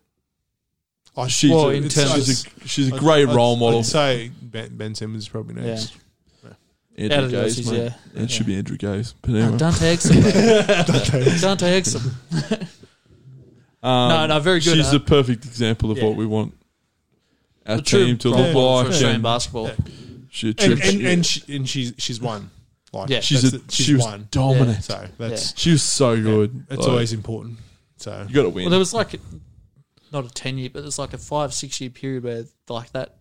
Speaker 3: Oh,
Speaker 2: she's
Speaker 1: Well,
Speaker 2: a,
Speaker 1: in
Speaker 2: it's-
Speaker 1: terms-
Speaker 2: she's a, she's a
Speaker 3: I'd-
Speaker 2: great
Speaker 3: I'd-
Speaker 2: role model.
Speaker 3: I'd say Ben, ben Simmons is probably next.
Speaker 2: Andrew
Speaker 1: Out of the
Speaker 2: Gaze,
Speaker 1: Aussies,
Speaker 2: mate.
Speaker 1: yeah.
Speaker 2: It should be Andrew Gaze, but
Speaker 1: Oh,
Speaker 2: anyway.
Speaker 1: Dante
Speaker 2: <laughs>
Speaker 1: Exum. Dante Exum.
Speaker 2: Um,
Speaker 1: No, no, very good, uh,
Speaker 2: She's
Speaker 1: huh?
Speaker 2: the perfect example of
Speaker 1: Yeah.
Speaker 2: what we want our
Speaker 1: The true
Speaker 2: team to
Speaker 1: role
Speaker 2: look
Speaker 1: model for
Speaker 2: like.
Speaker 1: Australian
Speaker 2: and
Speaker 1: basketball.
Speaker 2: She,
Speaker 3: And,
Speaker 2: she-
Speaker 3: and, and, she, and she's she's won. Like,
Speaker 1: Yeah.
Speaker 2: she's
Speaker 3: that's
Speaker 2: a,
Speaker 3: the-
Speaker 2: she was
Speaker 3: won.
Speaker 2: dominant.
Speaker 3: So that's
Speaker 2: She was so good.
Speaker 3: that's
Speaker 2: Like,
Speaker 3: always important. So
Speaker 2: you got to win.
Speaker 1: Well, there was like not a ten year, but there's like a five six year period where like that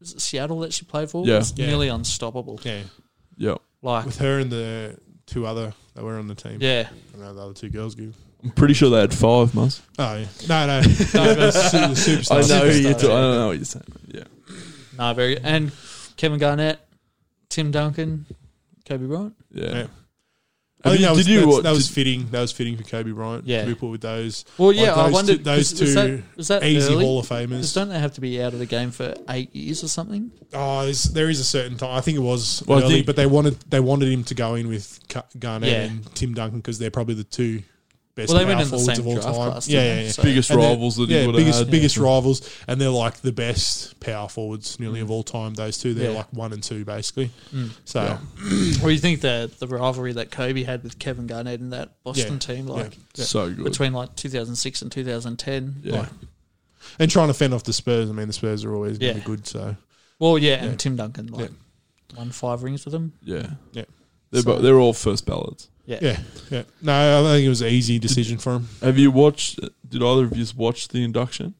Speaker 1: was it Seattle that she played for
Speaker 2: Yeah.
Speaker 1: was
Speaker 3: Yeah.
Speaker 1: nearly unstoppable.
Speaker 3: yeah,
Speaker 2: yeah,
Speaker 1: Like
Speaker 3: with her and the two other that were on the team.
Speaker 1: yeah,
Speaker 3: I don't know the other two girls. Give.
Speaker 2: I'm pretty sure they had five months.
Speaker 3: Oh yeah, no, no, no the su- the
Speaker 2: <laughs> I
Speaker 3: superstars.
Speaker 2: know who you're
Speaker 3: Superstars.
Speaker 2: ta- I don't know what you're saying. Yeah,
Speaker 1: no, very and Kevin Garnett, Tim Duncan, Kobe Bryant.
Speaker 2: yeah.
Speaker 3: Yeah. I
Speaker 2: Have
Speaker 3: think
Speaker 2: you-
Speaker 3: that was,
Speaker 2: did you
Speaker 3: that's-
Speaker 2: watch?
Speaker 3: that was
Speaker 2: did-
Speaker 3: fitting. That was fitting for Kobe Bryant.
Speaker 1: Yeah.
Speaker 3: to be put with those
Speaker 1: Well,
Speaker 3: Like
Speaker 1: yeah, I
Speaker 3: those
Speaker 1: wondered
Speaker 3: two- those
Speaker 1: was, was
Speaker 3: two
Speaker 1: that, was that
Speaker 3: easy
Speaker 1: early?
Speaker 3: Hall of
Speaker 1: 'Cause
Speaker 3: Famers.
Speaker 1: don't they have to be out of the game for eight years or something?
Speaker 3: Oh, there's, there is a certain time. I think it was
Speaker 2: Well, I
Speaker 3: early,
Speaker 2: think-
Speaker 3: but they wanted they wanted him to go in with Ca- Garnett
Speaker 1: Yeah.
Speaker 3: and Tim Duncan because they're probably the two best
Speaker 1: Well, they
Speaker 3: power
Speaker 1: went in the
Speaker 3: forwards
Speaker 1: same
Speaker 3: of all
Speaker 1: draft
Speaker 3: time.
Speaker 1: class.
Speaker 3: yeah,
Speaker 1: didn't
Speaker 3: yeah,
Speaker 1: they?
Speaker 3: yeah.
Speaker 1: So-
Speaker 2: biggest
Speaker 3: And they're-
Speaker 2: rivals that
Speaker 3: yeah,
Speaker 2: he would have
Speaker 3: biggest
Speaker 2: had.
Speaker 3: biggest rivals, and they're like the best power forwards nearly of all time. Those two, they're
Speaker 1: Mm. Yeah.
Speaker 3: like one and two basically.
Speaker 1: Mm.
Speaker 3: So
Speaker 2: Yeah.
Speaker 1: Or you think the the rivalry that Kobe had with Kevin Garnett and that Boston team,
Speaker 3: yeah,
Speaker 1: like
Speaker 3: yeah.
Speaker 2: So good.
Speaker 1: between like 2006 and 2010.
Speaker 2: yeah.
Speaker 3: like- and trying to fend off the Spurs. I mean, the Spurs are always going
Speaker 1: Yeah.
Speaker 3: to be good. So
Speaker 1: Well, yeah, and
Speaker 3: Yeah.
Speaker 1: Tim Duncan like won five rings with him.
Speaker 2: yeah,
Speaker 3: Yeah.
Speaker 2: They're,
Speaker 1: So-
Speaker 2: bo- they're all first ballads.
Speaker 3: yeah, yeah. No, I think it was an easy decision for him
Speaker 2: Have you watched? Did either of you watch the induction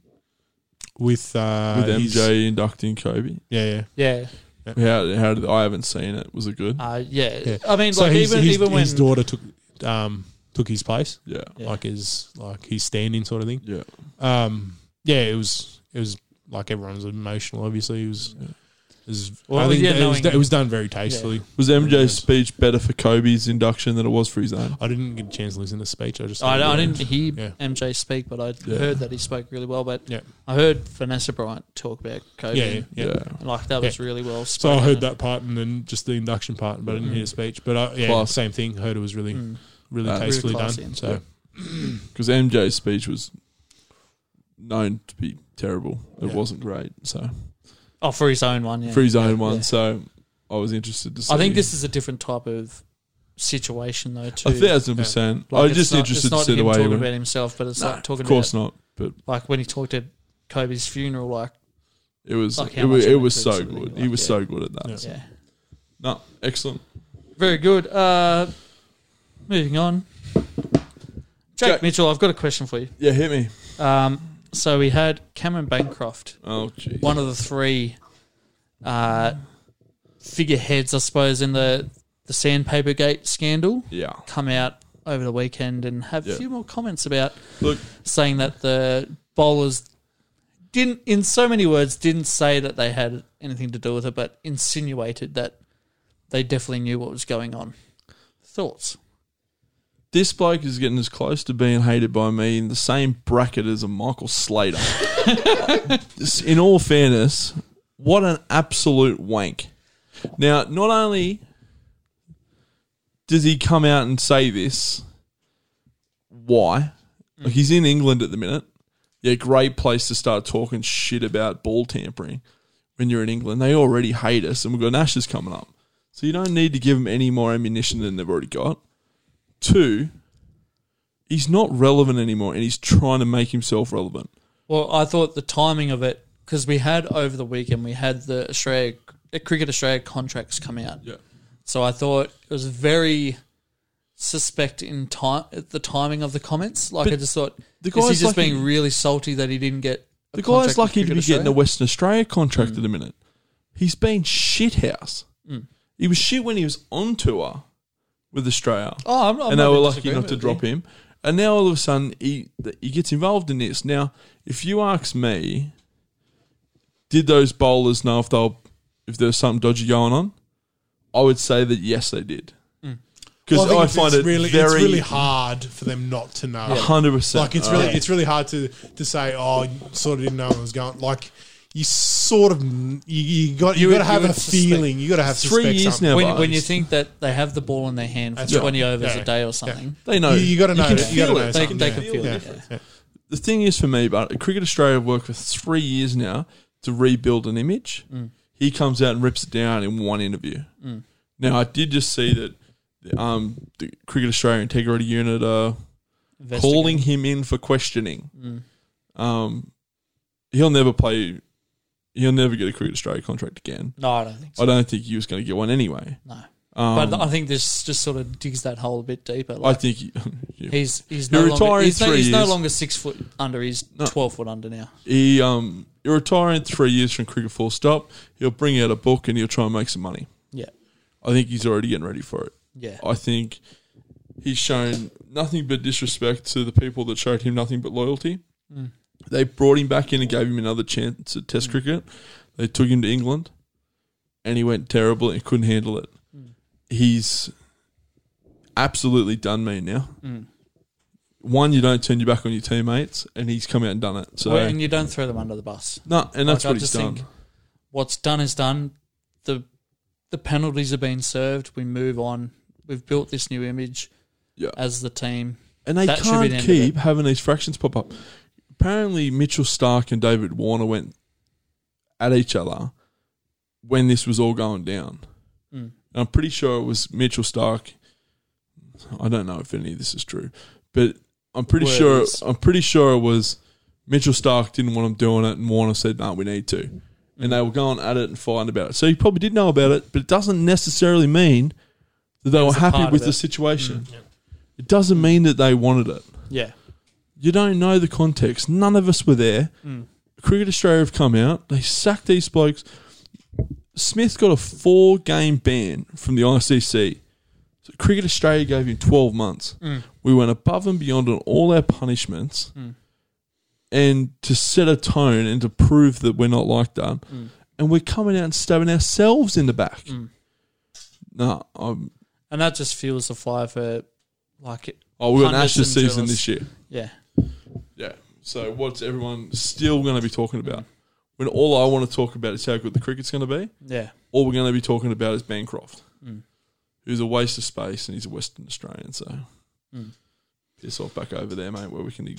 Speaker 3: with uh,
Speaker 2: with
Speaker 3: his-
Speaker 2: MJ inducting Kobe?
Speaker 3: yeah, yeah.
Speaker 1: Yeah,
Speaker 2: How, how did I haven't seen it? Was it good?
Speaker 1: uh, yeah.
Speaker 3: Yeah.
Speaker 1: I mean,
Speaker 3: So
Speaker 1: like
Speaker 3: his,
Speaker 1: even
Speaker 3: his,
Speaker 1: even when
Speaker 3: his daughter took um, took his place,
Speaker 2: Yeah,
Speaker 1: Yeah.
Speaker 3: like his like his standing sort of thing.
Speaker 2: yeah.
Speaker 3: Um, yeah, it was it was like everyone was emotional. Obviously, it was. It was,
Speaker 1: Well,
Speaker 3: I think
Speaker 1: yeah,
Speaker 3: it, was,
Speaker 1: knowing-
Speaker 3: it was done very tastefully.
Speaker 2: Was MJ's speech better for Kobe's induction than it was for his
Speaker 1: Uh,
Speaker 2: own?
Speaker 3: I didn't get a chance to listen to the speech. I just
Speaker 1: I, I didn't hear
Speaker 3: Yeah.
Speaker 1: MJ speak, but I
Speaker 2: Yeah.
Speaker 1: heard that he spoke really well. But
Speaker 3: Yeah.
Speaker 1: I heard Vanessa Bryant talk about
Speaker 3: Yeah,
Speaker 1: Kobe.
Speaker 3: yeah, yeah.
Speaker 2: Yeah,
Speaker 1: and, Like that was really well.
Speaker 3: So
Speaker 1: Spoken.
Speaker 3: I heard that part and then just the induction part, but I didn't hear the speech. But I, yeah,
Speaker 2: Class.
Speaker 3: same thing. Heard it was really,
Speaker 1: Mm.
Speaker 3: really
Speaker 2: Uh,
Speaker 3: tastefully
Speaker 1: Really classy
Speaker 3: done.
Speaker 1: and
Speaker 3: So
Speaker 2: stuff.
Speaker 3: <clears throat>
Speaker 2: because MJ's speech was known to be terrible. It
Speaker 3: Yeah.
Speaker 2: wasn't great. So
Speaker 1: Oh, for his own one. Yeah.
Speaker 2: for his own one,
Speaker 1: Yeah.
Speaker 2: so I was interested to see.
Speaker 1: I think this is a different type of situation, though. Too.
Speaker 2: a thousand percent. I was
Speaker 1: it's
Speaker 2: just
Speaker 1: not-
Speaker 2: interested
Speaker 1: it's not
Speaker 2: to see the
Speaker 1: him
Speaker 2: way he
Speaker 1: talking
Speaker 2: went.
Speaker 1: about himself, but it's
Speaker 2: Nah,
Speaker 1: like talking
Speaker 2: of course
Speaker 1: about
Speaker 2: not, but
Speaker 1: like when he talked at Kobe's funeral. Like,
Speaker 2: it was
Speaker 1: Like how
Speaker 2: it
Speaker 1: much
Speaker 2: was,
Speaker 1: it
Speaker 2: it was
Speaker 1: meant to
Speaker 2: so
Speaker 1: him,
Speaker 2: good.
Speaker 1: like,
Speaker 2: he was
Speaker 1: yeah.
Speaker 2: so good at that.
Speaker 3: Yeah.
Speaker 1: yeah,
Speaker 2: No, excellent.
Speaker 1: very good. Uh, moving on, Jake
Speaker 2: Jake.
Speaker 1: Mitchell. I've got a question for you.
Speaker 2: Yeah, hit me.
Speaker 1: Um, so we had Cameron Bancroft,
Speaker 2: Oh, jeez.
Speaker 1: one of the three uh, figureheads, I suppose, in the the sandpaper gate scandal,
Speaker 2: Yeah.
Speaker 1: come out over the weekend and have
Speaker 2: Yeah.
Speaker 1: a few more comments about
Speaker 2: Look,
Speaker 1: saying that the bowlers didn't, in so many words, didn't say that they had anything to do with it, but insinuated that they definitely knew what was going on. Thoughts?
Speaker 2: this bloke is getting as close to being hated by me in the same bracket as a Michael Slater. This- in all fairness, what an absolute wank. Now, not only does he come out and say this, why? Like he's in England at the minute. yeah, great place to start talking shit about ball tampering when you're in England. They already hate us, and we've got Ashes coming up. So you don't need to give them any more ammunition than they've already got. Two, he's not relevant anymore, and he's trying to make himself relevant.
Speaker 1: Well, I thought the timing of it because we had over the weekend we had the Australia the Cricket Australia contracts come out.
Speaker 2: Yeah.
Speaker 1: So I thought it was very suspect in time at the timing of the comments. Like I just thought the
Speaker 2: the
Speaker 1: guy's
Speaker 2: guy's
Speaker 1: just
Speaker 2: lucky-
Speaker 1: being really salty that he didn't get a
Speaker 2: The
Speaker 1: contract
Speaker 2: guy's
Speaker 1: with
Speaker 2: lucky to
Speaker 1: Cricket
Speaker 2: be getting a
Speaker 1: Australia?
Speaker 2: Western Australia contract
Speaker 1: Mm.
Speaker 2: at the minute. He's been shithouse. He was shit when he was on tour with Australia.
Speaker 1: Oh, I'm, I'm not
Speaker 2: and they were
Speaker 1: in
Speaker 2: lucky
Speaker 1: disagreement
Speaker 2: not to
Speaker 1: with
Speaker 2: drop
Speaker 1: you.
Speaker 2: him. And now all of a sudden he he gets involved in this. Now, if you ask me, did those bowlers know if they were, if there was something dodgy going on? I would say that yes, they did. Because
Speaker 3: Hmm. Well, think
Speaker 2: I,
Speaker 3: it's-
Speaker 2: find it
Speaker 3: it's really,
Speaker 2: very
Speaker 3: it's really hard for them not to know.
Speaker 2: hundred percent.
Speaker 3: Like it's really it's really hard to to say. Oh, you sort of didn't know it was going. Like you sort of you, you got you,
Speaker 1: You
Speaker 3: got to
Speaker 1: would-
Speaker 3: have
Speaker 1: you
Speaker 3: a
Speaker 1: would suspect.
Speaker 3: feeling. You got to have
Speaker 2: Three
Speaker 3: suspect
Speaker 2: years
Speaker 3: something.
Speaker 2: now.
Speaker 1: When, when
Speaker 2: Barnes.
Speaker 1: you think that they have the ball in their hand for
Speaker 3: That's
Speaker 1: 20
Speaker 3: right.
Speaker 1: overs
Speaker 3: Yeah.
Speaker 1: a day or
Speaker 3: Yeah.
Speaker 1: something,
Speaker 2: they know.
Speaker 3: You, you got to know.
Speaker 2: can
Speaker 3: it. You got to
Speaker 2: feel
Speaker 3: know.
Speaker 2: it.
Speaker 1: they,
Speaker 3: something,
Speaker 1: they
Speaker 3: yeah.
Speaker 1: can feel
Speaker 3: Yeah.
Speaker 1: it. yeah.
Speaker 2: the thing is for me, but Cricket Australia have worked for three years now to rebuild an image. He comes out and rips it down in one interview. Now I did just see that the, um, the Cricket Australia Integrity Unit are calling him in for questioning. Um, he'll never play. He'll never get a Cricket Australia contract again.
Speaker 1: No, I don't think so.
Speaker 2: I don't think he was going to get one anyway.
Speaker 1: No.
Speaker 2: Um,
Speaker 1: but I think this just sort of digs that hole a bit deeper.
Speaker 2: I
Speaker 1: Like
Speaker 2: think he, <laughs> yeah.
Speaker 1: he's he's
Speaker 2: You're
Speaker 1: no longer
Speaker 2: retiring
Speaker 1: he's, no,
Speaker 2: three
Speaker 1: he's no
Speaker 2: years.
Speaker 1: longer six foot under. He's
Speaker 2: No.
Speaker 1: twelve foot under now.
Speaker 2: he um he'll retire in three years from cricket full stop. He'll bring out a book and he'll try and make some money.
Speaker 1: Yeah,
Speaker 2: I think he's already getting ready for it.
Speaker 1: yeah.
Speaker 2: I think he's shown nothing but disrespect to the people that showed him nothing but loyalty.
Speaker 1: Mm.
Speaker 2: They brought him back in and gave him another chance at Test cricket. They took him to England, and he went terrible and couldn't handle it.
Speaker 1: Mm.
Speaker 2: He's absolutely done me now.
Speaker 1: Mm.
Speaker 2: One, you don't turn your back on your teammates, and he's come out and done it. So
Speaker 1: Well, and you don't throw them under the bus.
Speaker 2: no, and that's
Speaker 1: Like, I
Speaker 2: what he's
Speaker 1: just
Speaker 2: done.
Speaker 1: think- What's done is done. The the penalties have been served. We move on. We've built this new image
Speaker 2: Yeah.
Speaker 1: as the team.
Speaker 2: And they
Speaker 1: That should be
Speaker 2: can't
Speaker 1: the end of
Speaker 2: keep having these fractions pop up. Apparently, Mitchell Stark and David Warner went at each other when this was all going down.
Speaker 1: Mm.
Speaker 2: And I'm pretty sure it was Mitchell Stark. I don't know if any of this is true, but I'm pretty
Speaker 1: Word
Speaker 2: sure.
Speaker 1: is.
Speaker 2: I'm pretty sure it was Mitchell Stark didn't want him doing it, and Warner said, "No, we need to." And they were going at it and fighting about it. So he probably did know about it, but it doesn't necessarily mean that they
Speaker 1: was
Speaker 2: were
Speaker 1: a
Speaker 2: happy
Speaker 1: part
Speaker 2: with
Speaker 1: of
Speaker 2: the
Speaker 1: it. Mm,
Speaker 2: situation. It doesn't mean that they wanted it.
Speaker 1: Yeah,
Speaker 2: You don't know the context. None of us were there.
Speaker 1: Mm.
Speaker 2: Cricket Australia have come out. They sacked these blokes. Smith got a four game ban from the ICC. So Cricket Australia gave him 12 months. We went above and beyond on all our punishments and to set a tone and to prove that we're not like that. And we're coming out and stabbing ourselves in the back.
Speaker 1: Hmm.
Speaker 2: No, I'm,
Speaker 1: and that just fuels the fire for like it.
Speaker 2: oh, we're an
Speaker 1: Pundits
Speaker 2: Ashes
Speaker 1: and
Speaker 2: season
Speaker 1: journalists.
Speaker 2: this year.
Speaker 1: Yeah,
Speaker 2: Yeah. So what's everyone still going to be talking about? When all I want to talk about is how good the cricket's going to be,
Speaker 1: yeah.
Speaker 2: all we're going to be talking about is Bancroft, who's a waste of space and he's a Western Australian. So piss off back over there, mate, where we can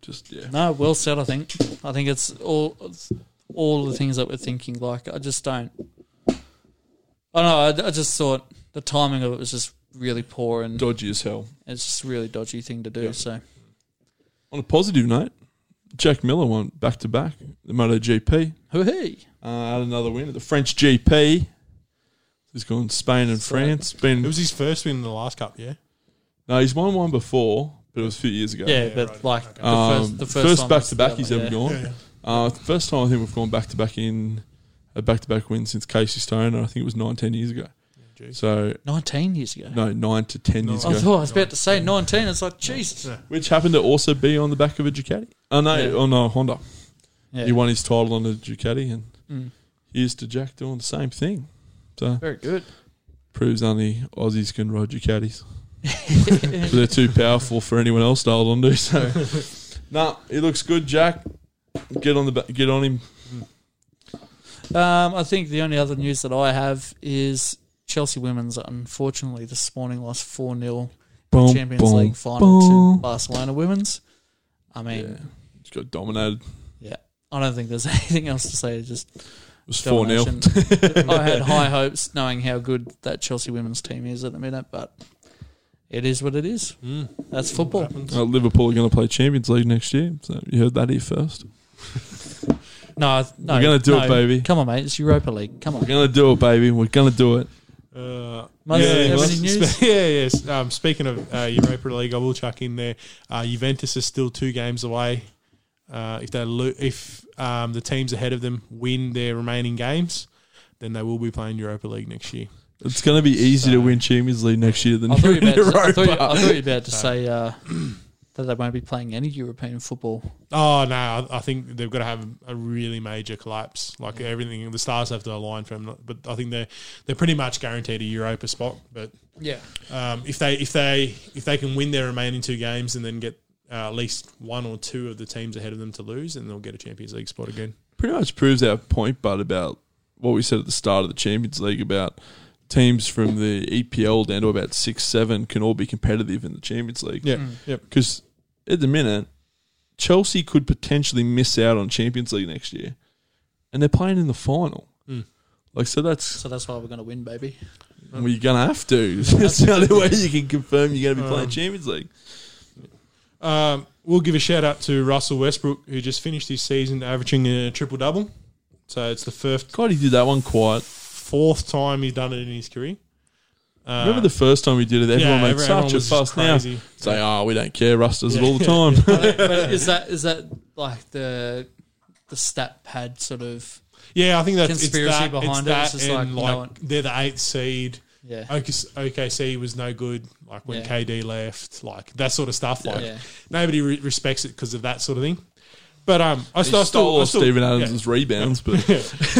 Speaker 2: just yeah.
Speaker 1: No, well said. I think. I think it's all it's all the things that we're thinking. Like I just don't. I don't know. I, I just thought the timing of it was just really poor, and
Speaker 2: Dodgy as hell.
Speaker 1: it's just a really dodgy thing to do.
Speaker 2: Yeah.
Speaker 1: So
Speaker 2: On a positive note, Jack Miller won back to back the MotoGP.
Speaker 1: hooey.
Speaker 2: Uh, had another win at the French GP. He's gone Spain and
Speaker 1: So-
Speaker 2: France. Been
Speaker 3: It was his first win in the last cup. Yeah.
Speaker 2: no, he's won one before, but it was a few years ago.
Speaker 1: Yeah,
Speaker 3: Yeah,
Speaker 1: but
Speaker 3: right.
Speaker 1: like
Speaker 3: Okay.
Speaker 1: the
Speaker 2: Um,
Speaker 1: first, the first, time
Speaker 2: back
Speaker 1: was
Speaker 2: to
Speaker 1: the
Speaker 2: back
Speaker 1: other,
Speaker 2: he's ever
Speaker 1: yeah.
Speaker 2: gone.
Speaker 3: Yeah, yeah.
Speaker 2: Uh, first time I think we've gone back to back in a back to back win since Casey Stone, and I think it was nine, ten years ago.
Speaker 3: Jeez.
Speaker 2: So
Speaker 1: Nineteen years ago.
Speaker 2: no, nine to ten years
Speaker 1: I
Speaker 2: ago,
Speaker 1: thought I was about to say nineteen. It's like Jesus.
Speaker 3: Yeah.
Speaker 2: which happened to also be on the back of a Ducati. Oh no,
Speaker 1: Yeah.
Speaker 2: on a Honda.
Speaker 1: Yeah.
Speaker 2: He won his title on a Ducati, and
Speaker 1: Mm.
Speaker 2: here's to Jack doing the same thing. So
Speaker 1: Very good.
Speaker 2: proves only Aussies can ride
Speaker 1: <laughs>
Speaker 2: Ducatis. But they're too powerful for anyone else to hold on to. So,
Speaker 1: <laughs>
Speaker 2: nah, he looks good, Jack. Get on the ba- get on him.
Speaker 1: Um, I think the only other news that I have is Chelsea women's unfortunately this morning lost four 0 Champions League final to Barcelona women's. I mean,
Speaker 2: Yeah. Just got dominated. It
Speaker 1: I don't think there's <laughs> anything else to say. Just
Speaker 2: was 4 0.
Speaker 1: domination.
Speaker 2: <laughs>
Speaker 1: I had high hopes, knowing how good that Chelsea women's team is at the minute, but it is what it is.
Speaker 3: Mm.
Speaker 1: That's football.
Speaker 2: Uh, Liverpool are going to play Champions League next year. So you heard that here first.
Speaker 1: No, no,
Speaker 2: We're gonna do it,
Speaker 1: no.
Speaker 2: baby.
Speaker 1: Come on, mate. It's Europa League. Come
Speaker 3: <laughs>
Speaker 2: We're
Speaker 1: on.
Speaker 2: going to do it, baby. We're going to do it.
Speaker 3: Uh,
Speaker 1: Mother,
Speaker 3: yeah,
Speaker 1: do you have
Speaker 3: yes.
Speaker 1: any news?
Speaker 3: Spe- <laughs> yeah, yes. Um, speaking of uh, Europa League, I will chuck in there. Uh, Juventus is still two games away. Uh, if they lo- if um, the teams ahead of them win their remaining games, then they will be playing Europa League next year.
Speaker 2: It's going to be easy to win Champions League next year than
Speaker 1: I thought you were about to, I
Speaker 2: <laughs> Europa.
Speaker 1: thought you, I thought you were about to say uh, that they won't be playing any European football.
Speaker 3: Oh no, I, I think they've got to have a really major collapse. Like everything, the stars have to align for them. But I think they're they're pretty much guaranteed a Europa spot. But
Speaker 1: Yeah.
Speaker 3: um, if they if they if they can win their remaining two games and then get uh, at least one or two of the teams ahead of them to lose, then they'll get a Champions League spot again.
Speaker 2: pretty much proves our point, but about what we said at the start of the Champions League about teams from the EPL down to about six, seven can all be competitive in the Champions League.
Speaker 3: Yeah,
Speaker 1: Mm.
Speaker 3: yep.
Speaker 2: Because at the minute, Chelsea could potentially miss out on Champions League next year, and they're playing in the final.
Speaker 3: Mm.
Speaker 2: Like so, that's
Speaker 1: So that's why we're going to win, baby.
Speaker 2: well, you're gonna have to. <laughs> That's the only way you can confirm you're gonna be playing
Speaker 3: Um,
Speaker 2: Champions League.
Speaker 3: Um, we'll give a shout out to Russell Westbrook who just finished his season averaging a triple double. So it's the first
Speaker 2: God, he did that one quiet.
Speaker 3: fourth time he's done it in his career. Uh,
Speaker 2: Remember the first time we did it? Everyone made
Speaker 3: everyone
Speaker 2: such a
Speaker 3: was just
Speaker 2: fuss. Now
Speaker 3: crazy.
Speaker 2: say, "Oh, we don't care. Russ does it
Speaker 3: <laughs> Yeah.
Speaker 2: all the time."
Speaker 1: <laughs> <laughs> but is that is that like the the stat pad sort of
Speaker 3: Yeah, I think that's
Speaker 1: Conspiracy
Speaker 3: it's that,
Speaker 1: behind
Speaker 3: it's
Speaker 1: it,
Speaker 3: That
Speaker 1: it's just
Speaker 3: and
Speaker 1: like,
Speaker 3: like,
Speaker 1: no one-
Speaker 3: they're the eighth seed.
Speaker 1: yeah
Speaker 3: OKC OKC was no good. Like when
Speaker 1: Yeah.
Speaker 3: KD left, like that sort of stuff. Like
Speaker 1: Yeah.
Speaker 3: nobody re- respects it because of that sort of thing. But um, I,
Speaker 2: He
Speaker 3: st- I
Speaker 2: stole
Speaker 3: still, I
Speaker 2: all
Speaker 3: still,
Speaker 2: Stephen
Speaker 3: yeah.
Speaker 2: Adams' rebounds,
Speaker 3: <laughs>
Speaker 2: but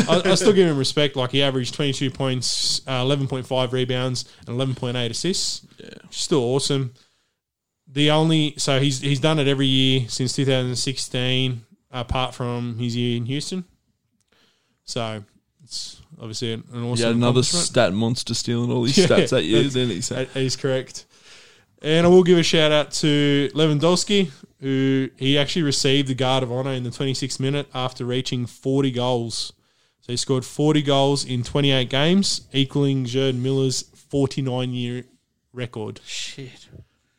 Speaker 3: I, I still give him respect. Like he averaged twenty two points, uh, eleven point five rebounds, and eleven point eight assists.
Speaker 2: yeah.
Speaker 3: Still awesome. The only so he's he's done it every year since two thousand sixteen, apart from his year in Houston. So it's obviously an, an awesome.
Speaker 2: he had another
Speaker 3: accomplishment.
Speaker 2: stat monster stealing all these
Speaker 3: <laughs> Yeah.
Speaker 2: stats that year, didn't he? So
Speaker 3: That is correct. And I will give a shout out to Lewandowski, who he actually received the guard of honor in the 26th minute after reaching 40 goals. So he scored 40 goals in 28 games, equaling Jerd Miller's 49 year record.
Speaker 1: shit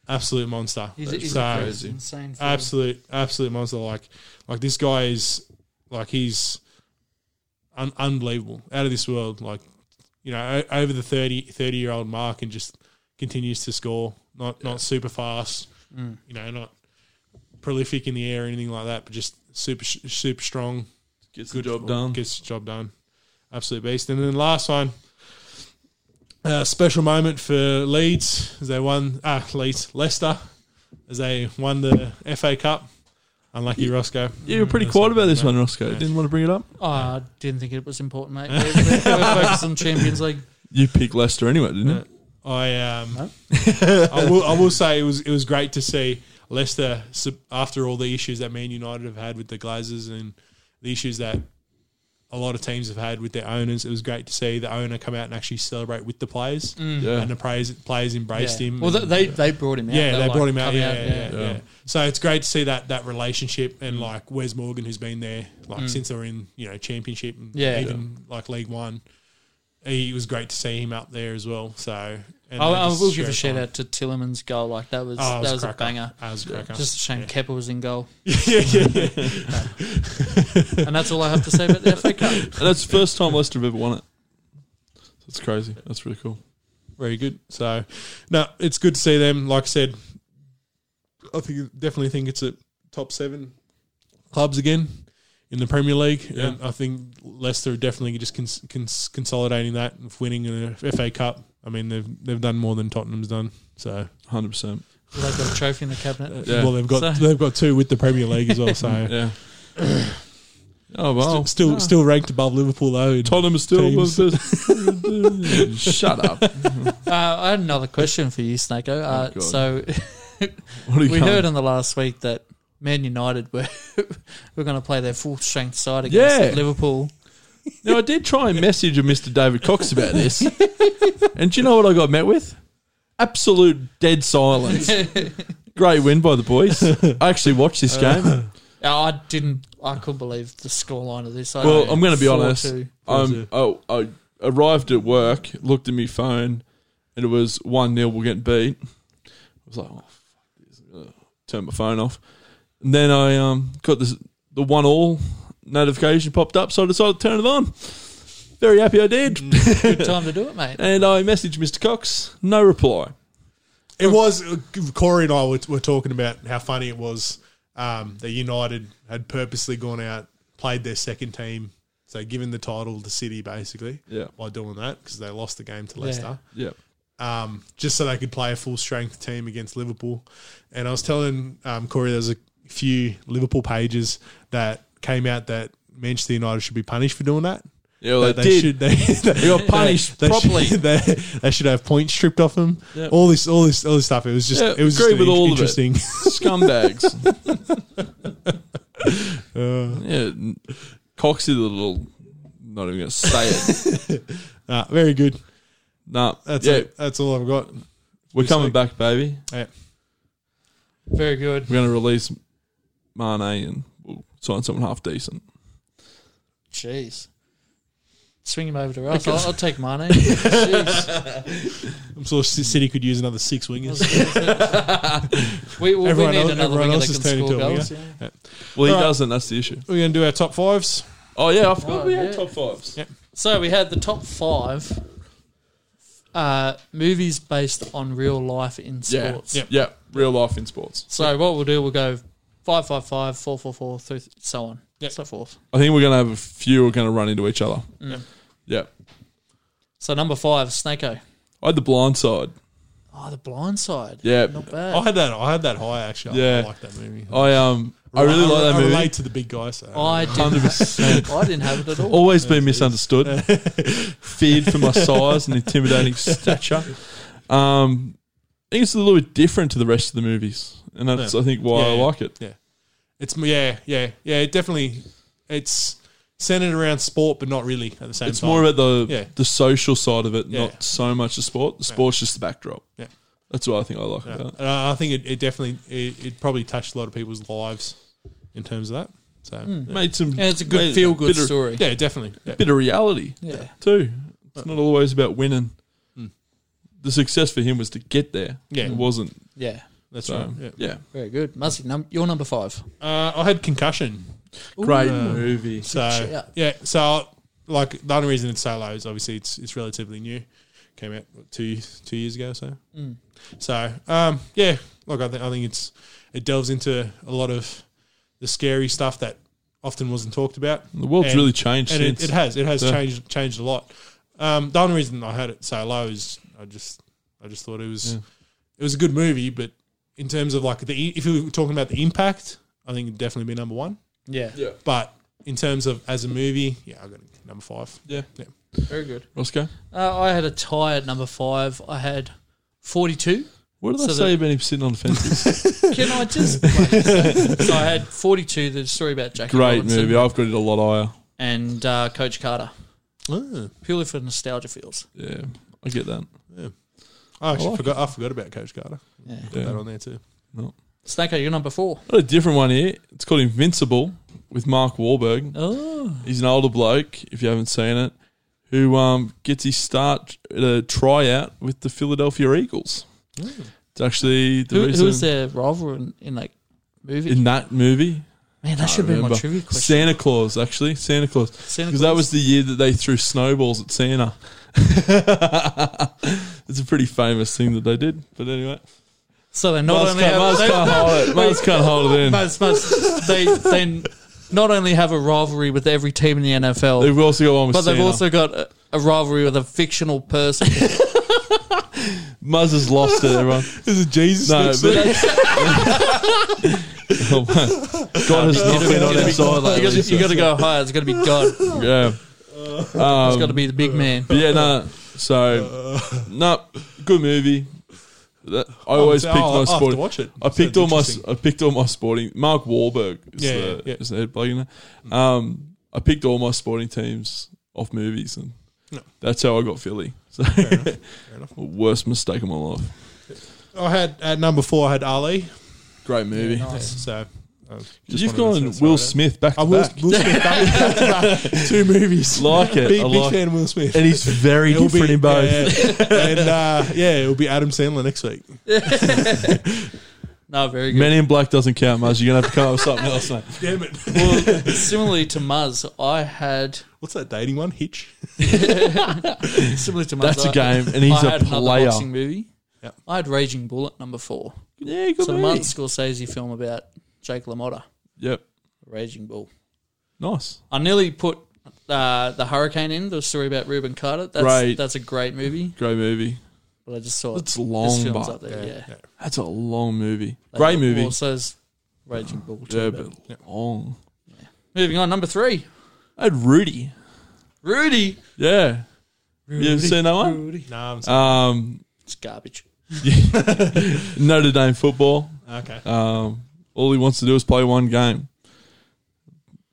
Speaker 3: Absolute monster.
Speaker 1: he's, he's
Speaker 3: So-
Speaker 1: crazy. insane for
Speaker 3: absolute absolute monster. Like like this guy is like he's un- unbelievable, out of this world. Like you know, o- over the 30, 30 year old mark, and just continues to score. Not not super fast.
Speaker 1: Hmm.
Speaker 3: You know, not prolific in the air or anything like that, but just super super strong.
Speaker 2: gets the job done.
Speaker 3: Gets the job done. Absolute beast. And then last one. Uh, special moment for Leeds as they won. Ah, Leeds, Leicester as they won the FA Cup. Unlucky Roscoe.
Speaker 2: You were pretty
Speaker 3: That's
Speaker 2: quiet
Speaker 3: not
Speaker 2: about
Speaker 3: bad,
Speaker 2: this
Speaker 3: mate.
Speaker 2: one, Roscoe. Didn't want to bring it up.
Speaker 1: oh, I didn't think it was important
Speaker 3: <laughs>
Speaker 1: mate we're, we're focused on Champions League
Speaker 2: You picked Leicester anyway, didn't you?
Speaker 3: I um,
Speaker 1: No.
Speaker 3: <laughs> I will I will say it was it was great to see Leicester sup- after all the issues that Man United have had with the Glazers and the issues that a lot of teams have had with their owners. It was great to see the owner come out and actually celebrate with the players.
Speaker 2: Mm. Yeah.
Speaker 3: and the players, players embraced
Speaker 1: Yeah.
Speaker 3: him.
Speaker 1: well
Speaker 3: and-
Speaker 1: they they brought him out
Speaker 3: yeah,
Speaker 1: They're
Speaker 3: they
Speaker 1: like
Speaker 3: brought him out.
Speaker 1: coming
Speaker 3: Yeah, yeah, yeah,
Speaker 2: yeah.
Speaker 3: yeah. So it's great to see that that relationship and like Wes Morgan, who's been there like since they were in you know championship and
Speaker 1: Mm. Yeah.
Speaker 3: even like League One. He it was great to see him up there as well. So and
Speaker 1: I,
Speaker 3: they
Speaker 1: I
Speaker 3: just
Speaker 1: will give a
Speaker 3: showed
Speaker 1: shout
Speaker 3: on.
Speaker 1: out to Tillerman's goal like that was
Speaker 3: Oh, it
Speaker 1: that was a
Speaker 3: cracker.
Speaker 1: banger
Speaker 3: That was a cracker.
Speaker 1: just a shame Kepa was in goal
Speaker 3: <laughs> yeah, yeah, yeah.
Speaker 1: and that's all I have to say about the FA
Speaker 3: <laughs>
Speaker 1: Cup
Speaker 2: <laughs> And that's the first time Leicester have ever won it. That's crazy. That's really cool.
Speaker 3: Very good. So, no, it's good to see them. Like I said, I think definitely think it's a top seven clubs again in the Premier League,
Speaker 2: Yeah.
Speaker 3: and I think Leicester are definitely just cons- cons- consolidating that and winning a FA Cup. I mean, they've they've done more than Tottenham's done. So,
Speaker 2: 100%.
Speaker 1: they've got a trophy in the cabinet
Speaker 3: uh,
Speaker 2: Yeah.
Speaker 3: well, they've got
Speaker 1: So-
Speaker 3: they've got two with the Premier League as well. So,
Speaker 2: <laughs> Yeah.
Speaker 3: <clears throat>
Speaker 2: oh, well.
Speaker 3: still still, still ranked above Liverpool though. in-
Speaker 2: Tottenham is still.
Speaker 3: Teams. <laughs>
Speaker 2: Shut up.
Speaker 1: uh, I had another question for you Snako uh,
Speaker 2: Oh, God.
Speaker 3: <laughs>
Speaker 1: so
Speaker 2: What are you
Speaker 1: we
Speaker 2: going-
Speaker 1: heard in the last week that Man United were <laughs> were going to play their full strength side against
Speaker 2: Yeah.
Speaker 1: Liverpool.
Speaker 2: Now, I did try and message a Mr. David Cox about this. and do you know what I got met with? Absolute dead silence. Great win by the boys. I actually watched this game.
Speaker 1: I didn't. I couldn't believe the scoreline of this. I
Speaker 2: Well,
Speaker 1: know,
Speaker 2: I'm going to be
Speaker 1: 4-2.
Speaker 2: honest. Um, I, I arrived at work, looked at my phone, and it was 1 0, we're getting beat. I was like, oh, fuck this. Uh, Turned my phone off. And then I um, got this, the 1 all notification popped up, so I decided to turn it on. Very happy I did.
Speaker 1: <laughs>
Speaker 3: <laughs>
Speaker 1: Good time to do it, mate.
Speaker 2: and I messaged Mr. Cox, no reply.
Speaker 3: It was Corey and I were, were talking about how funny it was um, that United had purposely gone out, played their second team, so given the title to City basically
Speaker 2: Yeah.
Speaker 3: by doing that because they lost the game to Leicester,
Speaker 2: Yeah.
Speaker 3: um, just so they could play a full strength team against Liverpool. And I was telling um, Corey there's a few Liverpool pages that came out that Manchester United should be punished for doing that.
Speaker 2: Yeah, well,
Speaker 3: That
Speaker 2: they, did.
Speaker 3: Should, they, <laughs> they
Speaker 2: got punished
Speaker 3: they
Speaker 2: properly.
Speaker 3: Should, <laughs> they, they should have points stripped off them.
Speaker 2: Yeah.
Speaker 3: All this, all this, all this stuff. It was just,
Speaker 2: Yeah,
Speaker 3: it was
Speaker 2: agree
Speaker 3: just
Speaker 2: with
Speaker 3: an
Speaker 2: all of it. <laughs>
Speaker 3: interesting. <laughs>
Speaker 2: Scumbags.
Speaker 3: Uh,
Speaker 2: yeah. n- Coxy the little. Not even going to say it.
Speaker 3: nah, very good.
Speaker 2: <laughs> nah.
Speaker 3: That's
Speaker 2: yeah,
Speaker 3: it. That's all I've got.
Speaker 2: We're
Speaker 3: This
Speaker 2: coming
Speaker 3: week.
Speaker 2: back, baby.
Speaker 3: Yeah.
Speaker 1: Very good.
Speaker 2: We're going to release Mane and we'll sign someone half decent.
Speaker 1: Jeez. Swing him over to us. I'll, I'll take Mane.
Speaker 3: <laughs>
Speaker 1: Jeez.
Speaker 3: I'm sure C- City could use another six wingers.
Speaker 1: We, we, we
Speaker 3: Everyone
Speaker 1: need
Speaker 3: else-
Speaker 1: another
Speaker 3: everyone
Speaker 1: winger that
Speaker 3: else
Speaker 1: can
Speaker 3: is turning
Speaker 1: score
Speaker 3: to a
Speaker 1: goals. Yeah.
Speaker 2: Well, he
Speaker 3: All right.
Speaker 2: doesn't. That's the issue.
Speaker 3: We're going to do our top fives.
Speaker 2: Oh, yeah. I forgot
Speaker 1: Oh,
Speaker 2: we had
Speaker 1: yeah.
Speaker 2: top fives.
Speaker 3: Yeah.
Speaker 1: So we had the top five uh, movies based on real life in
Speaker 2: Yeah.
Speaker 1: sports.
Speaker 3: Yep.
Speaker 2: Yeah. Real life in sports.
Speaker 1: So what we'll do, we'll go five, five, five, four, four, four, three, so on,
Speaker 3: Yep.
Speaker 1: so forth.
Speaker 2: I think we're going to have a few are going to run into each other.
Speaker 1: Mm.
Speaker 2: Yeah.
Speaker 1: So number five, Snako.
Speaker 2: I had the blind side.
Speaker 1: Oh, The Blind Side.
Speaker 2: Yeah.
Speaker 1: not bad.
Speaker 3: I had that. I had that high actually. I-
Speaker 2: Yeah.
Speaker 3: I like that movie.
Speaker 2: I um I really like that
Speaker 3: I
Speaker 2: movie.
Speaker 3: relate to the big guy. So
Speaker 1: I didn't. Ha- <laughs> I didn't have it at all.
Speaker 2: Always been misunderstood, feared for my size <laughs> and intimidating stature. Um, I think it's a little bit different to the rest of the movies, and that's I think why I
Speaker 3: Yeah.
Speaker 2: like it.
Speaker 3: It's yeah, yeah, yeah. It definitely, it's centered around sport, but not really at the same
Speaker 2: It's
Speaker 3: time.
Speaker 2: more about the
Speaker 3: Yeah.
Speaker 2: the social side of it,
Speaker 3: Yeah.
Speaker 2: not so much the sport. The sport's just the backdrop.
Speaker 3: Yeah.
Speaker 2: That's what I think I like about it.
Speaker 3: And I I think it, it definitely it, it probably touched a lot of people's lives in terms of that. So yeah.
Speaker 2: Made some
Speaker 1: And it's a
Speaker 2: made
Speaker 1: good
Speaker 2: a
Speaker 1: feel good
Speaker 2: bit of-
Speaker 1: story.
Speaker 3: yeah, definitely. Yeah.
Speaker 2: bit of reality
Speaker 1: Yeah. Hmm.
Speaker 2: too. It's not always about winning.
Speaker 3: Mm.
Speaker 2: The success for him was to get there.
Speaker 3: Yeah.
Speaker 2: It wasn't.
Speaker 1: yeah,
Speaker 3: That's
Speaker 2: So
Speaker 3: right. Yeah.
Speaker 2: yeah.
Speaker 1: very good. Musty, num- you're number five.
Speaker 3: Uh, I had concussion.
Speaker 2: Great
Speaker 3: Yeah.
Speaker 2: movie.
Speaker 1: Good
Speaker 3: So
Speaker 1: shout.
Speaker 3: yeah, so like the only reason it's so low is obviously it's it's relatively new. Came out what, two two years ago, or so
Speaker 1: Mm.
Speaker 3: so um, yeah. Look, I, th- I think it's it delves into a lot of the scary stuff that often wasn't talked about.
Speaker 2: The world's
Speaker 3: And-
Speaker 2: really changed
Speaker 3: and
Speaker 2: since.
Speaker 3: it, it has it has
Speaker 2: Yeah.
Speaker 3: changed changed a lot. Um, the only reason I had it so low is I just I just thought it was
Speaker 2: Yeah.
Speaker 3: it was a good movie, but in terms of like the if you were talking about the impact, I think it'd definitely be number one.
Speaker 1: Yeah,
Speaker 2: yeah.
Speaker 3: But in terms of as a movie, yeah, I got it number five.
Speaker 2: Yeah.
Speaker 1: very good.
Speaker 2: Roscoe?
Speaker 1: Uh, I had a tie at number five. I had forty-two.
Speaker 2: What did I
Speaker 1: So
Speaker 2: say about him sitting on the
Speaker 1: <laughs>
Speaker 2: fence?
Speaker 1: Can I just? so I had forty-two. The story about Jackie
Speaker 2: Great
Speaker 1: Robinson
Speaker 2: movie. I've got it a lot higher.
Speaker 1: and uh, Coach Carter,
Speaker 2: Ah,
Speaker 3: Oh,
Speaker 1: purely for nostalgia feels.
Speaker 2: Yeah, I get that.
Speaker 3: I actually
Speaker 2: like
Speaker 3: forgot I forgot about Coach Carter.
Speaker 1: Yeah.
Speaker 3: Put
Speaker 2: Yeah.
Speaker 3: that on there too.
Speaker 1: Snako, you're number four.
Speaker 2: Got a different one here. It's called Invincible with Mark Wahlberg.
Speaker 1: Oh,
Speaker 2: He's an older bloke, if you haven't seen it, who um, gets his start at a tryout with the Philadelphia Eagles. It's actually the
Speaker 1: who,
Speaker 2: reason
Speaker 1: who was their rival in, in that movie?
Speaker 2: in that movie.
Speaker 1: Man, that should have been my
Speaker 2: remember.
Speaker 1: trivia question.
Speaker 2: Santa Claus, actually. Santa Claus.
Speaker 1: Santa
Speaker 2: Because that
Speaker 1: Claus.
Speaker 2: was the year that they threw snowballs at Santa. <laughs> it's a pretty famous thing that they did. But anyway.
Speaker 1: so they not
Speaker 2: Mars
Speaker 1: only
Speaker 2: can't,
Speaker 1: have
Speaker 2: Mars
Speaker 1: they,
Speaker 2: can't hold
Speaker 1: <laughs>
Speaker 2: it. Mars can't hold it in.
Speaker 1: Muzz, Muzz, they they not only have a rivalry with every team in the NFL,
Speaker 2: They've also got one with
Speaker 1: but they've
Speaker 2: Santa.
Speaker 1: also got a, a rivalry with a fictional person.
Speaker 2: Muzz has lost it, everyone.
Speaker 3: <laughs> Is it Jesus?
Speaker 2: No, but that's, <laughs> Oh, man. God has not been on our side lately.
Speaker 1: you got to go higher. It's got to be God. It's
Speaker 2: Yeah. Um,
Speaker 1: got to be the big man.
Speaker 2: but yeah, no.
Speaker 1: <laughs>
Speaker 2: So, no, good movie. That,
Speaker 3: Oh,
Speaker 2: I
Speaker 3: Um,
Speaker 2: always picked my
Speaker 3: I have to
Speaker 2: sporting.
Speaker 3: watch it.
Speaker 2: I picked
Speaker 3: Sounds
Speaker 2: all my
Speaker 3: interesting.
Speaker 2: I picked all my sporting. Mark Wahlberg is,
Speaker 3: Yeah,
Speaker 2: the,
Speaker 3: yeah, Mm. yeah.
Speaker 2: is the head bloke in there. Um, I picked all my sporting teams off movies, and
Speaker 3: No.
Speaker 2: that's how I got Philly. So, <laughs>
Speaker 3: enough.
Speaker 2: worst mistake of my life.
Speaker 3: I had at number four. I had Ali.
Speaker 2: Great movie.
Speaker 1: nice.
Speaker 3: So Uh, just
Speaker 2: You've
Speaker 3: wanted to
Speaker 2: gone
Speaker 3: say
Speaker 2: Will
Speaker 3: that.
Speaker 2: Smith back
Speaker 3: I
Speaker 2: to
Speaker 3: will,
Speaker 2: back.
Speaker 3: Will Smith back, back, back, <laughs> two
Speaker 2: <laughs>
Speaker 3: movies.
Speaker 2: Like it.
Speaker 3: big
Speaker 2: <laughs> I
Speaker 3: big
Speaker 2: like it.
Speaker 3: fan of Will Smith.
Speaker 2: And he's very
Speaker 3: It'll
Speaker 2: different
Speaker 3: be-
Speaker 2: in both.
Speaker 3: yeah, <laughs> and uh, yeah, it'll be Adam Sandler next week.
Speaker 1: No, very good.
Speaker 2: Men in Black doesn't count, Maz. You're gonna have to come up with <laughs> something else, mate.
Speaker 3: Damn it!
Speaker 1: well, similarly to Muzz, I had
Speaker 3: What's that dating one? Hitch.
Speaker 1: similar to Muzz.
Speaker 2: That's a
Speaker 1: I-
Speaker 2: game, and he's
Speaker 1: I
Speaker 2: a
Speaker 1: had another
Speaker 2: player.
Speaker 1: boxing movie.
Speaker 3: Yep.
Speaker 1: I had Raging Bullet number four.
Speaker 2: Yeah, good
Speaker 1: so the
Speaker 2: movie.
Speaker 1: Martin Scorsese film about Jake LaMotta,
Speaker 2: Yep,
Speaker 1: Raging Bull.
Speaker 2: nice.
Speaker 1: I nearly put uh, the Hurricane in the story about Reuben Carter. That's
Speaker 2: Right.
Speaker 1: that's a great movie,
Speaker 2: Great movie.
Speaker 1: but I just saw
Speaker 2: It's
Speaker 1: this
Speaker 2: long,
Speaker 1: film's up
Speaker 2: but
Speaker 1: there. Yeah,
Speaker 2: that's a long movie. Great movie.
Speaker 1: Also, is Raging Bull. Too,
Speaker 2: Yeah,
Speaker 1: but-
Speaker 2: but long.
Speaker 1: moving on, number three,
Speaker 2: I had Rudy.
Speaker 1: Rudy.
Speaker 2: Yeah. You ever seen that one?
Speaker 1: Rudy,
Speaker 3: Nah, I'm sorry.
Speaker 2: Um,
Speaker 1: it's garbage.
Speaker 2: Notre Dame football.
Speaker 3: okay.
Speaker 2: Um, all he wants to do is play one game.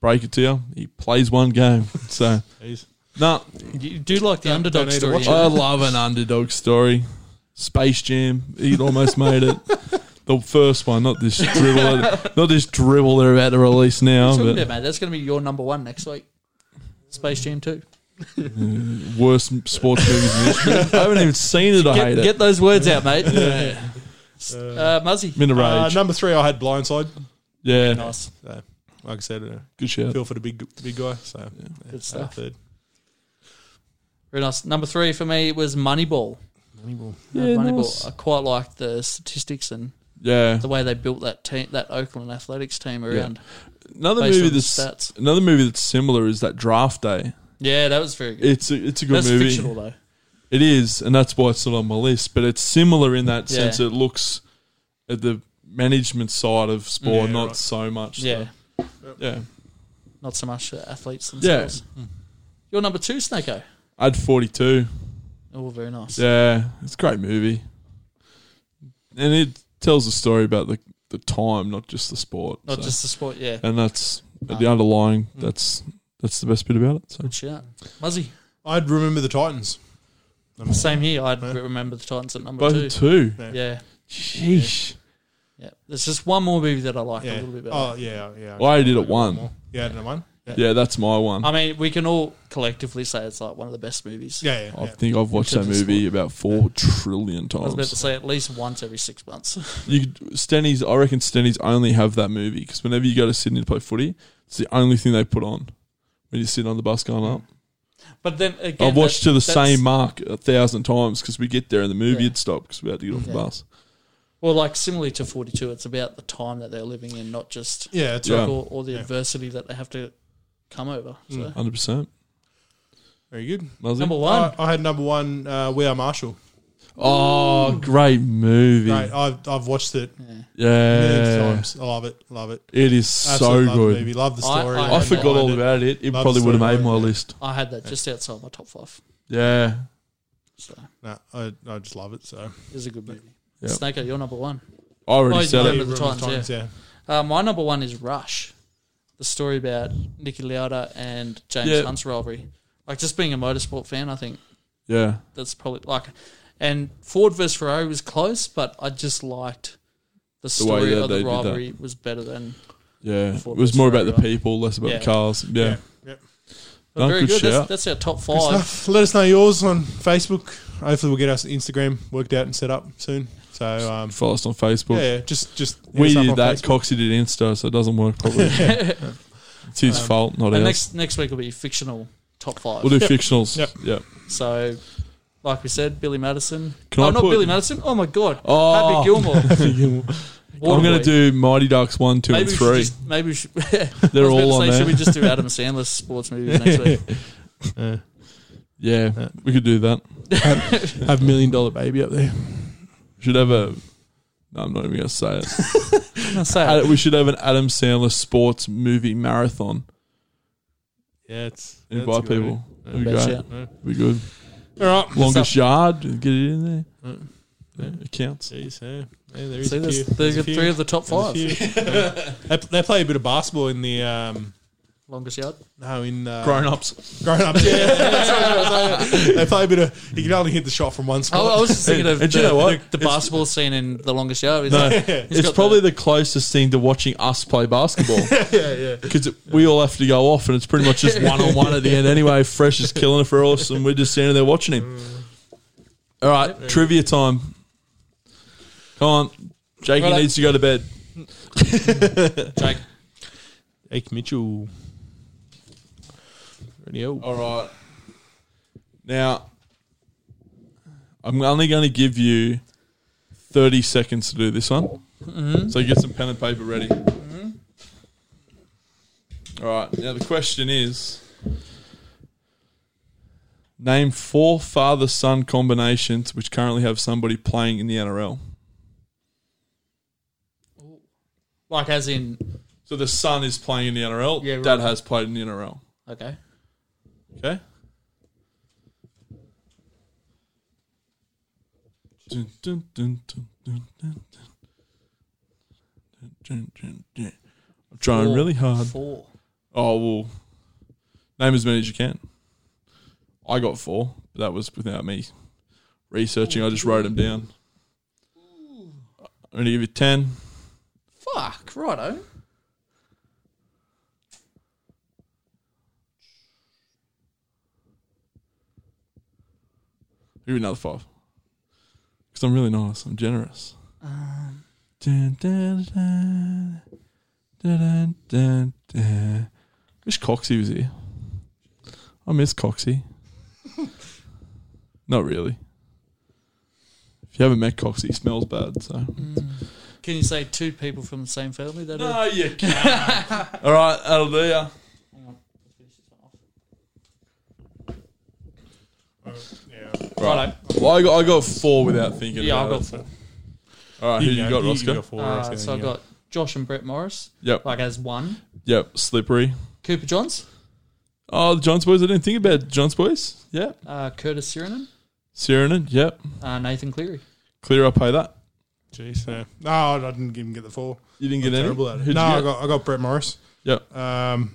Speaker 2: Break it to you. He plays one game. <laughs> So,
Speaker 3: Jeez.
Speaker 2: no,
Speaker 1: You do like the
Speaker 3: Don't- don't
Speaker 1: underdog
Speaker 3: need to
Speaker 1: story?
Speaker 3: watch
Speaker 1: yeah.
Speaker 2: I love an underdog story. Space Jam. He'd almost made it. The first one, not this dribble. not this dribble they're about to release now.
Speaker 1: Talking
Speaker 2: Oh, But
Speaker 1: about, mate, that's going to be your number one next week. Space Jam Two.
Speaker 2: worst sports movies in history. I haven't even seen it. I
Speaker 1: Get,
Speaker 2: hate it.
Speaker 1: get those words out,
Speaker 2: <laughs>
Speaker 1: mate. Uh, Muzzy.
Speaker 2: I'm in a
Speaker 3: Uh,
Speaker 2: rage.
Speaker 3: number three, I had Blindside.
Speaker 2: yeah,
Speaker 1: Nice.
Speaker 3: So, like I said, uh,
Speaker 2: good shout.
Speaker 3: feel for the big big guy. So yeah,
Speaker 1: Good
Speaker 3: uh,
Speaker 1: stuff.
Speaker 3: third.
Speaker 1: Very nice. Number three for me was Moneyball. Uh,
Speaker 2: Yeah,
Speaker 1: Moneyball.
Speaker 2: nice.
Speaker 1: I quite liked the statistics and
Speaker 2: Yeah,
Speaker 1: the way they built that team, that Oakland Athletics team around.
Speaker 2: another
Speaker 1: based
Speaker 2: movie
Speaker 1: on the
Speaker 2: that's
Speaker 1: stats.
Speaker 2: another movie that's similar is that Draft Day.
Speaker 1: Yeah, that was very good.
Speaker 2: It's a, it's a good
Speaker 1: That's
Speaker 2: movie.
Speaker 1: fictional though.
Speaker 2: It is, and that's why it's not on my list. But it's similar in that
Speaker 1: Yeah.
Speaker 2: sense. It looks at the management side of sport,
Speaker 3: Yeah,
Speaker 2: not
Speaker 3: right.
Speaker 2: so much.
Speaker 1: Yeah,
Speaker 2: the- yeah.
Speaker 1: not so much the athletes
Speaker 2: Yeah. Mm.
Speaker 1: themselves. You're number two, Snako.
Speaker 2: I had forty two.
Speaker 1: Oh, very nice.
Speaker 2: Yeah, it's a great movie, and it tells a story about the the time, not just the sport.
Speaker 1: Not
Speaker 2: so.
Speaker 1: just the sport. Yeah.
Speaker 2: and that's the
Speaker 1: Nah. Hmm.
Speaker 2: underlying. That's that's the best bit about it. So
Speaker 1: Good shout. Muzzy.
Speaker 3: I'd remember the Titans. Number
Speaker 1: Same here. I'd
Speaker 3: Yeah.
Speaker 1: remember the Titans at number
Speaker 2: both
Speaker 1: two.
Speaker 2: two. two.
Speaker 3: Yeah.
Speaker 1: Yeah.
Speaker 2: Sheesh.
Speaker 1: Yeah. There's just one more movie that I like a
Speaker 3: Yeah.
Speaker 1: little bit better.
Speaker 3: Oh yeah, yeah.
Speaker 2: Well, I did it
Speaker 3: got
Speaker 2: one.
Speaker 3: more. Yeah, I did it one. Yeah,
Speaker 2: Yeah, that's my
Speaker 3: um,
Speaker 2: one.
Speaker 1: I mean, we can all collectively say it's like one of the best movies.
Speaker 3: yeah, yeah.
Speaker 2: I
Speaker 3: yeah.
Speaker 2: think I've watched
Speaker 1: In
Speaker 2: that
Speaker 1: terms of
Speaker 2: movie about four trillion
Speaker 1: I was about to
Speaker 2: times.
Speaker 1: say at least once every six months. <laughs>
Speaker 2: You could, Stenny's, I reckon Stenny's only have that movie because whenever you go to Sydney to play footy, it's the only thing they put on when you're sitting on the bus going up.
Speaker 1: But then again,
Speaker 2: I've watched
Speaker 1: that-
Speaker 2: to the
Speaker 1: that's-
Speaker 2: same mark a thousand times because we get there and the movie
Speaker 1: Yeah.
Speaker 2: would stop because we had to get off the
Speaker 1: Yeah.
Speaker 2: bus.
Speaker 1: Well, like similarly to 42, it's about the time that they're living in, not just
Speaker 3: Yeah, it's
Speaker 2: Yeah.
Speaker 3: right.
Speaker 1: all, all the
Speaker 3: Yeah.
Speaker 1: adversity that they have to come over. So,
Speaker 3: Mm.
Speaker 2: Hundred percent.
Speaker 3: Very good.
Speaker 1: number one.
Speaker 3: I, I had number one. Uh, we are Marshall.
Speaker 2: Oh, great movie.
Speaker 3: Great. I've I've watched it
Speaker 1: yeah.
Speaker 2: Yeah,
Speaker 3: many times. I love it. Love it.
Speaker 2: it is
Speaker 3: Absolutely
Speaker 2: so
Speaker 3: love
Speaker 2: good.
Speaker 3: The movie. Love the
Speaker 1: I-
Speaker 3: story.
Speaker 1: I
Speaker 2: I
Speaker 1: Yeah,
Speaker 2: forgot
Speaker 1: no,
Speaker 2: all about it. It
Speaker 3: Love
Speaker 2: probably
Speaker 3: the
Speaker 2: would have made
Speaker 3: storyline,
Speaker 2: my
Speaker 3: yeah.
Speaker 2: list.
Speaker 1: I had that just outside my top five.
Speaker 2: Yeah.
Speaker 1: So
Speaker 3: No, I, I just love it. So
Speaker 1: it was a good movie.
Speaker 2: Yeah.
Speaker 1: Snaker, you're number one.
Speaker 2: I already
Speaker 1: Oh,
Speaker 2: said
Speaker 1: yeah.
Speaker 2: it.
Speaker 1: Remember the
Speaker 3: Remember
Speaker 1: Titans,
Speaker 3: yeah.
Speaker 1: Uh, my number one is Rush, the story about Nicky Lauda and James
Speaker 2: Yeah.
Speaker 1: Hunt's rivalry. Like just being a motorsport fan, I think
Speaker 2: Yeah.
Speaker 1: that's probably like. And Ford versus Ferrari was close, but I just liked the story
Speaker 2: that
Speaker 1: of
Speaker 2: they
Speaker 1: the
Speaker 2: did that.
Speaker 1: rivalry was better than.
Speaker 2: Yeah. It
Speaker 1: Before
Speaker 2: was
Speaker 1: Best
Speaker 2: more about the
Speaker 1: Driver.
Speaker 2: people, less about
Speaker 1: Yeah.
Speaker 2: the cars. Yeah.
Speaker 3: Yeah. Yep.
Speaker 1: But
Speaker 2: No,
Speaker 1: very
Speaker 2: good
Speaker 1: good. That's,
Speaker 2: shout.
Speaker 1: that's our top
Speaker 3: Good
Speaker 1: five.
Speaker 3: stuff. Let us know yours on Facebook. Hopefully, we'll get us Instagram worked out and set up soon. So um,
Speaker 2: Follow us on Facebook.
Speaker 3: yeah, yeah, just just hit
Speaker 2: We
Speaker 3: us up
Speaker 2: did
Speaker 3: on
Speaker 2: that.
Speaker 3: Facebook.
Speaker 2: Coxie did Insta, so it doesn't work probably.
Speaker 1: <laughs>
Speaker 2: it's his fault, not ours.
Speaker 1: And next next week will be fictional top 5
Speaker 2: we'll do
Speaker 3: Yep.
Speaker 2: fictionals.
Speaker 3: Yep.
Speaker 2: Yep.
Speaker 1: So, like we said, Billy Madison.
Speaker 2: Can
Speaker 1: oh,
Speaker 2: I
Speaker 1: not
Speaker 2: put-
Speaker 1: Billy Madison. Oh my God,
Speaker 2: Oh.
Speaker 1: Happy Gilmore.
Speaker 3: <laughs>
Speaker 2: I'm going to do Mighty Ducks 1, 2,
Speaker 1: maybe
Speaker 2: and
Speaker 1: we
Speaker 2: 3.
Speaker 1: Should just, maybe we should. <laughs>
Speaker 2: They're
Speaker 1: I was about
Speaker 2: all
Speaker 1: to
Speaker 2: on
Speaker 1: say,
Speaker 2: there.
Speaker 1: Should we just do Adam Sandler's sports movies next
Speaker 2: <laughs>
Speaker 1: week?
Speaker 2: yeah,
Speaker 3: Yeah.
Speaker 2: we could do that.
Speaker 3: Yeah. Have million dollar baby up there.
Speaker 2: should have a. No, I'm not even going to
Speaker 1: <laughs>
Speaker 2: say it.
Speaker 1: I'm gonna say it.
Speaker 2: Ad- we should have an Adam Sandler sports movie marathon.
Speaker 3: Yeah, it's eh?
Speaker 2: Invite people. That'd be
Speaker 1: Best
Speaker 2: great.
Speaker 1: yet.
Speaker 2: Be good.
Speaker 3: All right.
Speaker 2: Longest yard, get it in there.
Speaker 3: Mm.
Speaker 2: Yeah, it counts.
Speaker 3: Jeez, yeah. Yeah, there is
Speaker 1: See,
Speaker 3: a
Speaker 1: there's,
Speaker 3: few.
Speaker 1: there's
Speaker 3: There's a few.
Speaker 1: three of the top five.
Speaker 3: There's a few. they, they play a bit of basketball in the um,
Speaker 1: longest yard. <laughs>
Speaker 3: No, in uh,
Speaker 2: Grown ups.
Speaker 3: grown ups. Yeah, <laughs> that's what I was saying. they play a bit of. You can only hit the shot from one
Speaker 1: I,
Speaker 3: spot.
Speaker 1: I was just thinking of
Speaker 2: And
Speaker 1: the,
Speaker 2: you know what?
Speaker 1: the, the
Speaker 2: It's-
Speaker 1: basketball scene in the longest yard. Is
Speaker 2: No,
Speaker 3: <laughs>
Speaker 1: that-
Speaker 2: <laughs>
Speaker 1: He's
Speaker 2: it's
Speaker 1: got
Speaker 2: probably the, closest thing to watching us play basketball
Speaker 3: yeah,
Speaker 2: <laughs>
Speaker 3: yeah.
Speaker 2: because we all have to go off, and it's pretty much just one on one at the end. Anyway, Fresh is killing it for us, and we're just standing there watching him. All right, trivia time. Come on, Jakey
Speaker 1: Righto.
Speaker 2: needs to go to bed.
Speaker 1: Jake.
Speaker 3: Ake Mitchell. Oh,
Speaker 2: All right. Now, I'm only going to give you 30 seconds to do this one.
Speaker 1: Mm-hmm.
Speaker 2: So get some pen and paper ready. All right. Now, the question is Name four father son combinations which currently have somebody playing in the NRL.
Speaker 1: Like as in
Speaker 2: So the son is playing in the NRL,
Speaker 1: Yeah, right.
Speaker 2: dad has played in the NRL.
Speaker 1: okay.
Speaker 2: Okay. Dun, dun, dun, dun, dun, dun, dun. Dun, dun, dun, dun. I'm trying
Speaker 1: Four.
Speaker 2: really hard.
Speaker 1: Four.
Speaker 2: Oh well, name as many as you can. I got four, but that was without me researching. I just wrote them down. I'm gonna give you ten.
Speaker 1: Fuck, righto.
Speaker 2: Give you another five. Because I'm really nice. I'm generous.
Speaker 1: Um,
Speaker 2: Dun, dun, dun, dun, dun, dun, dun. Wish Coxie was here. I miss Coxie. Not really. If you haven't met Coxie, he smells bad. So
Speaker 1: mm. Can you say two people from the same family? That are,
Speaker 2: <laughs> you can't. All right, that'll do ya.
Speaker 1: righto.
Speaker 2: Well, I got I got four without thinking.
Speaker 1: Yeah, I've
Speaker 2: about
Speaker 1: got four.
Speaker 2: it. All right, Uh, who you got, Roscoe?
Speaker 3: four,
Speaker 1: Uh,
Speaker 3: Roscoe,
Speaker 1: so I've
Speaker 3: yeah.
Speaker 1: got Josh and Brett Morris,
Speaker 2: Yep,
Speaker 1: like as one.
Speaker 2: yep. Slippery.
Speaker 1: Cooper Johns,
Speaker 2: Oh, the Johns boys. I didn't think about Johns boys. Yeah.
Speaker 1: uh, Curtis Sirenen,
Speaker 2: Sirenin, yep.
Speaker 1: uh, Nathan
Speaker 2: <laughs>
Speaker 1: Cleary. <laughs>
Speaker 2: Clear up, pay that.
Speaker 3: Jeez, yeah. no, I didn't even get the four.
Speaker 2: You didn't
Speaker 3: I'm
Speaker 2: get any.
Speaker 3: terrible at it.
Speaker 2: Who'd
Speaker 3: No,
Speaker 2: you
Speaker 3: I
Speaker 2: get?
Speaker 3: got I got Brett Morris.
Speaker 2: Yep.
Speaker 3: Um,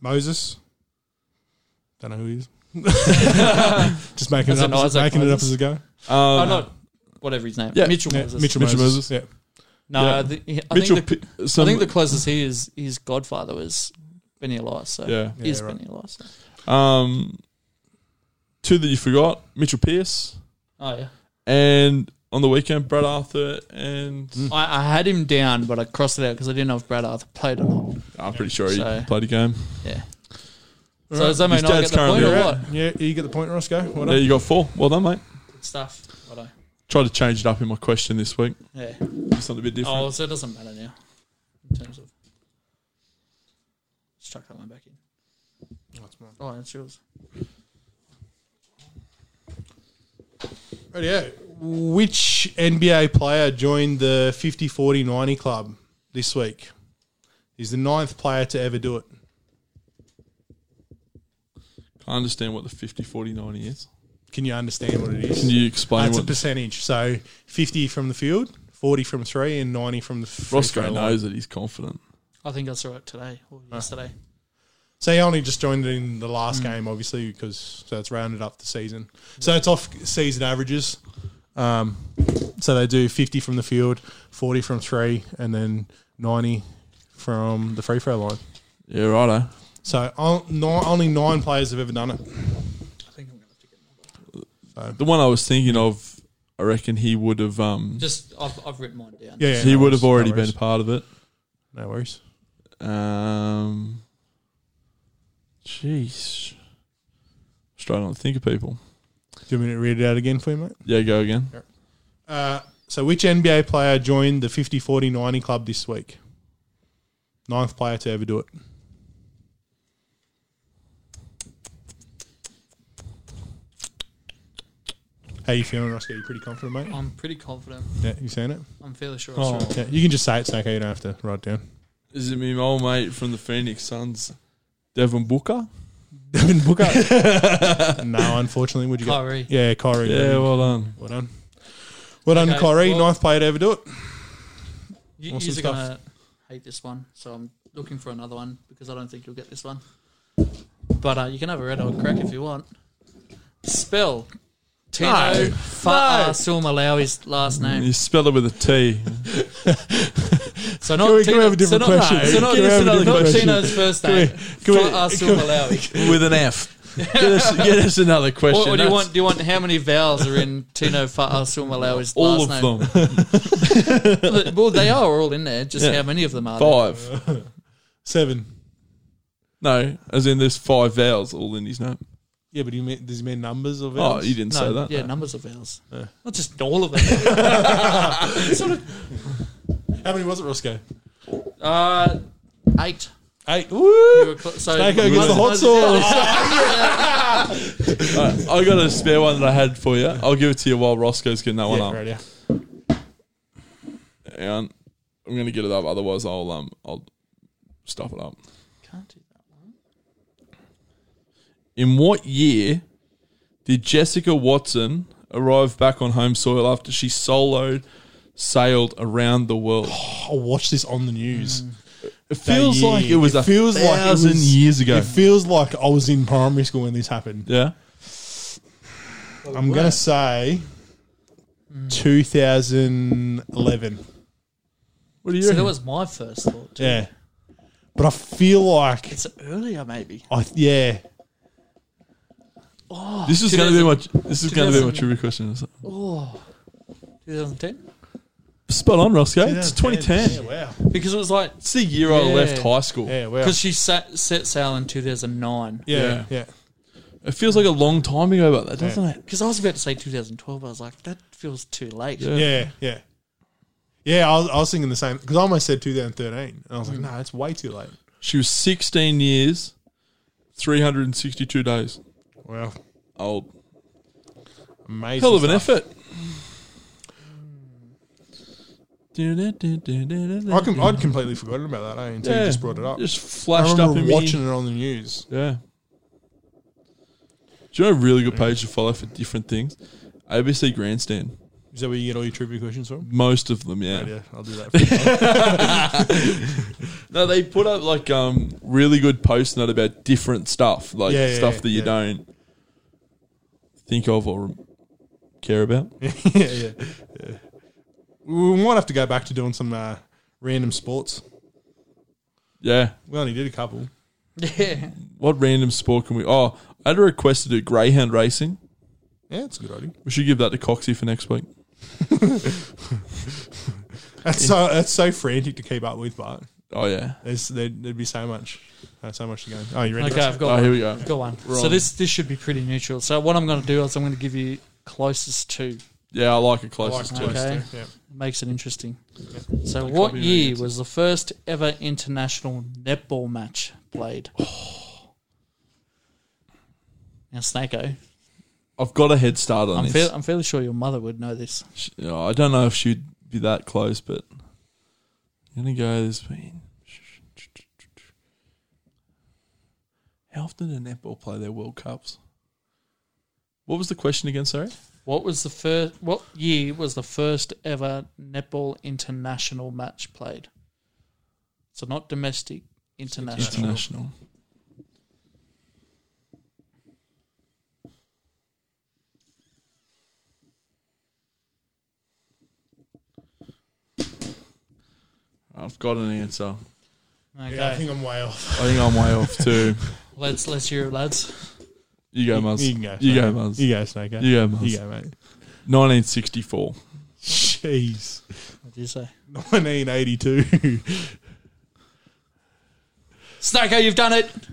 Speaker 3: Moses. Don't know who he is. Just making
Speaker 1: As
Speaker 3: it
Speaker 1: in
Speaker 3: up, as,
Speaker 1: Isaac
Speaker 3: making it up
Speaker 1: Moses?
Speaker 3: as a go.
Speaker 1: oh,
Speaker 2: Um,
Speaker 1: not whatever his name.
Speaker 2: Yeah.
Speaker 1: Mitchell
Speaker 3: Yeah,
Speaker 1: Moses.
Speaker 3: Mitchell,
Speaker 2: Mitchell
Speaker 3: Moses. Yeah.
Speaker 1: No,
Speaker 2: Yeah.
Speaker 1: the, I,
Speaker 2: Mitchell.
Speaker 1: think the,
Speaker 2: Pi-
Speaker 1: I
Speaker 2: some,
Speaker 1: think the closest he is his godfather was Benny Elias. So
Speaker 2: yeah.
Speaker 3: Yeah,
Speaker 1: is
Speaker 3: right.
Speaker 1: Benny Elias. so.
Speaker 2: Um, two that you forgot: Mitchell Pearce
Speaker 1: Oh yeah,
Speaker 2: and on the weekend Brad Arthur and
Speaker 1: I, I had him down, but I crossed it out because I didn't know if Brad Arthur played or not.
Speaker 2: I'm pretty sure he
Speaker 1: So-
Speaker 2: played a game.
Speaker 1: Yeah.
Speaker 3: All
Speaker 1: So
Speaker 3: right.
Speaker 1: does that mean
Speaker 2: His
Speaker 1: I
Speaker 2: dad's
Speaker 1: get the point
Speaker 2: currently
Speaker 1: or
Speaker 2: out.
Speaker 1: what?
Speaker 3: Yeah, you get the point, Roscoe. What
Speaker 2: There you got four. Well done, mate.
Speaker 1: Good stuff. Righto.
Speaker 2: Tried to change it up in my question this week.
Speaker 1: Yeah.
Speaker 2: Just something a bit different.
Speaker 1: Oh, so it doesn't matter now. In terms of. Let's chuck that one back in. Oh, that's yours.
Speaker 3: Right, yeah. Which NBA player joined the 50 40 90 club this week? He's the ninth player to ever do it.
Speaker 1: Oh.
Speaker 2: I understand what the 50, 40, 90 is.
Speaker 3: Can you understand what it
Speaker 2: Can
Speaker 3: is?
Speaker 2: you explain
Speaker 3: That's a
Speaker 2: what
Speaker 3: percentage. So 50 from the field, 40 from three, and 90 from the free
Speaker 2: Roscoe
Speaker 3: throw line.
Speaker 2: knows that he's confident.
Speaker 1: I think I saw it today or
Speaker 2: Ah.
Speaker 1: yesterday.
Speaker 3: So he only just joined in the last
Speaker 2: Hmm.
Speaker 3: game, obviously, because so it's rounded up the season. So it's off season averages. Um, so they do 50 from the field, 40 from three, and then 90 from the free throw line.
Speaker 2: Yeah, righto.
Speaker 3: So on- no- only nine players have ever done it.
Speaker 1: I think I'm going to have to get
Speaker 2: The one I was thinking of, I reckon he would have. Um,
Speaker 1: Just, I've, I've written mine down.
Speaker 3: Yeah, yeah
Speaker 2: he
Speaker 3: no
Speaker 2: would have
Speaker 3: worries, no
Speaker 2: already been
Speaker 3: worries.
Speaker 2: a part of it.
Speaker 3: No worries.
Speaker 2: Um, jeez, straight on to think of people.
Speaker 3: Do you want me to read it out again for you, mate?
Speaker 2: Yeah, go again.
Speaker 3: Uh, so which NBA player joined the 50 40 90 club this week? Ninth player to ever do it. How you feeling, Roscoe? You pretty confident, mate?
Speaker 1: I'm pretty confident.
Speaker 3: Yeah, you seen it?
Speaker 1: I'm fairly sure.
Speaker 2: Oh.
Speaker 1: I saw it.
Speaker 3: Yeah, you can just say it's okay. You don't have to write it down. <laughs>
Speaker 2: Is it me, my old mate from the Phoenix Suns, Devin Booker?
Speaker 3: Devin Booker. no, unfortunately, would you get?
Speaker 1: Kyrie.
Speaker 3: Yeah, Kyrie.
Speaker 2: Yeah, well done.
Speaker 3: well done. Well done,
Speaker 1: Okay,
Speaker 3: Kyrie.
Speaker 1: well-
Speaker 3: ninth player to ever do it.
Speaker 1: You,
Speaker 3: Awesome
Speaker 1: you're
Speaker 3: stuff.
Speaker 1: going to hate this one, so I'm looking for another one because I don't think you'll get this one. But uh, you can have a red or a crack if you want. Spell Tino
Speaker 2: No.
Speaker 1: Fa'a Sulmalaui's last name.
Speaker 2: You spell it with a T.
Speaker 1: So not
Speaker 3: Mm. Can
Speaker 1: Tino,
Speaker 3: we- can we have a different
Speaker 1: so not,
Speaker 3: question?
Speaker 1: So not,
Speaker 3: Can we have a
Speaker 1: so not
Speaker 3: different question?
Speaker 1: Tino's first
Speaker 3: we-
Speaker 1: name.
Speaker 3: can we-
Speaker 1: Fa'a
Speaker 3: <laughs>
Speaker 1: Sulmalaui.
Speaker 2: <laughs> with an F. Get us, get us another question.
Speaker 1: Or, or do you
Speaker 2: That's
Speaker 1: want? Do you want how many vowels are in Tino Fa'a Sulmalaui's last
Speaker 2: all of
Speaker 1: name?
Speaker 2: them?
Speaker 1: Well, Well, they are all in there. Just
Speaker 2: Yeah.
Speaker 1: how many of them are there?
Speaker 2: Five.
Speaker 3: Seven.
Speaker 2: No, as in there's five vowels all in his name.
Speaker 3: Yeah, but do you mean, does he mean numbers of
Speaker 2: Oh,
Speaker 3: vowels?
Speaker 2: you didn't say
Speaker 1: No,
Speaker 2: that.
Speaker 1: yeah, numbers of vowels, not just all of them. <laughs> sort of
Speaker 3: How many was it, Roscoe?
Speaker 1: Uh, eight.
Speaker 3: Eight. Woo!
Speaker 1: We were clo- so
Speaker 3: Snake Oak gets the hot
Speaker 1: Moses-
Speaker 3: sauce.
Speaker 2: Alright, I got a spare one that I had for you. I'll give it to you while Roscoe's getting that one
Speaker 3: Yeah,
Speaker 2: up.
Speaker 3: right, yeah.
Speaker 2: Hang on. I'm gonna get it up, otherwise I'll um I'll stuff it up.
Speaker 1: <laughs> Can't do that.
Speaker 2: In what year did Jessica Watson arrive back on home soil after she soloed sailed around the world?
Speaker 3: I watched this on the news.
Speaker 2: It Mm. feels
Speaker 3: That
Speaker 2: like
Speaker 3: year.
Speaker 2: it was a
Speaker 3: feels like it
Speaker 2: thousand
Speaker 3: was-
Speaker 2: years ago.
Speaker 3: It feels like I was in primary school when this happened.
Speaker 2: yeah.
Speaker 3: I'm going to say Mm. 2011.
Speaker 2: What do you
Speaker 1: So
Speaker 2: reckon?
Speaker 1: that was my first thought. Too.
Speaker 3: Yeah. But I feel like,
Speaker 1: It's earlier, maybe.
Speaker 3: I yeah.
Speaker 2: this is gonna be my this is gonna be my trivia question.
Speaker 1: 2010,
Speaker 2: Spot on, Roscoe. It's 2010.
Speaker 3: Yeah, wow.
Speaker 1: because it was like
Speaker 2: It's the year I
Speaker 1: Yeah.
Speaker 2: left high school.
Speaker 3: Yeah, wow.
Speaker 1: because she sat, set sail in 2009.
Speaker 3: yeah, yeah.
Speaker 2: It feels like a long time ago, but that doesn't it?
Speaker 1: Because I was about to say 2012, I was like, that feels too late.
Speaker 2: Yeah.
Speaker 3: Yeah, yeah. Yeah, I was, I was thinking the same because I almost said 2013. And I was like, no, nah, it's way too late.
Speaker 2: She was 16 years, 362 days
Speaker 3: Wow. Oh,
Speaker 2: old.
Speaker 3: Amazing.
Speaker 2: Hell of an
Speaker 3: stuff.
Speaker 2: effort.
Speaker 3: I com- I'd completely forgotten about that eh, until you just brought it up.
Speaker 2: Just
Speaker 3: I
Speaker 2: flashed up
Speaker 3: remember
Speaker 2: in
Speaker 3: watching
Speaker 2: me.
Speaker 3: it on the news.
Speaker 2: Yeah. Do you know a really good page to follow for different things? ABC Grandstand.
Speaker 3: Is that where you get all your trivia questions from?
Speaker 2: Most of them,
Speaker 3: <laughs>
Speaker 2: yeah.
Speaker 3: Yeah, I'll do that. For you.
Speaker 2: No, they put up like um really good posts not about different stuff, like
Speaker 3: Yeah, yeah,
Speaker 2: stuff
Speaker 3: yeah,
Speaker 2: that you
Speaker 3: yeah.
Speaker 2: don't think of or care about.
Speaker 3: yeah, yeah, yeah. We might have to go back to doing some uh, random sports.
Speaker 2: Yeah.
Speaker 3: We only did a couple.
Speaker 1: <laughs> Yeah.
Speaker 2: What random sport can we? Oh, I had a request to do greyhound racing.
Speaker 3: Yeah, it's a good idea.
Speaker 2: We should give that to Coxie for next week.
Speaker 3: That's so that's so frantic to keep up with, but
Speaker 2: Oh yeah.
Speaker 3: there's, there'd, there'd be so much, uh, so much to go. Oh, you ready?
Speaker 1: Okay, I've got
Speaker 2: Oh,
Speaker 1: one.
Speaker 2: here we go.
Speaker 1: I've got one.
Speaker 2: We're
Speaker 1: So
Speaker 2: on.
Speaker 1: this this should be pretty neutral. So what I'm going to do is I'm going to give you closest to.
Speaker 2: Yeah, I like it
Speaker 3: Like
Speaker 2: closest
Speaker 1: Okay.
Speaker 2: to.
Speaker 3: close to- yeah.
Speaker 1: Makes it interesting. So what
Speaker 2: copy my
Speaker 1: year
Speaker 2: answer.
Speaker 1: was the first ever international netball match played? Oh. Now, Snako,
Speaker 2: I've got a head start on
Speaker 1: I'm,
Speaker 2: this.
Speaker 1: fair, I'm fairly sure your mother would know this.
Speaker 2: She- oh, I don't know if she'd be that close, but I'm gonna go this way. How often do netball play their World Cups? What was the question again? Sorry.
Speaker 1: What was the first? What year was the first ever netball international match played? So not domestic, international.
Speaker 2: International. I've got an answer.
Speaker 1: Okay,
Speaker 3: Yeah, I think I'm way off.
Speaker 2: I think I'm way off too.
Speaker 1: let's let's hear it, lads.
Speaker 2: You go, Muzz.
Speaker 3: You can go.
Speaker 2: You go,
Speaker 3: Snake.
Speaker 2: Muzz.
Speaker 3: You go, Snake.
Speaker 2: You go, Muzz.
Speaker 3: You go, mate.
Speaker 2: 1964.
Speaker 3: Jeez. <laughs>
Speaker 1: What do you say,
Speaker 3: 1982.
Speaker 1: Snako? You've done it. It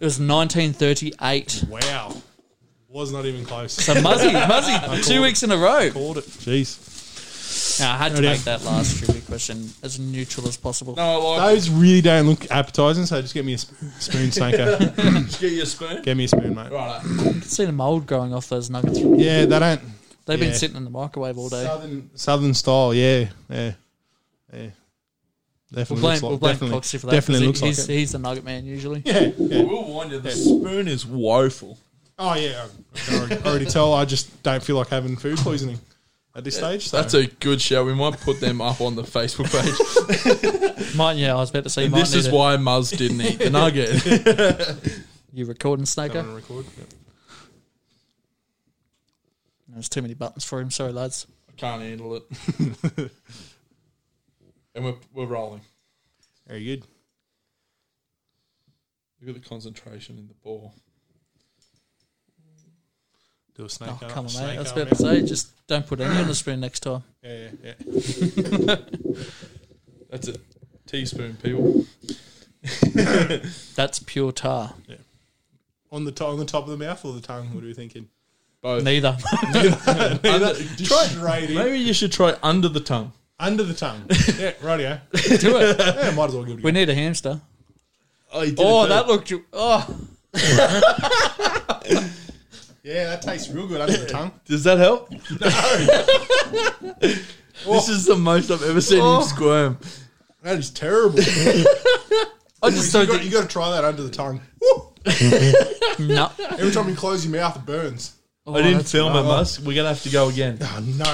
Speaker 1: was 1938.
Speaker 3: wow. Was not even close.
Speaker 1: So
Speaker 3: <laughs>
Speaker 1: Muzzy, Muzzy, two weeks in a row.
Speaker 3: Called it. Jeez.
Speaker 1: Now, I had to
Speaker 3: Right
Speaker 1: make
Speaker 3: out.
Speaker 1: that last trivia question as neutral as possible.
Speaker 2: No, I
Speaker 3: Those really don't look appetizing, so just get me a sp-
Speaker 1: <laughs>
Speaker 3: spoon, Snaker.
Speaker 2: Just get your spoon.
Speaker 3: get me a spoon, mate.
Speaker 2: Right.
Speaker 1: I can see the mold growing off those nuggets.
Speaker 3: Yeah, they don't.
Speaker 1: They've been
Speaker 3: Yeah.
Speaker 1: sitting in the microwave all day.
Speaker 3: Southern, southern style, yeah. Yeah. Yeah.
Speaker 1: We'll
Speaker 3: Definitely
Speaker 1: blame,
Speaker 3: looks like,
Speaker 1: we'll blame
Speaker 3: definitely,
Speaker 1: Coxie for that.
Speaker 3: Definitely
Speaker 1: 'cause
Speaker 3: looks
Speaker 1: he-
Speaker 3: like
Speaker 1: he's,
Speaker 3: it.
Speaker 1: he's the nugget man
Speaker 3: <laughs>
Speaker 1: usually.
Speaker 3: Yeah, yeah.
Speaker 2: We'll warn you, the spoon is woeful.
Speaker 3: Oh, yeah. I can already, already tell. I just don't feel like having food poisoning. at this stage. So
Speaker 2: That's a good shout. We might put them up on the Facebook
Speaker 3: <laughs>
Speaker 2: page.
Speaker 1: Might, yeah, I was about to say. You
Speaker 2: and
Speaker 1: might
Speaker 2: this
Speaker 1: need
Speaker 2: is
Speaker 1: a-
Speaker 2: why Muzz didn't eat
Speaker 3: <laughs>
Speaker 2: the nugget.
Speaker 1: you recording,
Speaker 3: Come
Speaker 1: Snaker.
Speaker 3: and record. Yep.
Speaker 1: There's too many buttons for him. Sorry, lads.
Speaker 2: I can't handle it. <laughs> and we're, we're rolling.
Speaker 3: Very good.
Speaker 2: Look at the concentration in the ball.
Speaker 3: Do a snake.
Speaker 1: Oh,
Speaker 3: arm-
Speaker 1: come on, mate.
Speaker 3: snake
Speaker 1: I was
Speaker 3: arm
Speaker 1: about to
Speaker 3: out.
Speaker 1: say, just don't put any on the spoon next time.
Speaker 3: Yeah, yeah, yeah.
Speaker 2: That's a teaspoon, <laughs> people.
Speaker 1: That's pure tar.
Speaker 3: On the top, on the top of the mouth or the tongue? What are we thinking?
Speaker 2: Both.
Speaker 3: <laughs>
Speaker 1: Neither. <laughs>
Speaker 2: Under,
Speaker 3: Try
Speaker 2: try,
Speaker 3: straight in.
Speaker 2: maybe you should try under the tongue.
Speaker 3: under
Speaker 1: <laughs>
Speaker 3: the tongue. yeah, radio.
Speaker 1: Do it.
Speaker 3: Yeah, might as well give it. A
Speaker 1: We
Speaker 3: go.
Speaker 1: need a hamster.
Speaker 2: Oh,
Speaker 1: Oh, that looked. Oh,
Speaker 3: Yeah, that tastes real
Speaker 1: <laughs>
Speaker 3: good under the tongue. <laughs>
Speaker 2: Does that help? this is the most I've ever seen him squirm.
Speaker 3: That is
Speaker 1: <laughs>
Speaker 3: terrible. you
Speaker 1: I just don't
Speaker 3: got,
Speaker 1: think.
Speaker 3: you got to try that under the tongue.
Speaker 1: <laughs> No.
Speaker 3: Every time you close your mouth,
Speaker 1: <laughs>
Speaker 3: it burns.
Speaker 1: Oh,
Speaker 2: I didn't
Speaker 1: that's-
Speaker 2: film it, Musk. We're going to have to go again.
Speaker 3: Oh, no. <laughs>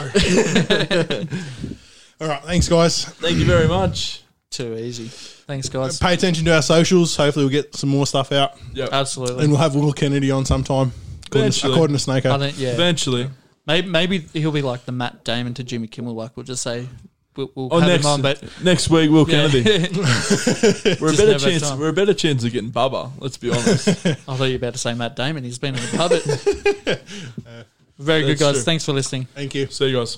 Speaker 3: All right, thanks, guys.
Speaker 2: <laughs> Thank you very much.
Speaker 1: Too easy. Thanks, guys.
Speaker 3: Pay attention to our socials. Hopefully, we'll get some more stuff out,
Speaker 2: Yeah.
Speaker 1: Absolutely.
Speaker 3: and we'll have Will Kennedy on sometime. According, to,
Speaker 2: Uh, Eventually.
Speaker 3: according to Snaker,
Speaker 1: I think, yeah.
Speaker 2: Eventually.
Speaker 1: Maybe, maybe he'll be like the Matt Damon to Jimmy Kimmel. Like, we'll just say, we'll, we'll
Speaker 2: Oh,
Speaker 1: have
Speaker 2: next,
Speaker 1: him on, but.
Speaker 2: next week, Will Kennedy. <laughs> We're a
Speaker 1: Just
Speaker 2: better
Speaker 1: never
Speaker 2: chance.
Speaker 1: time.
Speaker 2: We're a better chance of getting Bubba. Let's be <laughs> honest.
Speaker 1: <laughs> I thought you were about to say Matt
Speaker 2: <laughs>
Speaker 1: Damon. He's been in the pub. Very good,
Speaker 2: That's
Speaker 1: guys.
Speaker 2: true.
Speaker 1: Thanks for listening.
Speaker 3: thank you.
Speaker 2: See you guys.